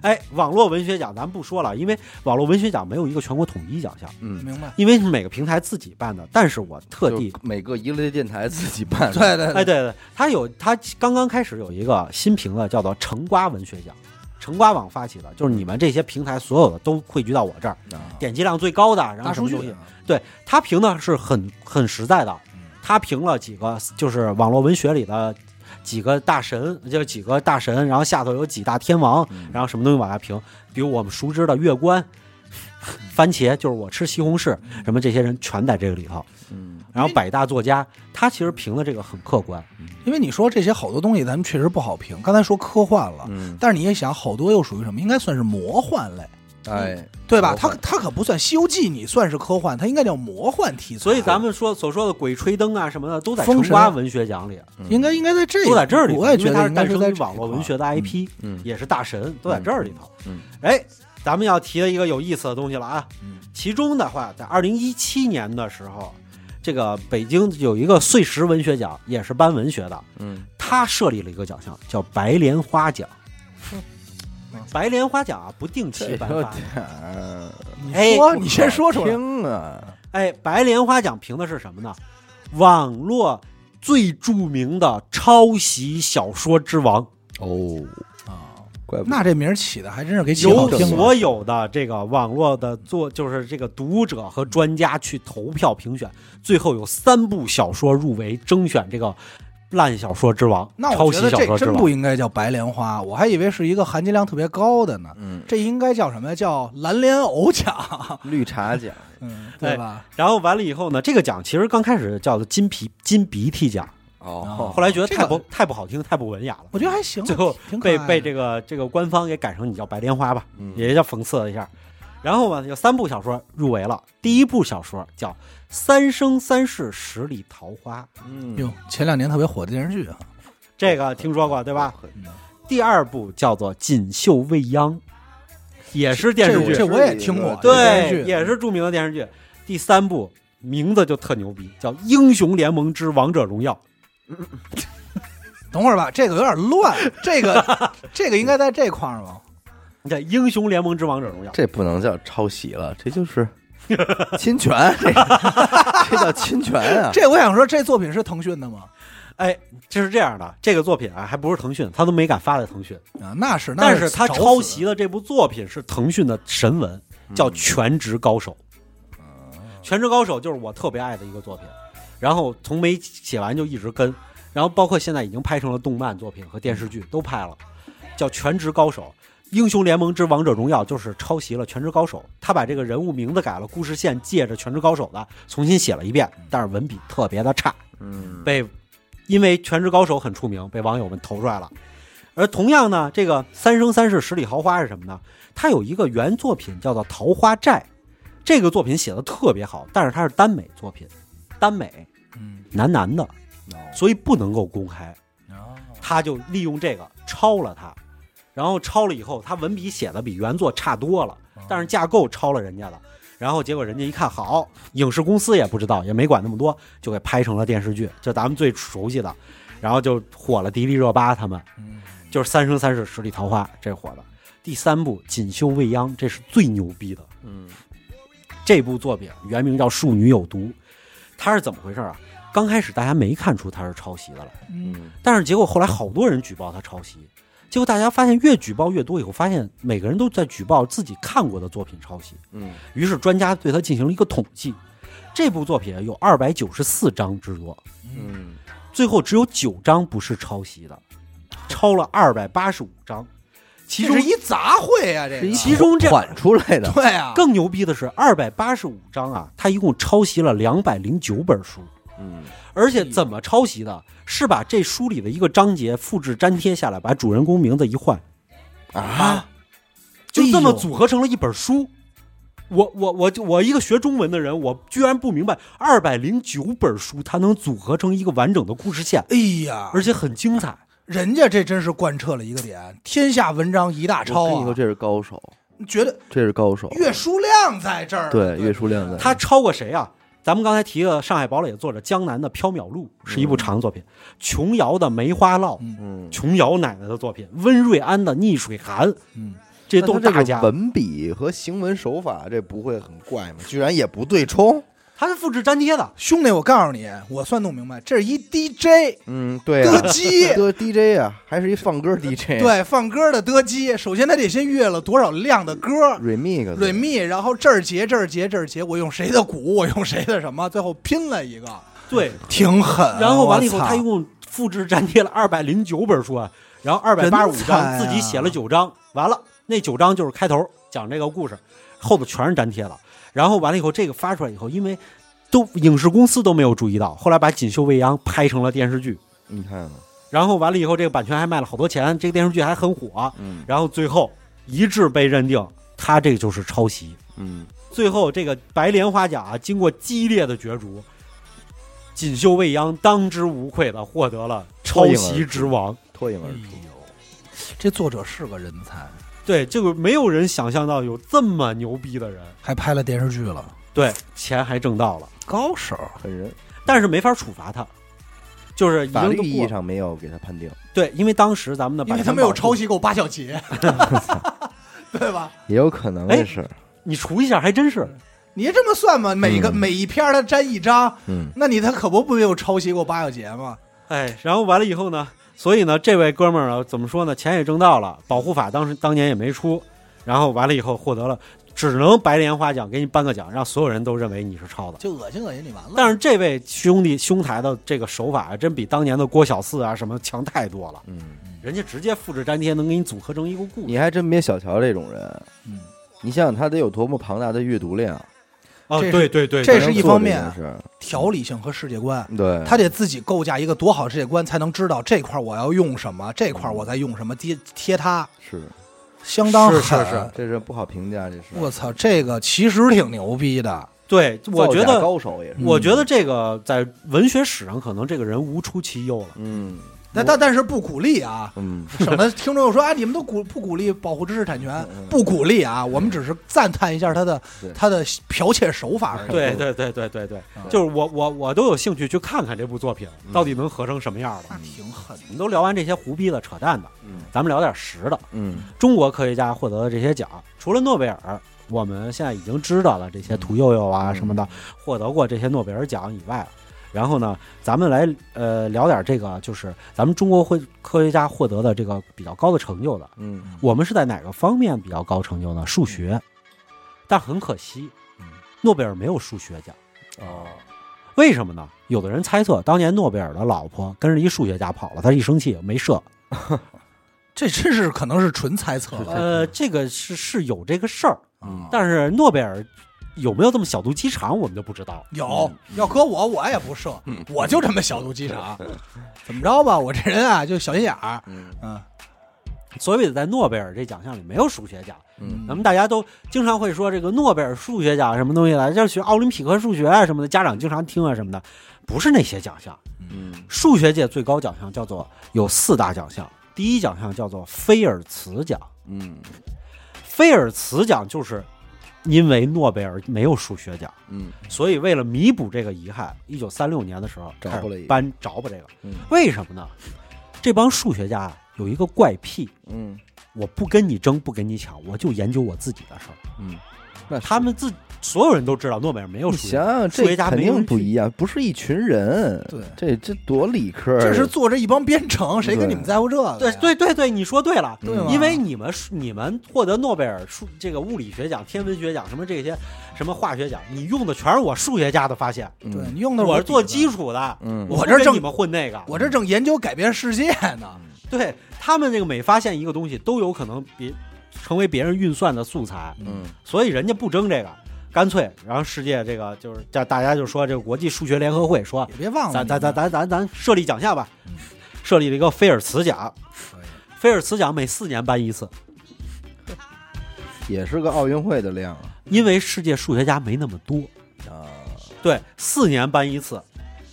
Speaker 3: 哎，网络文学奖咱不说了，因为网络文学奖没有一个全国统一奖项。
Speaker 1: 嗯，
Speaker 2: 明白？
Speaker 3: 因为是每个平台自己办的，但是我特地
Speaker 1: 就每个一类电台自己办，
Speaker 2: 对对
Speaker 3: 哎，对对，他有他刚刚开始有一个新评的，叫做“橙瓜文学奖”，橙瓜网发起的，就是你们这些平台所有的都汇聚到我这儿，点击量最高的，然后
Speaker 2: 啊大
Speaker 3: 什么
Speaker 2: 数
Speaker 3: 东
Speaker 2: 据
Speaker 3: 西。对他评的是很很实在的，
Speaker 2: 嗯
Speaker 3: 他评了几个就是网络文学里的几个大神，就几个大神，然后下头有几大天王，
Speaker 2: 嗯
Speaker 3: 然后什么东西往下评，比如我们熟知的 月关。番茄就是我吃西红柿，
Speaker 2: 嗯
Speaker 3: 什么这些人全在这个里头。
Speaker 1: 嗯
Speaker 3: 然后百大作家，他其实评的这个很客观，
Speaker 2: 因为你说这些好多东西，咱们确实不好评。刚才说科幻了，
Speaker 1: 嗯，
Speaker 2: 但是你也想，好多又属于什么？应该算是魔幻类，
Speaker 1: 哎，
Speaker 2: 对吧？
Speaker 1: 魔
Speaker 2: 它
Speaker 1: 幻
Speaker 2: 它可不算《西游记》，你算是科幻，它应该叫魔幻题材。
Speaker 3: 所以咱们说所说的《鬼吹灯》啊什么的，都在
Speaker 2: 哎封
Speaker 3: 橙
Speaker 2: 神
Speaker 3: 瓜文学奖里，
Speaker 1: 嗯
Speaker 2: 应该应该在这
Speaker 3: 都在这里头。
Speaker 2: 我也
Speaker 3: 因为
Speaker 2: 觉
Speaker 3: 它
Speaker 2: 得
Speaker 3: 是
Speaker 2: 应该
Speaker 3: 诞
Speaker 2: 是
Speaker 3: 生
Speaker 2: 在
Speaker 3: 于网络文学的 IP，
Speaker 1: 嗯
Speaker 3: 也是大神，都在这里头。
Speaker 1: 嗯，
Speaker 3: 哎，咱们要提的一个有意思的东西了啊
Speaker 2: 嗯。
Speaker 3: 其中的话，在二零一七年的时候，这个北京有一个碎石文学奖，也是颁文学的，
Speaker 1: 嗯
Speaker 3: 他设立了一个奖项，叫白莲花奖。白莲花奖啊，不定期
Speaker 1: 这
Speaker 3: 颁
Speaker 1: 有
Speaker 3: 发。
Speaker 1: 点儿
Speaker 2: 你说，
Speaker 1: 不
Speaker 2: 你先说出
Speaker 1: 好
Speaker 2: 来。
Speaker 1: 听啊，
Speaker 3: 哎，白莲花奖评的是什么呢？网络最著名的抄袭小说之王，
Speaker 1: 哦，
Speaker 3: 啊
Speaker 1: 怪不得
Speaker 2: 那这名儿起的还真是给起好
Speaker 3: 由
Speaker 2: 听了。
Speaker 3: 所有的这个网络的作，就是这个读者和专家去投票评选，最后有三部小说入围争选这个烂小说之王，
Speaker 2: 那
Speaker 3: 抄
Speaker 2: 我觉
Speaker 3: 袭
Speaker 2: 得
Speaker 3: 小
Speaker 2: 这
Speaker 3: 说之
Speaker 2: 真不
Speaker 3: 王。
Speaker 2: 应该叫白莲花，我还以为是一个含金量特别高的呢。
Speaker 1: 嗯，
Speaker 2: 这应该叫什么呀？叫蓝莲藕 奖，
Speaker 1: 绿茶奖，
Speaker 2: 嗯，
Speaker 3: 哎
Speaker 2: 对吧？
Speaker 3: 然后完了以后呢，这个奖其实刚开始叫做金皮金鼻涕奖，
Speaker 1: 哦
Speaker 3: 啊后来觉得
Speaker 2: 这
Speaker 3: 太
Speaker 2: 个
Speaker 3: 不太不好听，太不文雅了。
Speaker 2: 我觉得还行啊，
Speaker 3: 最后
Speaker 2: 挺可
Speaker 3: 被
Speaker 2: 爱的
Speaker 3: 被这个这个官方给改成你叫白莲花吧，
Speaker 1: 嗯
Speaker 3: 也叫讽刺了一下。然后吧，有三部小说入围了。第一部小说叫《三生三世十里桃花
Speaker 1: 嗯，
Speaker 2: 哟，前两年特别火的电视剧啊，》，
Speaker 3: 这个听说过对吧？？第二部叫做《锦绣未央》，也是电视
Speaker 2: 这
Speaker 3: 剧，
Speaker 2: 这我也听过，
Speaker 1: 这
Speaker 2: 电视
Speaker 3: 对，
Speaker 2: 剧啊
Speaker 3: 也是著名的电视剧。第三部名字就特牛逼，叫《英雄联盟之王者荣耀》。
Speaker 2: 等会儿吧，这个有点乱，这个这个应该在这块儿吗？
Speaker 3: 这《英雄联盟之王者荣耀》
Speaker 1: 这不能叫抄袭了，这就是侵权， 这这叫侵权啊！
Speaker 2: 这我想说，这作品是腾讯的吗？
Speaker 3: 哎，这是这样的，这个作品啊，还不是腾讯，他都没敢发在腾讯，
Speaker 2: 啊，那是，那
Speaker 3: 但
Speaker 2: 是
Speaker 3: 是他
Speaker 2: 找死嗯
Speaker 3: 抄袭的这部作品是腾讯的神文，叫《全职高手》。
Speaker 2: 啊
Speaker 3: 全职高手》就是我特别爱的一个作品，然后从没写完就一直跟，然后包括现在已经拍成了动漫作品和电视剧都拍了，叫《全职高手》。《英雄联盟之王者荣耀》就是抄袭了《全职高手》，他把这个人物名字改了，故事线借着《全职高手》的重新写了一遍，
Speaker 2: 嗯
Speaker 3: 但是文笔特别的差。
Speaker 1: 嗯，
Speaker 3: 被因为《全职高手》很出名，被网友们投出来了。而同样呢，这个《三生三世十里桃花》是什么呢？它有一个原作品叫做《桃花寨》，这个作品写的特别好，但是它是耽美作品，耽美
Speaker 2: 嗯，
Speaker 3: 男男的，
Speaker 2: 哦
Speaker 3: 所以不能够公开。他就利用这个抄了它，然后抄了以后，他文笔写的比原作差多了，
Speaker 2: 哦
Speaker 3: 但是架构抄了人家的。然后结果人家一看好，影视公司也不知道，也没管那么多，就给拍成了电视剧，就咱们最熟悉的，然后就火了迪丽热巴他们，
Speaker 2: 嗯
Speaker 3: 就是《三生三世十里桃花》这火的。第三部《锦绣未央》，这是最牛逼的。
Speaker 1: 嗯，
Speaker 3: 这部作品原名叫《庶女有毒》，它是怎么回事啊？刚开始大家没看出它是抄袭的来。
Speaker 2: 嗯，
Speaker 3: 但是结果后来好多人举报他抄袭，结果大家发现越举报越多以后，发现每个人都在举报自己看过的作品抄袭。
Speaker 1: 嗯，
Speaker 3: 于是专家对他进行了一个统计，这部作品有二百九十四章之多，
Speaker 1: 嗯，
Speaker 3: 最后只有九章不是抄袭的，抄了二百八十五章。其
Speaker 2: 这
Speaker 3: 中
Speaker 2: 是一杂烩啊，这
Speaker 1: 哎
Speaker 2: 个
Speaker 3: 其中这
Speaker 1: 款出来的，
Speaker 2: 对啊，
Speaker 3: 更牛逼的是，二百八十五章啊，他一共抄袭了两百零九本书。
Speaker 1: 嗯
Speaker 3: 而且怎么抄袭的？是把这书里的一个章节复制粘贴下来，把主人公名字一换，
Speaker 1: 啊，
Speaker 3: 就这么
Speaker 2: 哎呦
Speaker 3: 组合成了一本书。我我我就我一个学中文的人，我居然不明白二百零九本书它能组合成一个完整的故事线，
Speaker 2: 哎呀，
Speaker 3: 而且很精彩。
Speaker 2: 人家这真是贯彻了一个点，天下文章一大
Speaker 1: 我跟
Speaker 2: 抄
Speaker 1: 你说
Speaker 2: 啊，
Speaker 1: 这是高手，
Speaker 2: 觉得
Speaker 1: 这是高手，
Speaker 2: 阅书量在这儿，
Speaker 1: 对岳书亮的，
Speaker 3: 他超过谁啊？咱们刚才提了《上海堡垒》的作者江南的《缥缈
Speaker 2: 嗯
Speaker 3: 录》是一部长作品，琼瑶的《梅花烙》，
Speaker 1: 嗯，
Speaker 3: 琼瑶奶奶的作品，温瑞安的《逆水寒》，
Speaker 2: 嗯，
Speaker 3: 这都是
Speaker 1: 那他
Speaker 3: 大
Speaker 1: 这
Speaker 3: 家
Speaker 1: 个。文笔和
Speaker 4: 和行文手法这不会很怪吗？居然也不对冲。
Speaker 3: 他是复制粘贴的，
Speaker 2: 兄弟，我告诉你，我算弄明白，这是一 DJ
Speaker 4: 嗯，对啊，
Speaker 2: 的 机，
Speaker 4: 歌 DJ 啊，还是一放歌 DJ。
Speaker 2: 对，放歌的的机，首先他得先阅了多少量的歌。
Speaker 4: ，remix。
Speaker 2: 蕊密，然后这儿截这儿截这儿截，我用谁的鼓，我用谁的什么，最后拼了一个，
Speaker 3: 对，
Speaker 2: 挺狠。啊
Speaker 3: 然后完了以后，
Speaker 2: 哎我操
Speaker 3: 他一共复制粘贴了二百零九本书啊，然后二百八十五
Speaker 2: 人才
Speaker 3: 章
Speaker 2: 啊
Speaker 3: 自己写了九章，完了那九章就是开头讲这个故事，后头全是粘贴的。然后完了以后，这个发出来以后，因为都影视公司都没有注意到，后来把《锦绣未央》拍成了电视剧，
Speaker 1: 你看，啊
Speaker 3: 然后完了以后，这个版权还卖了好多钱，这个电视剧还很火，
Speaker 1: 嗯
Speaker 3: 然后最后一致被认定他这个就是抄袭。
Speaker 1: 嗯，
Speaker 3: 最后这个白莲花奖啊，经过激烈的角逐，锦绣未央当之无愧的获得了抄袭之王。
Speaker 1: 脱颖
Speaker 2: 哎
Speaker 1: 而
Speaker 2: 呦
Speaker 1: 出，，
Speaker 2: 这作者是个人才，
Speaker 3: 对，这个没有人想象到有这么牛逼的人，
Speaker 2: 还拍了电视剧了，
Speaker 3: 对，钱还挣到了，
Speaker 2: 高手。
Speaker 1: 狠人，
Speaker 3: 但是没法处罚他，就是已经
Speaker 1: 法
Speaker 3: 都
Speaker 1: 律
Speaker 3: 过
Speaker 1: 意义上没有给他判定，
Speaker 3: 对，因为当时咱们的
Speaker 2: 因
Speaker 3: 版
Speaker 2: 为他
Speaker 3: 权
Speaker 2: 没有
Speaker 3: 保护
Speaker 2: 抄，袭够八小 节， 对吧？
Speaker 1: 也有可能
Speaker 3: 哎
Speaker 1: 的是，
Speaker 3: 你除一下还真是，
Speaker 2: 你这么算吧，每
Speaker 3: 嗯
Speaker 2: 个、每一篇儿他粘一张，
Speaker 1: 嗯，
Speaker 2: 那你他可不没有抄袭过八小节吗？
Speaker 3: 哎，然后完了以后呢，所以呢，这位哥们儿啊，怎么说呢，钱也挣到了，保护法当时当年也没出，然后完了以后获得了，只能白莲花奖给你颁个奖，让所有人都认为你是抄的。
Speaker 2: 就恶心恶心你完了。
Speaker 3: 但是这位兄弟兄台的这个手法啊，真比当年的郭小四啊什么强太多了。
Speaker 1: 嗯，
Speaker 3: 人家直接复制粘贴，能给你组合成一个故事。
Speaker 1: 你还真别小瞧这种人，
Speaker 2: 嗯，
Speaker 1: 你想想他得有多么庞大的阅读量，
Speaker 3: 哦，
Speaker 2: 这是
Speaker 3: 对对对，
Speaker 2: 这
Speaker 3: 对
Speaker 1: 才
Speaker 2: 是
Speaker 1: 能
Speaker 2: 一
Speaker 1: 做
Speaker 2: 方
Speaker 1: 这
Speaker 2: 面
Speaker 1: 件事
Speaker 2: 条理性和世界
Speaker 3: 嗯
Speaker 2: 观，
Speaker 1: 对，
Speaker 2: 他得自己构架一个多好的世界观，才能知道这块儿我要用什么，这块儿我再用什么贴贴它，
Speaker 1: 是
Speaker 2: 相当
Speaker 3: 是
Speaker 2: 狠。
Speaker 3: 是是
Speaker 1: 这是不好评价，这是
Speaker 2: 我操，这个其实挺牛逼的。
Speaker 3: 对，我
Speaker 1: 造
Speaker 3: 觉
Speaker 1: 假
Speaker 3: 得，
Speaker 1: 高嗯手也是，
Speaker 3: 我觉得这个在文学史上，可能这个人无出其右了。
Speaker 1: 嗯
Speaker 2: 但但但是不鼓励啊，
Speaker 1: 嗯，
Speaker 2: 省得听众又说啊，你们都鼓不鼓励保护知识产
Speaker 3: 嗯
Speaker 2: 权？不鼓励啊，我们只是赞叹一下他的
Speaker 1: 对
Speaker 2: 他的剽窃手法而已。
Speaker 3: 对对对对对对，就是我我我都有兴趣去看看这部作品到底能合成什么样了。
Speaker 2: 那挺狠的。
Speaker 3: 我们都聊完这些胡逼的扯淡的，
Speaker 1: 嗯
Speaker 3: 咱们聊点实的。
Speaker 1: 嗯
Speaker 3: 中国科学家获得的这些奖，除了诺贝尔，我们现在已经知道了这
Speaker 1: 嗯
Speaker 3: 些屠呦呦啊什么的获得过这些诺贝尔奖以外，然后呢，咱们来呃聊点这个，就是咱们中国会科学家获得的这个比较高的成就的，
Speaker 1: 嗯
Speaker 3: 我们是在哪个方面比较高成就呢？数学，
Speaker 1: 嗯
Speaker 3: 但很可惜，诺贝尔没有数学奖。
Speaker 1: 哦，
Speaker 3: 为什么呢？有的人猜测，当年诺贝尔的老婆跟着一数学家跑了，他一生气没射。
Speaker 2: 这真是可能是纯猜测了。
Speaker 3: 呃，这个是是有这个事儿，啊
Speaker 1: 嗯
Speaker 3: 但是诺贝尔有没有这么小肚鸡肠，我们就不知道。
Speaker 2: 有，
Speaker 3: 嗯
Speaker 2: 要搁我，我也不射，我就这么小肚鸡肠，
Speaker 3: 嗯
Speaker 2: 怎么着吧？我这人啊，就小心眼儿。
Speaker 1: 嗯
Speaker 2: 嗯，
Speaker 3: 所以在诺贝尔这奖项里没有数学奖，
Speaker 1: 嗯
Speaker 3: 咱们大家都经常会说这个诺贝尔数学奖什么东西来，就是学奥林匹克数学啊什么的，家长经常听啊什么的，不是那些奖项。
Speaker 1: 嗯
Speaker 3: 数学界最高奖项叫做有四大奖项，第一奖项叫做菲尔茨奖，
Speaker 1: 嗯
Speaker 3: 菲尔茨奖就是因为诺贝尔没有数学奖，
Speaker 1: 嗯
Speaker 3: 所以为了弥补这个遗憾，一九三六年的时候
Speaker 1: 找
Speaker 3: 开
Speaker 1: 不了
Speaker 3: 始
Speaker 1: 一个
Speaker 3: 颁着吧这个
Speaker 1: 嗯，
Speaker 3: 为什么呢？这帮数学家啊有一个怪癖，
Speaker 1: 嗯
Speaker 3: 我不跟你争，不跟你抢，我就研究我自己的事儿。
Speaker 1: 嗯，那是
Speaker 3: 他们自所有人都知道诺贝尔没有
Speaker 1: 你
Speaker 3: 数学
Speaker 1: 想
Speaker 3: 奖，
Speaker 1: 想，
Speaker 3: 数学
Speaker 1: 这
Speaker 3: 家
Speaker 1: 肯
Speaker 3: 没有
Speaker 1: 定
Speaker 3: 人
Speaker 1: 不
Speaker 3: 去
Speaker 1: 一样，不是一群人。
Speaker 2: 对
Speaker 1: 这这多理科啊，
Speaker 2: 这是坐着一帮编程，谁跟你们在乎这个？
Speaker 3: 对，对对对，你说对了，
Speaker 2: 对
Speaker 1: 嗯
Speaker 2: 吧
Speaker 3: 因为你们数你们获得诺贝尔数这个物理学奖、天文学奖什么这些什么化学奖，你用的全是我数学家的发现，
Speaker 1: 嗯
Speaker 2: 对你用的
Speaker 3: 我是做
Speaker 2: 底子
Speaker 3: 基，础的，
Speaker 1: 嗯
Speaker 3: 我
Speaker 2: 我
Speaker 3: 不
Speaker 2: 这
Speaker 3: 跟
Speaker 2: 正
Speaker 3: 你们混那个，
Speaker 2: 我这正研究改变世界呢。
Speaker 3: 对他们这个每发现一个东西，都有可能别成为别人运算的素材，
Speaker 1: 嗯
Speaker 3: 所以人家不争这个，干脆然后世界这个就是叫大家就说这个国际数学联合会说
Speaker 2: 也别忘了，
Speaker 3: 咱咱咱咱咱咱设立奖项吧，
Speaker 1: 嗯
Speaker 3: 设立了一个菲尔茨奖，菲尔茨奖每四年颁一次，
Speaker 1: 也是个奥运会的量啊
Speaker 3: 因为世界数学家没那么多，
Speaker 1: 啊，
Speaker 3: 对，四年颁一次，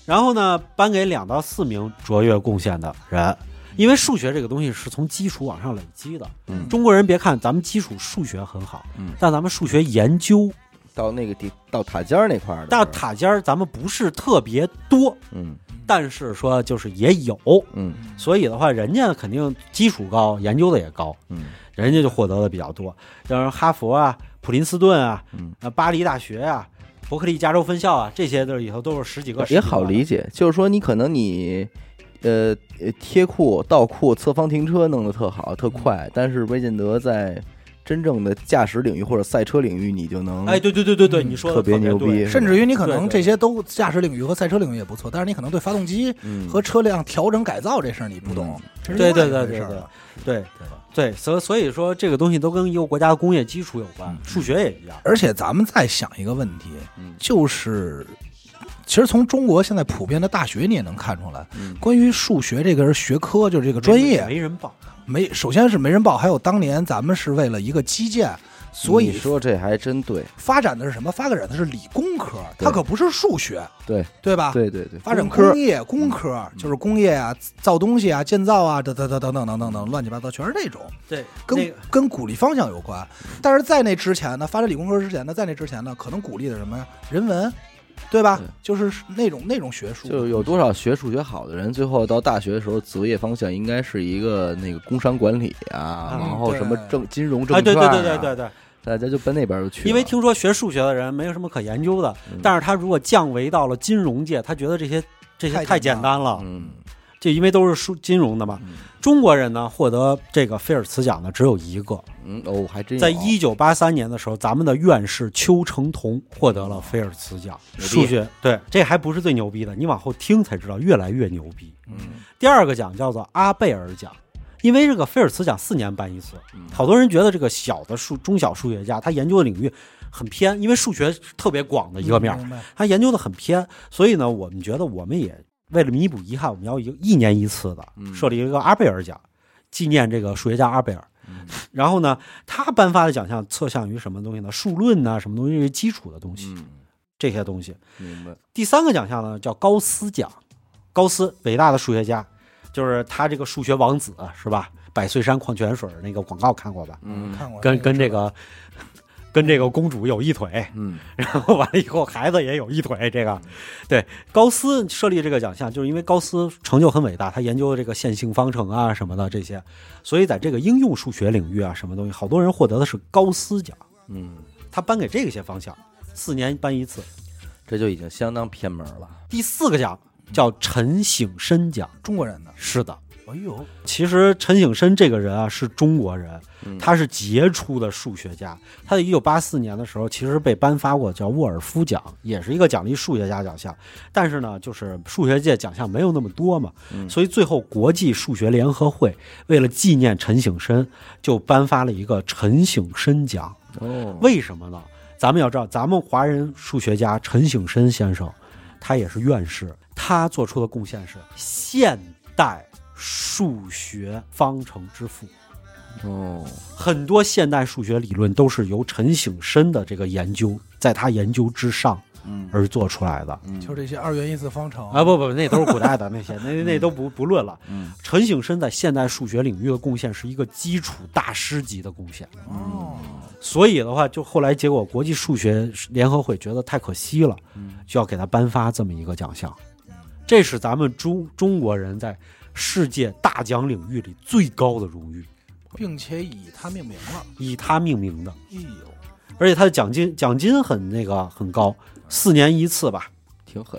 Speaker 3: 然后呢颁给两到四名卓越贡献的人。因为数学这个东西是从基础往上累积的，
Speaker 1: 嗯
Speaker 3: 中国人别看咱们基础数学很好，
Speaker 1: 嗯
Speaker 3: 但咱们数学研究
Speaker 1: 到那个地到塔尖儿那块儿的，
Speaker 3: 到，塔尖儿，咱们不是特别多，
Speaker 1: 嗯
Speaker 3: 但是说就是也有，
Speaker 1: 嗯
Speaker 3: 所以的话，人家肯定基础高，研究的也高，
Speaker 1: 嗯
Speaker 3: 人家就获得的比较多。像哈佛啊、普林斯顿啊、
Speaker 1: 嗯，
Speaker 3: 啊巴黎大学啊、伯克利加州分校啊，这些都是以后都是十几个，
Speaker 1: 也好理
Speaker 3: 解。
Speaker 1: 解，就是说你可能你。呃，呃贴库、倒库、侧方停车弄得特好、特
Speaker 3: 嗯
Speaker 1: 快，但是威健德在真正的驾驶领域或者赛车领域，你就能
Speaker 3: 哎，对对对对对，你说
Speaker 1: 嗯
Speaker 3: 的
Speaker 1: 特别牛
Speaker 3: 对
Speaker 1: 逼，
Speaker 2: 甚至于你可能
Speaker 3: 对对
Speaker 2: 这些都驾驶领域和赛车领域也不错，但是你可能对发动机
Speaker 1: 嗯
Speaker 2: 和车辆调整改造这事儿你不懂，这是
Speaker 3: 对嗯对
Speaker 2: 另外
Speaker 3: 对
Speaker 2: 一回事儿
Speaker 3: 对对
Speaker 2: 了
Speaker 3: 对
Speaker 2: 对吧？
Speaker 3: 对，所所以说这个东西都跟一个国家的工业基础有关，数学也一样。
Speaker 2: 而且咱们再想一个问题，
Speaker 1: 嗯
Speaker 2: 就是其实从中国现在普遍的大学你也能看出来，
Speaker 1: 嗯
Speaker 2: 关于数学这个学科，就是这个专业
Speaker 3: 没人报，
Speaker 2: 没，首先是没人报，还有当年咱们是为了一个基建，所
Speaker 1: 你
Speaker 3: 嗯
Speaker 2: 以
Speaker 1: 说这还真对，
Speaker 2: 发展的是什么？发展的是理工科，
Speaker 1: 对
Speaker 2: 它可不是数学，
Speaker 1: 对
Speaker 2: 对
Speaker 3: 啊
Speaker 2: 吧？。
Speaker 1: 对对对，
Speaker 2: 发展
Speaker 1: 工
Speaker 2: 嗯
Speaker 1: 科
Speaker 2: 工业、工科就是工业啊，造东西啊，建造啊，等等等等等等等等，乱七八糟，全是这种。
Speaker 3: 对，
Speaker 2: 跟、
Speaker 3: 那个
Speaker 2: 跟鼓励方向有关。但是在那之前呢，发展理工科之前呢，在那之前呢，可能鼓励的什么呀？人文，对吧？
Speaker 1: 对
Speaker 2: 就是那种那种学术，
Speaker 1: 就是有多少学数学好的人，最后到大学的时候，择业方向应该是一个那个工商管理啊，
Speaker 3: 嗯
Speaker 1: 然后什么
Speaker 2: 对
Speaker 1: 证金融证
Speaker 3: 哎，对
Speaker 1: 券、
Speaker 3: 对
Speaker 1: 啊，
Speaker 3: 对对对对，
Speaker 1: 大家就奔那边儿就去了。
Speaker 3: 因为听说学数学的人没有什么可研究的，
Speaker 1: 嗯
Speaker 3: 但是他如果降维到了金融界，他觉得这些这些
Speaker 2: 太
Speaker 3: 太
Speaker 2: 简
Speaker 3: 简单了，
Speaker 1: 嗯
Speaker 3: 就因为都是数金融的嘛。
Speaker 1: 嗯
Speaker 3: 中国人呢获得这个菲尔茨奖的只有一个，
Speaker 1: 嗯哦，还真有
Speaker 3: 在一九八三年的时候，咱们的院士丘成桐获得了菲尔茨奖，
Speaker 1: 牛逼嗯
Speaker 3: 数学对，这还不是最牛逼的，你往后听才知道越来越牛逼。
Speaker 1: 嗯
Speaker 3: 第二个奖叫做阿贝尔奖，因为这个菲尔茨奖四年办一次
Speaker 1: 嗯，
Speaker 3: 好多人觉得这个小的数中小数学家他研究的领域很偏，因为数学是特别广的一个面儿，
Speaker 2: 明白
Speaker 3: 他研究的很偏，所以呢，我们觉得我们也为了弥补遗憾，我们要一一年一次的
Speaker 1: 嗯
Speaker 3: 设立一个阿贝尔奖，纪念这个数学家阿贝尔。
Speaker 1: 嗯
Speaker 3: 然后呢，他颁发的奖项侧向于什么东西呢？数论呐、什么东西是基础的东西，
Speaker 1: 嗯，
Speaker 3: 这些东西。
Speaker 1: 明白。
Speaker 3: 第三个奖项呢叫高斯奖，高斯伟大的数学家，就是他这个数学王子是吧？百岁山矿泉水那个广告看过吧？
Speaker 1: 嗯
Speaker 2: 看过
Speaker 3: 跟跟这个跟这个公主有一腿，
Speaker 1: 嗯
Speaker 3: 然后完了以后孩子也有一腿。这个，对高斯设立这个奖项，就是因为高斯成就很伟大，他研究这个线性方程啊什么的这些，所以在这个应用数学领域啊什么东西，好多人获得的是高斯奖，
Speaker 1: 嗯，
Speaker 3: 他颁给这些方向，四年颁一次。
Speaker 1: 这就已经相当偏门了。
Speaker 3: 第四个奖叫陈省身奖，
Speaker 2: 中国人的，
Speaker 3: 是的，
Speaker 2: 哎呦，
Speaker 3: 其实陈省身这个人啊是中国人，
Speaker 1: 嗯
Speaker 3: 他是杰出的数学家。他在一九八四年的时候，其实被颁发过叫沃尔夫奖，也是一个奖励数学家奖项。但是呢，就是数学界奖项没有那么多嘛，
Speaker 1: 嗯
Speaker 3: 所以最后国际数学联合会为了纪念陈省身，就颁发了一个陈省身奖。
Speaker 1: 哦，
Speaker 3: 为什么呢？咱们要知道，咱们华人数学家陈省身先生，他也是院士，他做出的贡献是现代数学方程之父。
Speaker 1: 哦，
Speaker 3: 很多现代数学理论都是由陈省身的这个研究，在他研究之上
Speaker 1: 嗯
Speaker 3: 而做出来的。
Speaker 1: 嗯
Speaker 2: 就是这些二元一次方程
Speaker 3: 啊，不不，那都是古代的那些，那那都不不论了。
Speaker 1: 嗯
Speaker 3: 陈省身在现代数学领域的贡献是一个基础大师级的贡献。
Speaker 2: 哦，
Speaker 3: 嗯所以的话，就后来结果国际数学联合会觉得太可惜了，就要给他颁发这么一个奖项。这是咱们中中国人在世界大奖领域里最高的荣誉，
Speaker 2: 并且以它命名了。
Speaker 3: 以他命名的。
Speaker 2: 哎呦，
Speaker 3: 而且他的奖金奖金很那个很高，四年一次吧，
Speaker 1: 挺狠。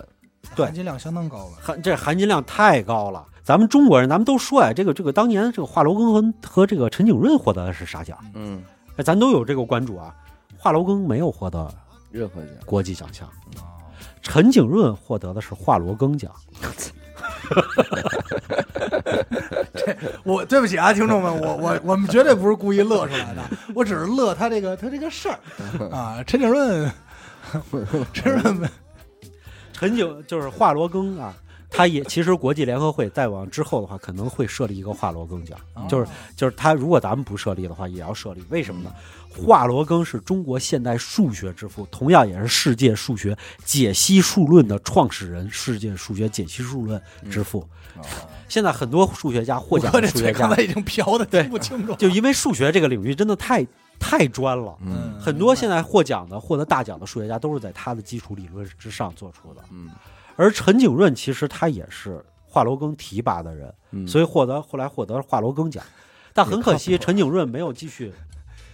Speaker 3: 对
Speaker 2: 含金量相当高了。
Speaker 3: 含这含金量太高了。咱们中国人，咱们都说呀，这个这个当年这个华罗庚和和这个陈景润获得的是啥奖？
Speaker 1: 嗯，
Speaker 3: 哎，咱都有这个关注啊。华罗庚没有获得
Speaker 1: 任何奖
Speaker 3: 国际奖项，陈景润获得的是华罗庚奖。
Speaker 2: 我对不起啊，听众们，我我我们绝对不是故意乐出 来的，我只是乐他这个他这个事
Speaker 1: 嗯
Speaker 2: 儿啊。陈景润，陈景润
Speaker 3: 陈景就是华罗庚啊，他也其实国际联合会再往之后的话，可能会设立一个华罗庚奖，就是就是他如果咱们不设立的话，也要设立，为什么呢？华罗庚是中国现代数学之父，同样也是世界数学解析数论的创始人，世界数学解析数论之父。现在很多数学家获奖
Speaker 2: 我
Speaker 3: 的
Speaker 2: 这
Speaker 3: 数学
Speaker 2: 嘴刚
Speaker 3: 家
Speaker 2: 才，已经瓢的听不清楚了。
Speaker 3: 就因为数学这个领域真的太太专了。
Speaker 1: 嗯
Speaker 3: 很多现在获奖的、获得大奖的数学家都是在他的基础理论之上做出的。
Speaker 1: 嗯，
Speaker 3: 而陈景润其实他也是华罗庚提拔的人，
Speaker 1: 嗯
Speaker 3: 所以获得后来获得华罗庚奖，但很可
Speaker 1: 啊
Speaker 3: 惜陈景润没有继续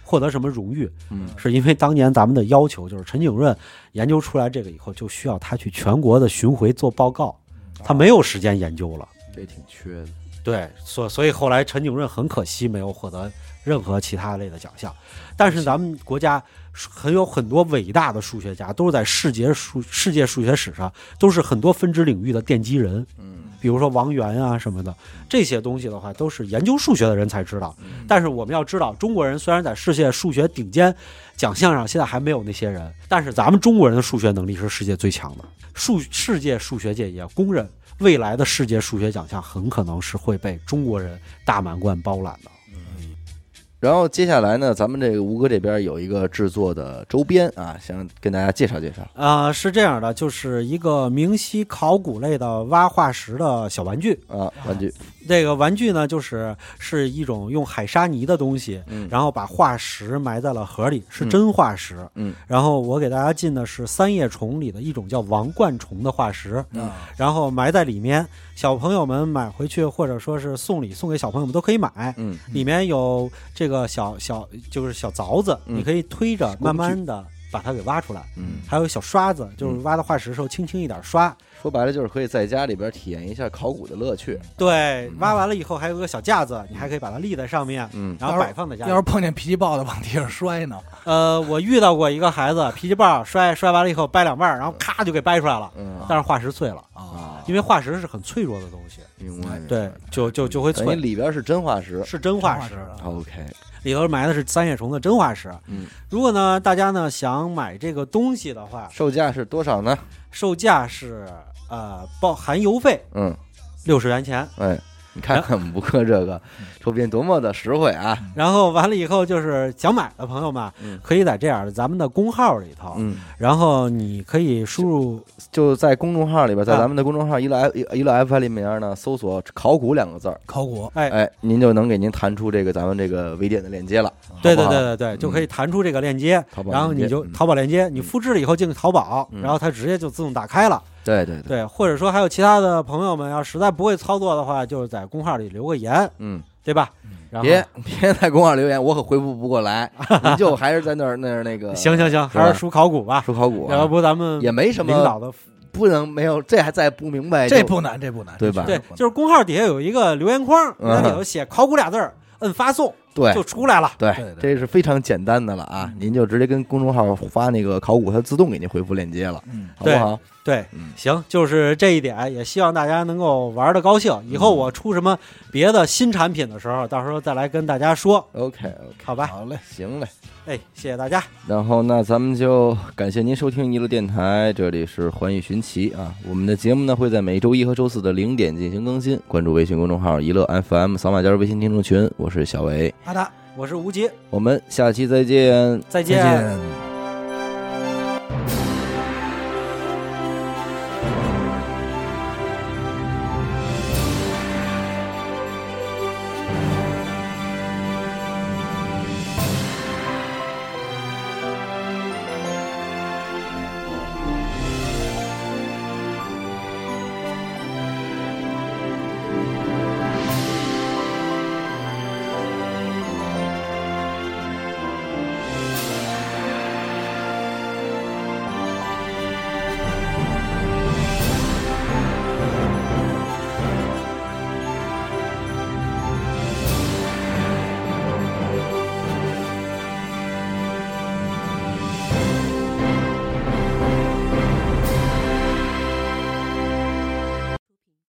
Speaker 3: 获得什么荣誉，
Speaker 1: 嗯
Speaker 3: 是因为当年咱们的要求就是陈景润研究出来这个以后，就需要他去全国的巡回做报告，
Speaker 1: 嗯
Speaker 3: 他没有时间研究了。
Speaker 1: 这挺缺的。
Speaker 3: 对，所所以后来陈景润很可惜没有获得任何其他类的奖项，但是咱们国家很有很多伟大的数学家，都是在世界数世界数学史上都是很多分支领域的奠基人，
Speaker 1: 嗯
Speaker 3: 比如说王源啊什么的，这些东西的话都是研究数学的人才知道。但是我们要知道，中国人虽然在世界数学顶尖奖项上现在还没有那些人，但是咱们中国人的数学能力是世界最强的，数世界数学界也公认，未来的世界数学奖项很可能是会被中国人大满贯包揽的。
Speaker 1: 然后接下来呢，咱们这个吴哥这边有一个制作的周边啊，想跟大家介绍介绍。
Speaker 3: 啊、是这样的，就是一个明晰考古类的挖化石的小玩具。
Speaker 1: 啊，玩具，
Speaker 3: 这个玩具呢，就是是一种用海沙泥的东西，
Speaker 1: 嗯
Speaker 3: 然后把化石埋在了河里，是真化石。
Speaker 1: 嗯
Speaker 3: 然后我给大家进的是三叶虫里的一种叫王冠虫的化石，
Speaker 2: 啊，
Speaker 3: 然后埋在里面。小朋友们买回去，或者说是送礼送给小朋友们都可以买。
Speaker 1: 嗯
Speaker 3: 里面有这个小小就是小凿子，
Speaker 1: 嗯
Speaker 3: 你可以推着慢慢的把它给挖出来。
Speaker 1: 嗯，
Speaker 3: 还有小刷子，就是挖到化石的时候轻轻一点刷。
Speaker 1: 说白了就是可以在家里边体验一下考古的乐趣。
Speaker 3: 对，挖完了以后还有个小架子，你还可以把它立在上面，
Speaker 1: 嗯
Speaker 3: 然后摆放在家里
Speaker 2: 要是。碰见脾气暴的往地上摔呢，
Speaker 3: 呃，我遇到过一个孩子脾气暴，摔摔完了以后掰两半儿，然后咔就给掰出来了，
Speaker 1: 嗯
Speaker 3: 但是化石碎了，
Speaker 2: 啊，
Speaker 3: 因为化石是很脆弱的东西，
Speaker 1: 明白。
Speaker 3: 对，就就就会
Speaker 1: 嗯等于
Speaker 3: 脆。
Speaker 1: 里边是真化石。
Speaker 3: 是真化石，
Speaker 2: 啊
Speaker 1: OK，
Speaker 3: 里头埋的是三叶虫的真化石。
Speaker 1: 嗯，
Speaker 3: 如果呢大家呢想买这个东西的话，
Speaker 1: 售价是多少呢？
Speaker 3: 售价是呃包含邮费
Speaker 1: 嗯，
Speaker 3: 六十元钱，
Speaker 1: 哎，嗯你看看我们不克这个周边多么的实惠啊！
Speaker 3: 然后完了以后，就是想买的朋友们
Speaker 1: 嗯，
Speaker 3: 可以在这样的咱们的公号里头，
Speaker 1: 嗯，
Speaker 3: 然后你可以输入
Speaker 1: 就在公众号里边，在
Speaker 3: 啊
Speaker 1: 咱们的公众号一乐 F 一乐 F 里面呢，搜索“考古”两个字儿，
Speaker 2: 考古，
Speaker 3: 哎
Speaker 1: 哎，您就能给您弹出这个咱们这个微店的链接了。好
Speaker 3: 对对
Speaker 1: 不好
Speaker 3: 对对对，就可以弹出这个链接，
Speaker 1: 嗯淘宝链接
Speaker 3: 然后你就
Speaker 1: 嗯
Speaker 3: 淘宝链接，你复制了以后进淘宝，
Speaker 1: 嗯
Speaker 3: 然后它直接就自动打开了。
Speaker 1: 对对对，
Speaker 3: 对，或者说还有其他的朋友们，要实在不会操作的话，就是在公号里留个言，
Speaker 1: 嗯，
Speaker 3: 对吧？然后
Speaker 1: 别别在公号留言，我可回复不过 来，您就还是在那儿那儿那个
Speaker 3: 行行行，还是输考古吧，
Speaker 1: 说考古啊，
Speaker 3: 要不咱们
Speaker 1: 也没什
Speaker 3: 领
Speaker 1: 么
Speaker 3: 导的
Speaker 1: 不能没有，这还再不明白哎就
Speaker 2: 这不难，这不难，
Speaker 1: 对吧
Speaker 3: 对
Speaker 2: 这不，难
Speaker 3: 就是公号底下有一个留言框，
Speaker 1: 嗯
Speaker 3: 那里头写“考古”俩字儿，摁发送
Speaker 1: 对
Speaker 3: 就出来了。
Speaker 1: 对
Speaker 2: 对，
Speaker 1: 这是非常简单的了
Speaker 3: 嗯
Speaker 1: 啊！您就直接跟公众号发那个考古，它自动给您回复链接了，
Speaker 2: 嗯，
Speaker 1: 好不好？
Speaker 3: 对
Speaker 1: 嗯，
Speaker 3: 行，就是这一点，也希望大家能够玩的高兴。以后我出什么别的新产品的时候，到时候再来跟大家说，
Speaker 1: OK OK，
Speaker 3: 好吧？
Speaker 2: 好嘞，
Speaker 1: 行嘞。
Speaker 3: 哎，谢谢大家，
Speaker 1: 然后那咱们就感谢您收听娱乐电台，这里是环宇寻奇啊。我们的节目呢会在每周一和周四的零点进行更新，关注微信公众号“娱乐 FM”，扫码加入微信听众群。我是小伟，
Speaker 2: 阿达，
Speaker 3: 我是吴杰，
Speaker 1: 我们下期再见。
Speaker 3: 再见。
Speaker 2: 再见。